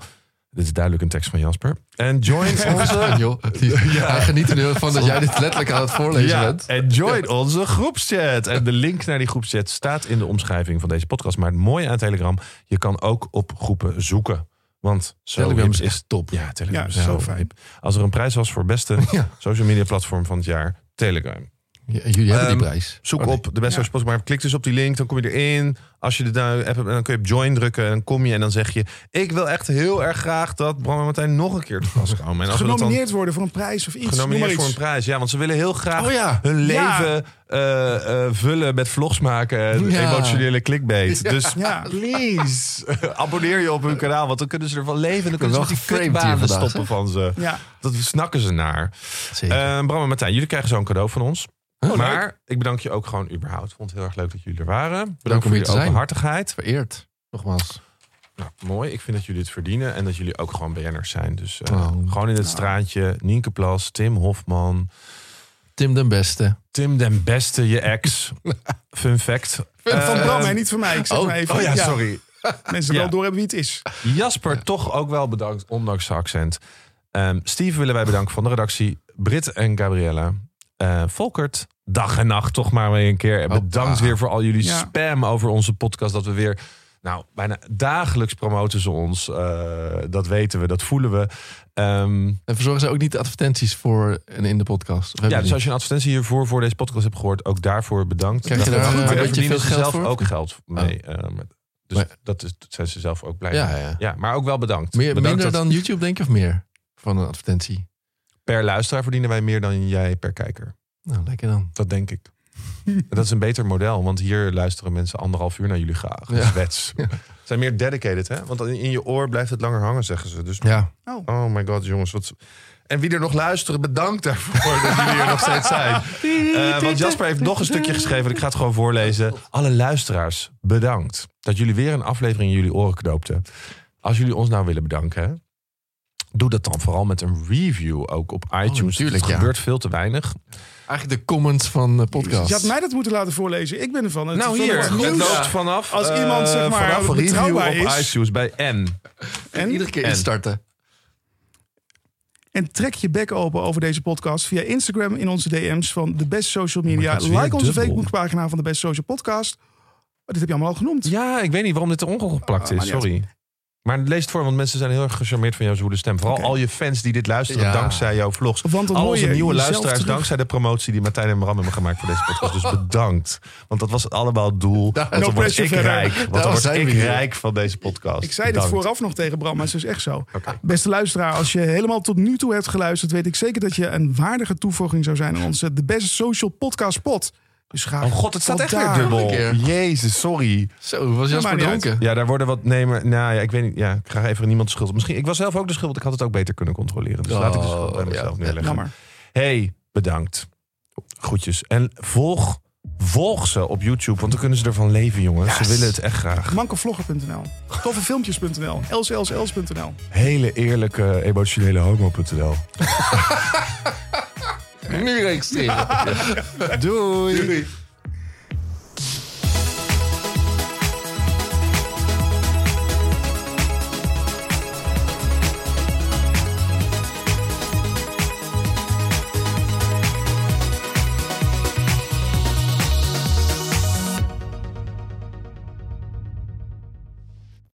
A: Dit is duidelijk een tekst van Jasper. En join
B: En
A: onze...
B: eh, joh, die- Hij geniet er nu van dat jij dit letterlijk aan het voorlezen
A: Ja,
B: bent.
A: en join onze groepschat. En de link naar die groepschat staat in de omschrijving van deze podcast. Maar het mooie aan Telegram, je kan ook op groepen zoeken. Want zo
B: Telegram
A: hip
B: is echt top.
A: Ja, Telegram
C: Ja,
A: is
C: zo
A: zo
C: fijn.
A: fijn. Als er een prijs was voor beste
B: Ja.
A: social media platform van het jaar, Telegram.
B: Ja, Jullie hebben
A: Ehm,
B: die prijs.
A: Zoek
B: Oh, nee.
A: op de beste
C: Ja.
A: social maar klik dus op die link, dan kom je erin. Als je de duim hebt, dan kun je op join drukken en dan kom je en dan zeg je... ik wil echt heel erg graag dat Bram en Martijn nog een keer te gast komen. En als we dat dan
C: Genomineerd worden voor een prijs of iets. noem maar
A: genomineerd
C: iets.
A: voor een prijs, ja, want ze willen heel graag...
B: Oh ja.
A: hun
C: Ja.
A: leven eh, eh, vullen met vlogs maken en
B: Ja.
A: emotionele clickbait. Dus
C: Ja.
A: please, abonneer je op hun kanaal, want dan kunnen ze ervan leven. en Dan kunnen ze met
B: wel
A: die
B: geframed hier
A: kutbanen
B: vandaag,
A: stoppen van ze.
C: Ja.
A: Dat snakken ze naar.
B: Zeker.
A: Eh, Bram en Martijn, jullie krijgen zo'n cadeau van ons.
B: Huh?
A: maar ik bedank je ook gewoon überhaupt. Vond het heel erg leuk dat jullie er waren.
B: om
A: Bedankt voor
B: hier te
A: jullie
B: zijn.
A: openhartigheid.
B: Vereerd, nogmaals.
A: Nou, mooi. Ik vind dat jullie het verdienen en dat jullie ook gewoon BN'ers zijn. Dus eh,
B: Oh.
A: gewoon in het straatje. Nienke Plas, Tim Hofman,
B: Tim den Beste.
A: Tim den Beste, je ex. Fun fact.
C: van
A: Eh,
C: Bram, hè, niet van mij. Ik zeg
B: oh,
C: maar even.
A: Oh ja, sorry.
C: Mensen
A: Ja.
C: wel doorhebben wie het is.
A: Jasper, toch ook wel bedankt, ondanks zijn accent. Ehm Steve willen wij bedanken van de redactie. Brit en Gabriella. Eh, Volkert, dag en nacht toch maar weer een keer. En
B: Hoppa.
A: Bedankt weer voor al jullie
C: Ja.
A: spam over onze podcast. Dat we weer, nou, bijna dagelijks promoten ze ons. Eh, dat weten we, dat voelen we. Ehm,
B: En verzorgen ze ook niet de advertenties voor en in de podcast? Of hebben
A: ja,
B: ze
A: dus als
B: niet?
A: je een advertentie hiervoor voor deze podcast hebt gehoord, ook daarvoor bedankt.
B: Krijg je
A: Dat-
B: daar, eh,
A: maar
B: een
A: daar
B: beetje
A: verdienen
B: veel
A: ze
B: geld
A: zelf
B: voor? Oh.
A: ook geld mee. Ehm, dus
B: Maar-
A: dat is, zijn ze zelf ook blij. mee.
B: ja, ja.
A: Ja, maar ook wel bedankt.
B: Meer,
A: bedankt
B: minder
A: dat-
B: dan YouTube, denk ik, of meer? Van een advertentie.
A: per luisteraar verdienen wij meer dan jij per kijker.
B: Nou, lekker dan.
A: Dat denk ik. dat is een beter model, want hier luisteren mensen anderhalf uur naar jullie graag. Dat is
B: Ja.
A: wets. Ze Zijn meer dedicated, hè? Want in in je oor blijft het langer hangen, zeggen ze. Dus
B: Ja,
A: oh my god, jongens. Wat... En wie er nog luisteren, bedankt daarvoor dat jullie er nog steeds zijn. Eh, want Jasper heeft nog een stukje geschreven. Ik ga het gewoon voorlezen. Alle luisteraars, bedankt dat jullie weer een aflevering in jullie oren knoopten. Als jullie ons nou willen bedanken, hè, doe dat dan vooral met een review ook op iTunes.
B: Oh, natuurlijk,
A: het
B: ja.
A: gebeurt veel te weinig.
B: eigenlijk de comments van de podcast.
C: Je had mij dat moeten laten voorlezen. Ik ben ervan. Het
A: nou
C: is wel
A: hier,
C: wat
A: het
C: nieuws.
A: loopt vanaf.
C: Als
A: eh,
C: iemand, zeg maar,
A: vanaf een review
C: betrouwbaar
A: op
C: is.
A: iTunes bij N.
C: En,
B: iedere keer
A: En-
B: instarten.
C: en trek je bek open over deze podcast via Instagram in onze DM's van de Best Social
A: Oh
C: Media.
A: my God, weer
C: like onze
A: dubbel.
C: Facebookpagina van de Best Social Podcast. Oh, dit heb je allemaal al genoemd.
A: Ja, ik weet niet waarom dit er ongeplakt
C: Ah,
A: is.
C: maar niet
A: Sorry. Maar lees het voor, want mensen zijn heel erg gecharmeerd van jouw zwoele stem. Vooral
C: Oké.
A: al je fans die dit luisteren
B: Ja.
A: dankzij jouw vlogs.
C: Want dan
A: al
C: hoor
A: onze
C: je
A: nieuwe
C: jezelf
A: luisteraars
C: terug.
A: dankzij de promotie die Martijn en Bram hebben gemaakt voor deze podcast. Dus bedankt. Want dat was allemaal het doel. Want dan word
C: pressure
A: ik
C: verder.
A: rijk. Want
B: Daar
A: dan word
B: zijn we
A: ik
B: hier.
A: rijk van deze podcast.
C: Ik zei dit
A: Bedankt.
C: vooraf nog tegen Bram, maar het is dus echt zo.
A: Oké.
C: Beste luisteraar, als je helemaal tot nu toe hebt geluisterd, weet ik zeker dat je een waardige toevoeging zou zijn aan onze de Best Social Podcast Pod. Dus ga.
A: Oh god, het staat
C: tot
A: echt weer
C: daar.
A: dubbel.
B: Nog een keer.
A: Jezus, sorry.
B: Zo, was Jasper
C: maakt niet uit.
B: dronken?
A: Ja, daar worden wat... Nee, maar nou ja, ik weet niet. Ja, ik ga even niemand de schuld. Misschien, ik was zelf ook de schuld. Ik had het ook beter kunnen controleren. Dus laat ik de schuld bij
B: Oh, ja.
A: mezelf neerleggen.
C: Jammer.
A: Hey, bedankt. Groetjes. En volg, volg ze op YouTube, want dan kunnen ze ervan leven, jongens. Ze willen het echt graag.
C: Mankevlogger.nl, toffefilmpjes.nl, lslsls.nl.
A: Hele eerlijke, emotionele homo.nl.
B: Nu registreren.
A: Doei.
B: Doei.